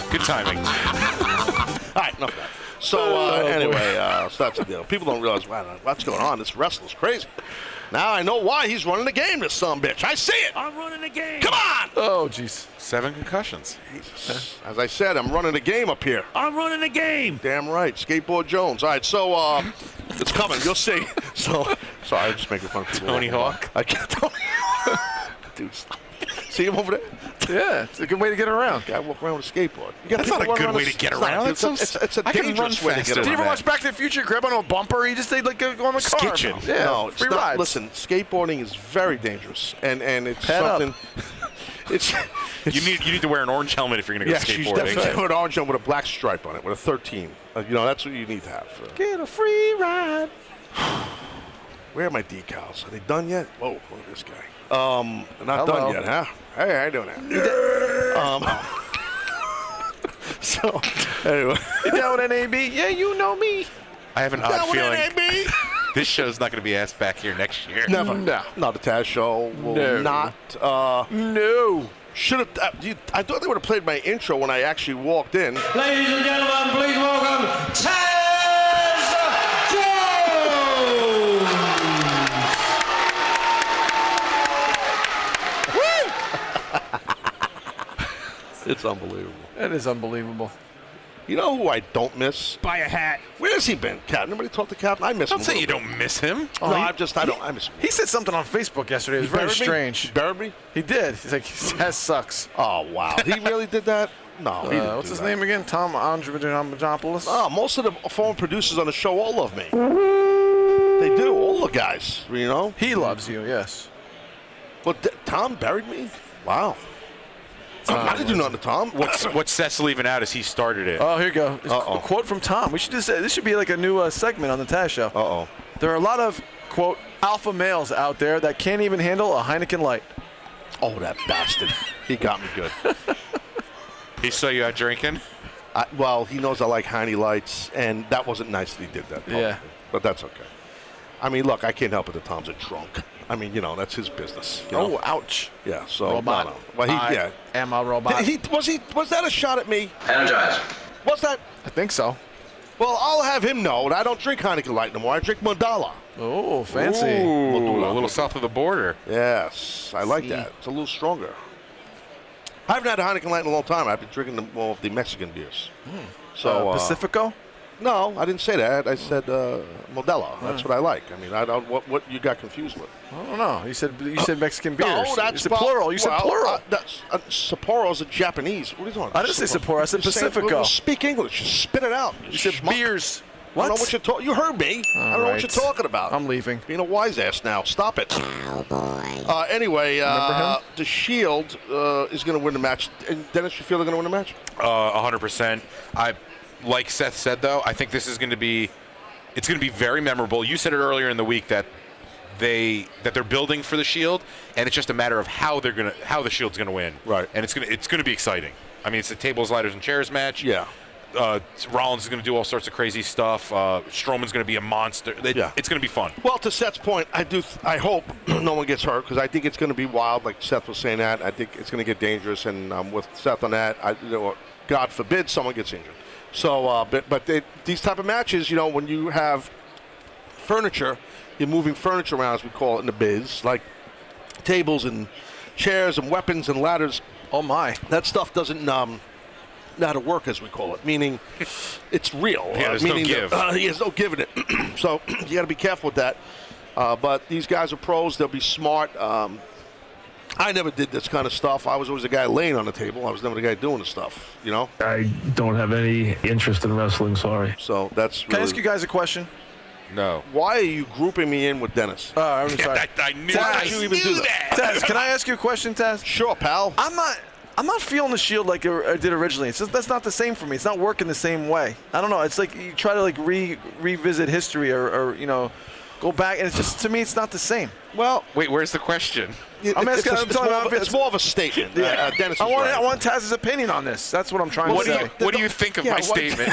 Speaker 4: Good timing.
Speaker 2: All right, enough of that. So uh,
Speaker 4: Oh,
Speaker 2: anyway, uh, so that's the deal. People don't realize wow, what's going on. This wrestling's crazy. Now I know why he's running the game. This some bitch. I see it.
Speaker 4: I'm running the game.
Speaker 2: Come on.
Speaker 3: Oh jeez.
Speaker 4: Seven concussions.
Speaker 2: As I said, I'm running a game up here. I'm running a game. Damn right, skateboard Jones. All right, so uh, it's coming. You'll see. So sorry, I'm just making fun of people.
Speaker 4: Tony Hawk?
Speaker 2: I can't. Tony. Dude, stop. see him over there?
Speaker 3: Yeah, it's a good way to get around.
Speaker 2: Guy walk around with a skateboard. You got
Speaker 4: That's
Speaker 2: people
Speaker 4: not a
Speaker 2: running
Speaker 4: good
Speaker 2: around
Speaker 4: way
Speaker 2: with-
Speaker 4: to get
Speaker 2: it's not-
Speaker 4: around.
Speaker 2: It's,
Speaker 4: That's
Speaker 2: a,
Speaker 4: so-
Speaker 2: it's, it's a
Speaker 4: I can run
Speaker 2: dangerous way to get
Speaker 4: faster than
Speaker 2: around.
Speaker 3: Did you ever watch Back to the Future? Grab onto a bumper. You just they like go on the car.
Speaker 4: Skitching.
Speaker 3: Yeah.
Speaker 2: no, it's
Speaker 3: free
Speaker 2: not.
Speaker 3: rides.
Speaker 2: Listen, skateboarding is very dangerous, and and it's
Speaker 3: Pad up.
Speaker 2: something. It's,
Speaker 4: You need you need to wear an orange helmet if you're going to eh? go
Speaker 2: yeah, she's
Speaker 4: skateboarding.
Speaker 2: definitely put an orange on with a black stripe on it, with a 13. Uh, you know, that's what you need to have. Uh,
Speaker 3: Get a free ride.
Speaker 2: where are my decals? Are they done yet? Whoa, look at this guy. Um, they're not
Speaker 3: Hello.
Speaker 2: done yet, huh? Hey, how you doing that? um, so, anyway.
Speaker 3: You down with NAB? Yeah, you know me.
Speaker 4: I have an odd
Speaker 2: Down with
Speaker 4: feeling
Speaker 2: NAB?
Speaker 4: this show's not going to be asked back here next year.
Speaker 2: Never. No. Not a Taz show. Will
Speaker 4: No.
Speaker 2: not. Uh,
Speaker 3: no.
Speaker 2: Should have. Uh, you- I thought they would have played my intro when I actually walked in.
Speaker 14: Ladies and gentlemen, please welcome Taz Jones.
Speaker 2: It's unbelievable.
Speaker 3: That is unbelievable.
Speaker 2: You know who I don't miss?
Speaker 4: Buy a hat.
Speaker 2: Where's he been, Captain? Anybody talk to Captain? I miss
Speaker 4: Don't
Speaker 2: him. a
Speaker 4: say
Speaker 2: little
Speaker 4: you
Speaker 2: bit.
Speaker 4: don't miss him.
Speaker 2: no, I'm just. I don't. I miss him.
Speaker 3: He said something on Facebook yesterday. It was
Speaker 2: He
Speaker 3: very
Speaker 2: buried me?
Speaker 3: strange.
Speaker 2: Buried me?
Speaker 3: He did. He's like, that sucks.
Speaker 2: Oh wow. He really did that? No.
Speaker 3: Uh,
Speaker 2: he didn't
Speaker 3: what's
Speaker 2: do
Speaker 3: his
Speaker 2: that.
Speaker 3: name again? Tom Andromedopoulos.
Speaker 2: Oh, most of the former producers on the show all love me. They do. All the guys. You know.
Speaker 3: He loves you, yes.
Speaker 2: But th- Tom buried me. Wow. I didn't do nothing to Tom.
Speaker 4: What's what Seth's leaving out is he started it.
Speaker 3: Oh, here you go. It's A quote from Tom. We should just say this should be like a new uh, segment on the Taz show.
Speaker 2: Uh oh.
Speaker 3: There are a lot of quote alpha males out there that can't even handle a Heineken light.
Speaker 2: Oh, that bastard. He got me good.
Speaker 4: He saw you out drinking.
Speaker 2: I, well, he knows I like Heine lights, and that wasn't nice that he did that. Publicly,
Speaker 3: Yeah.
Speaker 2: But that's okay. I mean, look, I can't help it that Tom's a drunk. I mean, you know, that's his business. you know?
Speaker 3: Oh, ouch.
Speaker 2: Yeah. So no,
Speaker 3: robot.
Speaker 2: no. Well, he,
Speaker 3: Oh, I
Speaker 2: yeah.
Speaker 3: am a robot.
Speaker 2: Did he was he was that a shot at me?
Speaker 14: Energize.
Speaker 2: Was that?
Speaker 3: I think so.
Speaker 2: Well, I'll have him know that I don't drink Heineken Light no more. I drink Mandala.
Speaker 3: Oh, fancy.
Speaker 4: Ooh, a little south of the border.
Speaker 2: Yes, I like that. It's a little stronger. I haven't had a Heineken Light in a long time. I've been drinking the, more of the Mexican beers. So
Speaker 3: Uh,
Speaker 2: uh,
Speaker 3: Pacifico.
Speaker 2: No, I didn't say that. I said uh, Modelo.
Speaker 3: Hmm.
Speaker 2: That's what I like. I mean, I don't what what you got confused with.
Speaker 3: I don't know. You said you said Mexican beers.
Speaker 2: No, that's
Speaker 3: you said
Speaker 2: well-
Speaker 3: plural. You said
Speaker 2: well,
Speaker 3: plural.
Speaker 2: Uh, that's, uh, Sapporo's a Japanese. What are you talking?
Speaker 3: I didn't say Sapporo, I said
Speaker 2: You're saying-
Speaker 3: Pacifico.
Speaker 2: well, Speak English. Just spit it out.
Speaker 3: you said
Speaker 2: schmuck.
Speaker 3: beers.
Speaker 2: I don't know what you're talking. You heard me. I don't know what
Speaker 3: right.
Speaker 2: you're talking about.
Speaker 3: I'm leaving.
Speaker 2: being a wise ass now. Stop it. Oh boy. Uh, anyway, uh,
Speaker 3: him?
Speaker 2: the Shield uh, is going to win the match. And Dennis, you feel they're going to win the match?
Speaker 4: Uh, 100%. I like Seth said though, I think this is going to be it's going to be very memorable. You said it earlier in the week that they that they're building for the Shield and it's just a matter of how they're going to how the Shield's going to win.
Speaker 2: Right.
Speaker 4: And it's going to it's going to be exciting. I mean, it's the tables, ladders and chairs match.
Speaker 2: Yeah.
Speaker 4: Uh, Rollins is going to do all sorts of crazy stuff. Uh, Strowman's going to be a monster. It-
Speaker 2: Yeah.
Speaker 4: It's going to be fun.
Speaker 2: Well, to Seth's point, I do. Th- I hope no one gets hurt because I think it's going to be wild. Like Seth was saying that, I think it's going to get dangerous, and I'm with Seth on that. I, you know, God forbid someone gets injured. So, uh, but but they, these type of matches, you know, when you have furniture, you're moving furniture around, as we call it in the biz, like tables and chairs and weapons and ladders.
Speaker 3: Oh my.
Speaker 2: That stuff doesn't um, know how to work, as we call it, meaning it's real.
Speaker 4: Yeah,
Speaker 2: uh,
Speaker 4: there's no
Speaker 2: meaning that,
Speaker 4: give.
Speaker 2: uh, he has no give in it. so you got to be careful with that. Uh, but these guys are pros. They'll be smart. Um, I never did this kind of stuff. I was always the guy laying on the table. I was never the guy doing the stuff, you know?
Speaker 15: I don't have any interest in wrestling, sorry.
Speaker 2: So that's
Speaker 3: Can I
Speaker 2: really-
Speaker 3: ask you guys a question?
Speaker 4: No.
Speaker 2: why are you grouping me in with Dennis?
Speaker 3: Oh, I'm
Speaker 4: Yeah,
Speaker 3: sorry.
Speaker 4: I, I knew,
Speaker 3: Why
Speaker 4: I
Speaker 3: did you
Speaker 2: even
Speaker 4: knew
Speaker 2: do
Speaker 4: that.
Speaker 3: Taz, can I ask you a question, Taz?
Speaker 2: Sure, pal.
Speaker 3: I'm not. I'm not feeling the shield like I I did originally. It's just, that's not the same for me. It's not working the same way. I don't know. It's like you try to like re revisit history or, or you know, go back, and it's just to me, it's not the same.
Speaker 2: Well,
Speaker 4: Wait, where's the question?
Speaker 3: I'm
Speaker 2: It's-
Speaker 3: asking.
Speaker 2: it's-
Speaker 3: I'm
Speaker 2: it's
Speaker 3: telling
Speaker 2: more
Speaker 3: you,
Speaker 2: of a-
Speaker 3: I'm-
Speaker 2: it's more of a statement.
Speaker 3: Yeah.
Speaker 2: Uh, uh, Dennis
Speaker 3: I
Speaker 2: was
Speaker 3: want
Speaker 2: right.
Speaker 3: I want Taz's opinion on this. That's what I'm trying
Speaker 4: What
Speaker 3: to
Speaker 4: do
Speaker 3: say.
Speaker 4: you- what do you think of my statement?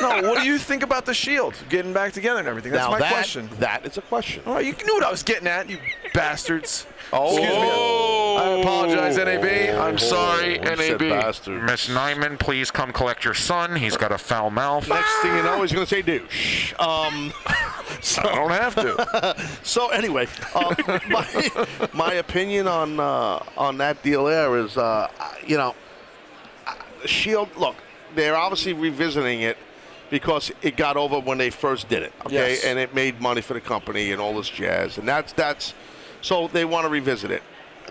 Speaker 3: no, what do you think about the Shield getting back together and everything? That's
Speaker 2: Now
Speaker 3: my
Speaker 2: that-
Speaker 3: question.
Speaker 2: That is a question.
Speaker 3: Oh, you knew what I was getting at, you bastards.
Speaker 2: Oh,
Speaker 3: Excuse me.
Speaker 4: Oh.
Speaker 3: I apologize, NAB. I'm sorry, NAB.
Speaker 4: Miss Nyman, please come collect your son. He's got a foul mouth.
Speaker 2: Next thing you know, he's going to say douche. Um, I
Speaker 3: don't have to.
Speaker 2: so anyway, um, my, my opinion on uh, on that deal there is, uh, you know, uh, Shield. Look, they're obviously revisiting it because it got over when they first did it. Okay,
Speaker 3: Yes.
Speaker 2: and it made money for the company and all this jazz, and that's that's. So they want to revisit it.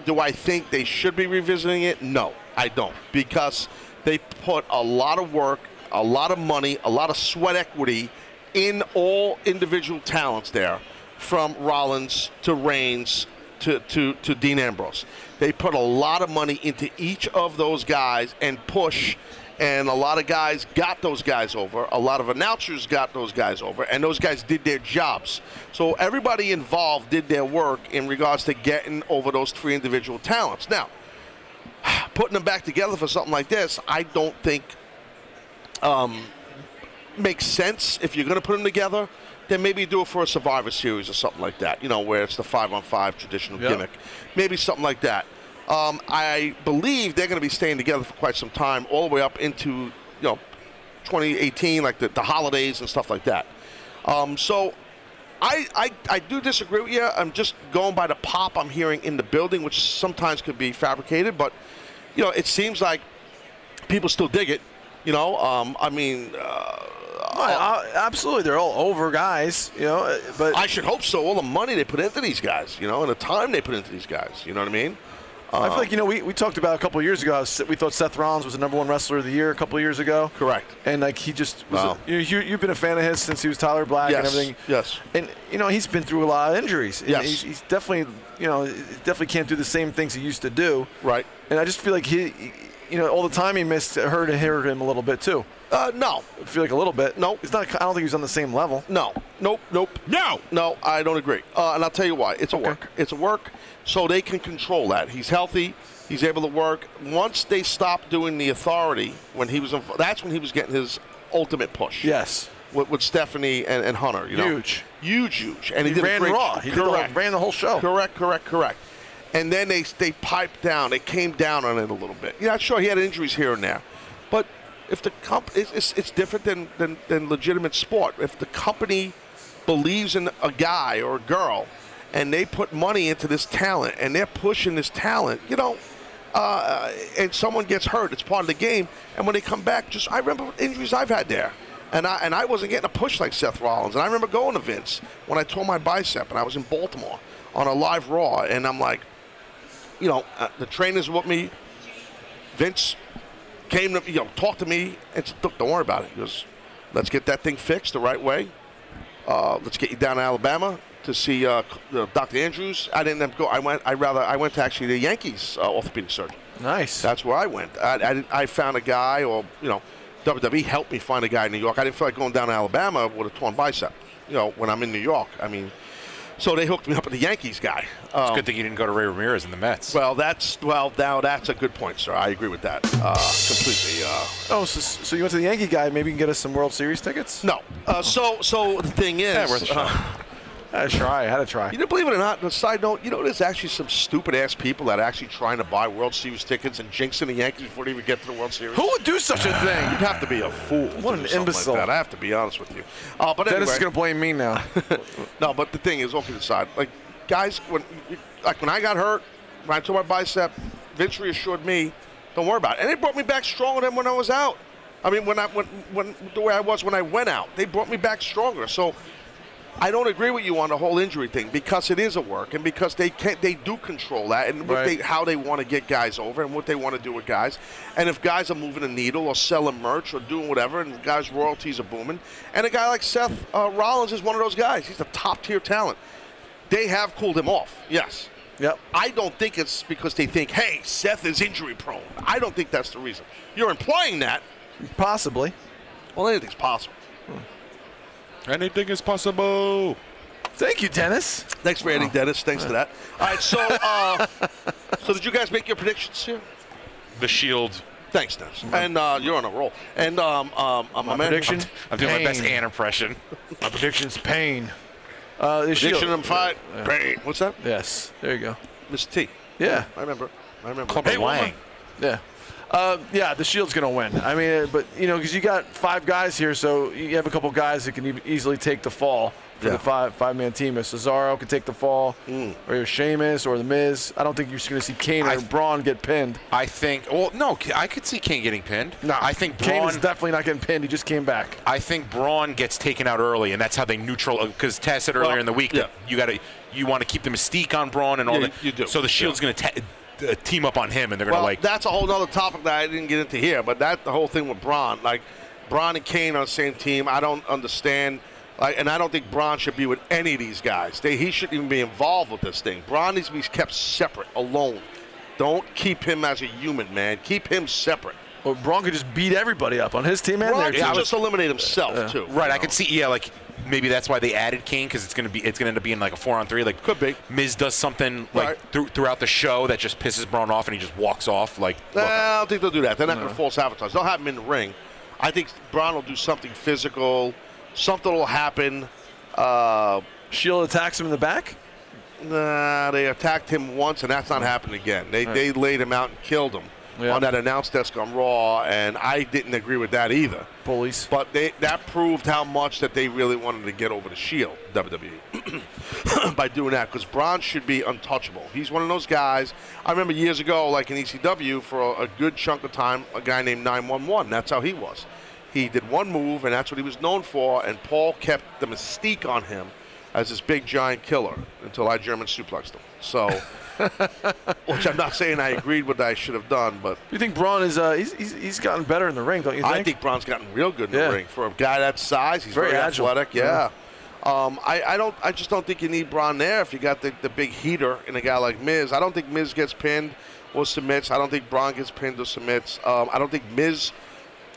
Speaker 2: Do I think they should be revisiting it? No, I don't, because they put a lot of work, a lot of money, a lot of sweat equity in all individual talents there, from Rollins to Reigns to, to, to Dean Ambrose. They put a lot of money into each of those guys and push, and a lot of guys got those guys over. A lot of announcers got those guys over, and those guys did their jobs. So everybody involved did their work in regards to getting over those three individual talents. Now, putting them back together for something like this, I don't think um, makes sense if you're going to put them together. Then maybe do it for a Survivor Series or something like that. You know, where it's the five-on-five traditional
Speaker 3: Yeah.
Speaker 2: gimmick, maybe something like that. Um, I believe they're going to be staying together for quite some time, all the way up into you know 2018, like the, the holidays and stuff like that. Um, so I, I, I do disagree with you. I'm just going by the pop I'm hearing in the building, which sometimes could be fabricated, but you know, it seems like people still dig it. You know, um, I mean, uh,
Speaker 3: No, I- Oh, absolutely, they're all over guys. You know, uh, but
Speaker 2: I should hope so. All the money they put into these guys, you know, and the time they put into these guys. You know what I mean?
Speaker 3: I feel like you know we, we talked about a couple of years ago. how Se- We thought Seth Rollins was the number one wrestler of the year a couple of years ago.
Speaker 2: Correct.
Speaker 3: And like he just was
Speaker 2: Wow.
Speaker 3: you, you you've been a fan of his since he was Tyler Black
Speaker 2: Yes,
Speaker 3: and everything.
Speaker 2: yes.
Speaker 3: And you know he's been through a lot of injuries. And
Speaker 2: Yes.
Speaker 3: He's, he's definitely you know definitely can't do the same things he used to do.
Speaker 2: Right.
Speaker 3: And I just feel like he you know all the time he missed it hurt hurt him a little bit too.
Speaker 2: Uh, no.
Speaker 3: I feel like a little bit.
Speaker 2: No.
Speaker 3: It's not. I don't think he was on the same level.
Speaker 2: No, nope, nope. No, no, I don't agree. Uh, and I'll tell you why. It's a work. It's a work. So they can control that. He's healthy. He's able to work. Once they stopped doing the authority when he was, in, that's when he was getting his ultimate push.
Speaker 3: Yes.
Speaker 2: With, with Stephanie and, and Hunter, you know,
Speaker 3: Huge.
Speaker 2: huge, huge, and he,
Speaker 3: He
Speaker 2: did a
Speaker 3: ran
Speaker 2: great
Speaker 3: Raw. He did the whole- ran the whole show.
Speaker 2: Correct, correct, correct. And then they they piped down. They came down on it a little bit. Yeah, sure, he had injuries here and there, but if the comp, it's, it's, it's different than, than than legitimate sport. If the company believes in a guy or a girl, and they put money into this talent, and they're pushing this talent, you know. Uh, and someone gets hurt. It's part of the game. And when they come back, just I remember injuries I've had there. And I, and I wasn't getting a push like Seth Rollins. And I remember going to Vince when I tore my bicep and I was in Baltimore on a live Raw. And I'm like, you know, uh, the trainers were with me. Vince came to, you know, talked to me and said, look, don't worry about it. He goes, let's get that thing fixed the right way. Uh, let's get you down to Alabama to see uh, c- uh, Dr. Andrews. I didn't go. I went. I rather. I went to actually the Yankees uh, orthopedic surgeon.
Speaker 3: Nice.
Speaker 2: That's where I went. I, I, didn't- I found a guy, or you know, WWE helped me find a guy in New York. I didn't feel like going down to Alabama with a torn bicep. You know, when I'm in New York, I mean, so they hooked me up with the Yankees guy.
Speaker 4: It's a
Speaker 2: Um,
Speaker 4: good thing you didn't go to Ray Ramirez in the Mets.
Speaker 2: well, that's well now that's a good point, sir. I agree with that uh, completely. Uh,
Speaker 3: Oh, so, so you went to the Yankee guy. Maybe you can get us some World Series tickets.
Speaker 2: No. Uh, so so the thing is, uh,
Speaker 3: Yeah, worth a shot. I had to try. I had to try.
Speaker 2: You know, believe it or not, on a side note, you know, there's actually some stupid ass people that are actually trying to buy World Series tickets and jinxing the Yankees before they even get to the World Series.
Speaker 3: Who would do such a thing?
Speaker 2: You'd have to be a fool.
Speaker 3: What
Speaker 2: to
Speaker 3: an
Speaker 2: do something like
Speaker 3: imbecile.
Speaker 2: that. I have to be honest with you. Uh, but
Speaker 3: Dennis is
Speaker 2: anyway,
Speaker 3: gonna blame me now.
Speaker 2: no, but the thing is, off to the side, like guys, when like when I got hurt, when I tore my bicep, Vince reassured me, "Don't worry about it." And they brought me back stronger than when I was out. I mean, when I when when the way I was when I went out, they brought me back stronger. So I don't agree with you on the whole injury thing because it is a work and because they can't they do control that and what
Speaker 3: Right.
Speaker 2: they, how they want to get guys over and what they want to do with guys and if guys are moving a needle or selling merch or doing whatever and guys royalties are booming and a guy like Seth uh, Rollins is one of those guys he's a top tier talent they have cooled him off yes
Speaker 3: Yep.
Speaker 2: I don't think it's because they think, hey, Seth is injury prone. I don't think that's the reason. You're implying that.
Speaker 3: Possibly.
Speaker 2: Well, anything's possible.
Speaker 4: Anything is possible.
Speaker 3: Thank you, Dennis.
Speaker 2: Thanks for
Speaker 3: Oh.
Speaker 2: adding Dennis. Thanks to that. All right, so uh, so did you guys make your predictions here?
Speaker 4: The Shield.
Speaker 2: Thanks, Dennis. And uh, you're on a roll. And um, um, uh, my, man-
Speaker 3: Mm-hmm. prediction?
Speaker 4: I'm doing my best
Speaker 3: Pain.
Speaker 4: Ann impression.
Speaker 3: My prediction's pain. Uh, the
Speaker 2: Prediction
Speaker 3: Shield.
Speaker 2: and fight.
Speaker 3: Yeah.
Speaker 2: Bang. What's that?
Speaker 3: Yes. There you go.
Speaker 2: Mr. T.
Speaker 3: Yeah.
Speaker 2: I remember. I remember.
Speaker 4: Clubber
Speaker 2: woman.
Speaker 4: Lang.
Speaker 3: Yeah. Uh, yeah, the Shield's going to win. I mean, uh, but, you know, because you got five guys here, so you have a couple guys that can e- easily take the fall for
Speaker 2: Yeah. Mm.
Speaker 3: the five, five-man team. If Cesaro could take the fall, or your Sheamus or The Miz, I don't think you're going to see Kane or
Speaker 4: I-
Speaker 3: Braun get pinned.
Speaker 4: I think. Well, no, I could see Kane getting pinned. No, I think
Speaker 3: Kane
Speaker 4: Braun.
Speaker 3: is definitely not getting pinned. He just came back.
Speaker 4: I think Braun gets taken out early, and that's how they neutral. Because Taz said earlier in the week that you got to you want to keep the mystique on Braun and all
Speaker 2: Yeah,
Speaker 4: that.
Speaker 2: you do.
Speaker 4: So the Shield's going to uh, team up on him, and they're going to
Speaker 2: Well,
Speaker 4: like.
Speaker 2: that's a whole other topic that I didn't get into here, but that the whole thing with Braun, like Braun and Kane on the same team, I don't understand. Like, and I don't think Braun should be with any of these guys. They, he shouldn't even be involved with this thing. Braun needs to be kept separate, alone. Don't keep him as a human, man. Keep him separate.
Speaker 3: Well, Braun could just beat everybody up on his team and
Speaker 2: Braun
Speaker 3: their
Speaker 2: can
Speaker 3: team.
Speaker 2: just eliminate himself too.
Speaker 4: Right, I could see. Yeah, like maybe that's why they added Kane because it's gonna be it's gonna end up being like a four on three. Like could
Speaker 2: be.
Speaker 4: Miz does something like
Speaker 2: Right.
Speaker 4: through throughout the show that just pisses Braun off, and he just walks off. Like
Speaker 2: Nah, I don't think they'll do that. They're not going to false advertise. They'll have him in the ring. I think Braun will do something physical. Something will happen. Uh,
Speaker 3: Shield attacks him in the back?
Speaker 2: Nah, Uh, they attacked him once, and that's not happened again. They, they laid him out and killed him
Speaker 3: Yeah.
Speaker 2: on that announce desk on Raw, and I didn't agree with that either.
Speaker 3: Bullies.
Speaker 2: But they, that proved how much that they really wanted to get over the Shield, WWE, by doing that, because Braun should be untouchable. He's one of those guys. I remember years ago, like in ECW, for a, a good chunk of time, a guy named 911. That's how he was. He did one move, and that's what he was known for, and Paul kept the mystique on him as this big giant killer until I German suplexed him. So, which I'm not saying I agreed with I should have done, but
Speaker 3: You think Braun is, uh, he's, he's, he's gotten better in the ring, don't you think?
Speaker 2: I think Braun's gotten real good in
Speaker 3: Yeah.
Speaker 2: the ring for a guy that size. He's
Speaker 3: Very
Speaker 2: very,
Speaker 3: agile.
Speaker 2: athletic. Yeah. Um, I, I don't. I just don't think you need Braun there if you got the, the big heater and a guy like Miz. I don't think Miz gets pinned or submits. I don't think Braun gets pinned or submits. Um, I don't think Miz.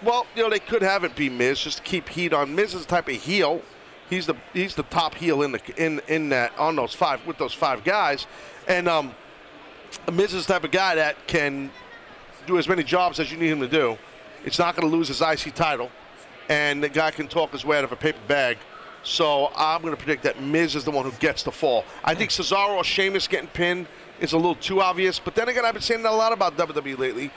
Speaker 2: Well, you know they could have it be Miz just to keep heat on. Miz is the type of heel. He's the he's the top heel in the in in that on those five with those five guys, and um, Miz is the type of guy that can do as many jobs as you need him to do. It's not going to lose his IC title, and the guy can talk his way out of a paper bag. So I'm going to predict that Miz is the one who gets the fall. I think Cesaro or Sheamus getting pinned is a little too obvious. But then again, I've been saying that a lot about WWE lately,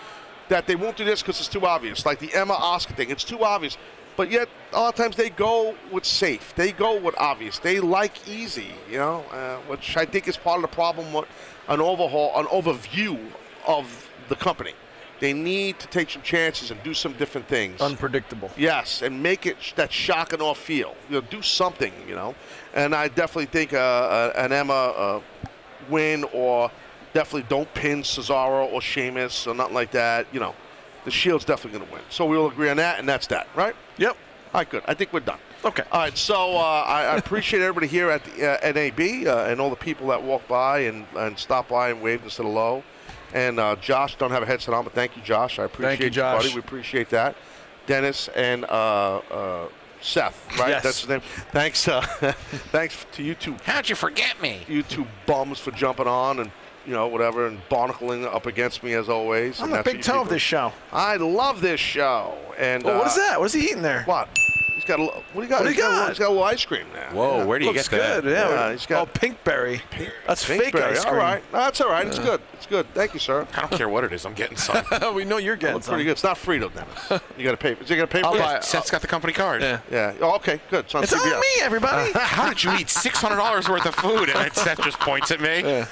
Speaker 2: that they won't do this because it's too obvious. Like the Emma Oscar thing, it's too obvious. But yet, a lot of times they go with safe. They go with obvious. They like easy, you know, uh, which I think is part of the problem with an overhaul, an overview of the company. They need to take some chances and do some different things.
Speaker 3: Unpredictable.
Speaker 2: Yes, and make it sh- that shock and off feel. You know, do something. You know, and I definitely think uh, uh, an Emma uh, win or definitely don't pin Cesaro or Sheamus or nothing like that. You know, the Shield's definitely going to win. So we all agree on that, and that's that, right?
Speaker 3: Yep.
Speaker 2: All right, good. I think we're done.
Speaker 3: Okay.
Speaker 2: All right, so uh, I, I appreciate everybody here at the uh, NAB uh, and all the people that walk by and, and stop by and waved us hello. And uh, Josh, don't have a headset on, but thank you, Josh. I appreciate
Speaker 3: Thank you, Josh.
Speaker 2: buddy. We appreciate that. Dennis and uh, uh, Seth, right?
Speaker 3: Yes.
Speaker 2: That's his name. Thanks, uh, thanks to you two
Speaker 4: how'd you forget me?
Speaker 2: you two bums for jumping on and you know whatever and barnacling up against me as always.
Speaker 3: I'm
Speaker 2: and
Speaker 3: the
Speaker 2: that's what
Speaker 3: big
Speaker 2: you
Speaker 3: toe of
Speaker 2: people-
Speaker 3: this show.
Speaker 2: I love this show. And
Speaker 3: Oh, what is
Speaker 2: uh,
Speaker 3: that? What is he eating there?
Speaker 2: What? He's got a little, what do you got?
Speaker 3: What do you
Speaker 2: he's a little-
Speaker 3: got?
Speaker 2: he's got a little ice cream now.
Speaker 3: Oh,
Speaker 4: Whoa, where do you
Speaker 3: Looks
Speaker 4: get that?
Speaker 3: good. Yeah.
Speaker 2: Yeah, he's got-
Speaker 3: oh, pinkberry. That's fake
Speaker 2: Pinkberry.
Speaker 3: ice cream.
Speaker 2: All right, No, that's all right. It's good. It's good. Thank you, sir.
Speaker 4: I don't care what it is. I'm getting some.
Speaker 3: we know you're getting
Speaker 2: Looks pretty good. It's not Frito, Dennis. You got to pay. Is you got to pay for
Speaker 4: I'll
Speaker 2: it?
Speaker 4: buy. Seth's got the company card.
Speaker 3: Yeah.
Speaker 2: Yeah. Oh, okay. Good. So
Speaker 3: It's on me, everybody.
Speaker 4: How did you eat six hundred dollars worth of food? And then Seth just points at me.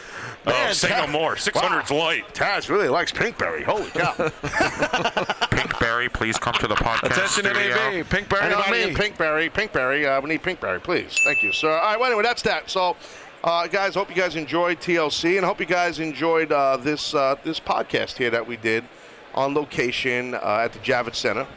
Speaker 4: Oh, say no more. Six hundred's light.
Speaker 2: Taz really likes Pinkberry. Holy cow!
Speaker 4: Pinkberry, please come to the podcast
Speaker 3: Attention,
Speaker 4: studio.
Speaker 3: NAB. Pinkberry on
Speaker 2: Anybody
Speaker 3: me.
Speaker 2: in Pinkberry, Pinkberry, uh, we need Pinkberry, please. Thank you, sir. All right, well, anyway, that's that. So, uh, guys, hope you guys enjoyed TLC and hope you guys enjoyed uh, this uh, this podcast here that we did on location uh, at the Javits Center.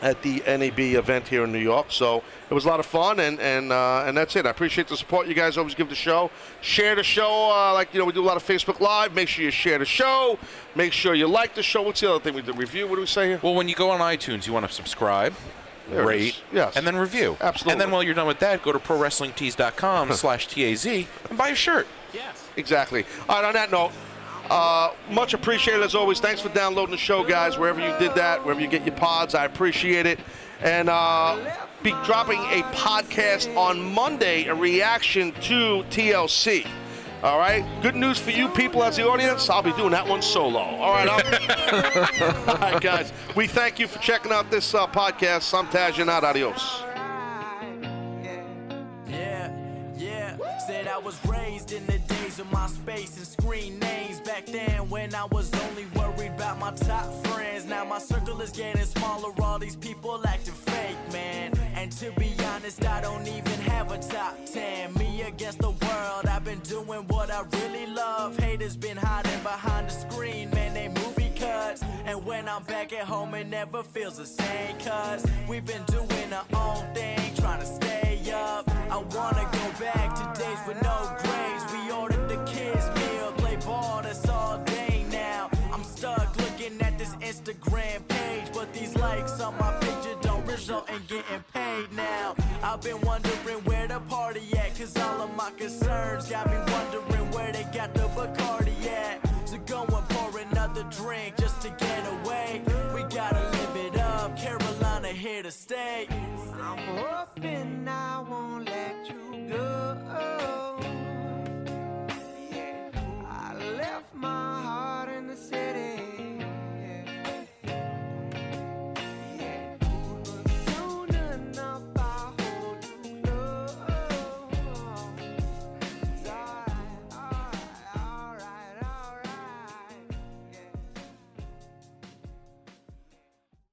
Speaker 2: at the NAB event here in New York. So it was a lot of fun, and and uh, and that's it. I appreciate the support you guys always give the show. Share the show, uh, like you know we do a lot of Facebook Live. Make sure you share the show. Make sure you like the show. What's the other thing we do? Review. What do we say here?
Speaker 4: Well, when you go on iTunes, you want to subscribe,
Speaker 2: There it
Speaker 4: rate,
Speaker 2: is. Yes.
Speaker 4: and then review. Absolutely. And then while you're done with that, go to prowrestlingtees.com slash TAZ and buy a shirt.
Speaker 2: Yes. Exactly. All right, on that note, uh, much appreciated as always. Thanks for downloading the show, guys, wherever you did that, wherever you get your pods. I appreciate it. And uh, be dropping a podcast on Monday, a reaction to TLC. All right. Good news for you people as the audience. I'll be doing that one solo. All right, I'm- All right, guys. We thank you for checking out this uh, podcast. Sometimes you're not. Adios.
Speaker 16: Yeah, yeah. Said I was raised in the days of my space and screen names. Back then, when I was only worried about my top friends. Now my circle is getting smaller. All these people acting fake, man. And to be honest, I don't even have a top ten. Me against the world. I've been doing what I really love. Haters been hiding behind the screen, man. They movie cuts. And when I'm back at home, it never feels the same. Cause we've been doing our own thing, trying to stay up. I wanna go back to days with no grades. We ordered the kids' meal, play ball, that's all day now. I'm stuck looking at this Instagram page, but these likes on my picture don't result in getting paid now. I've been wondering where the party at, cause all of my concerns got me wondering where they got the Bacardi at. So go and pour another drink just to get away. We gotta live it up, Carolina here to stay. I'm hoping I won't let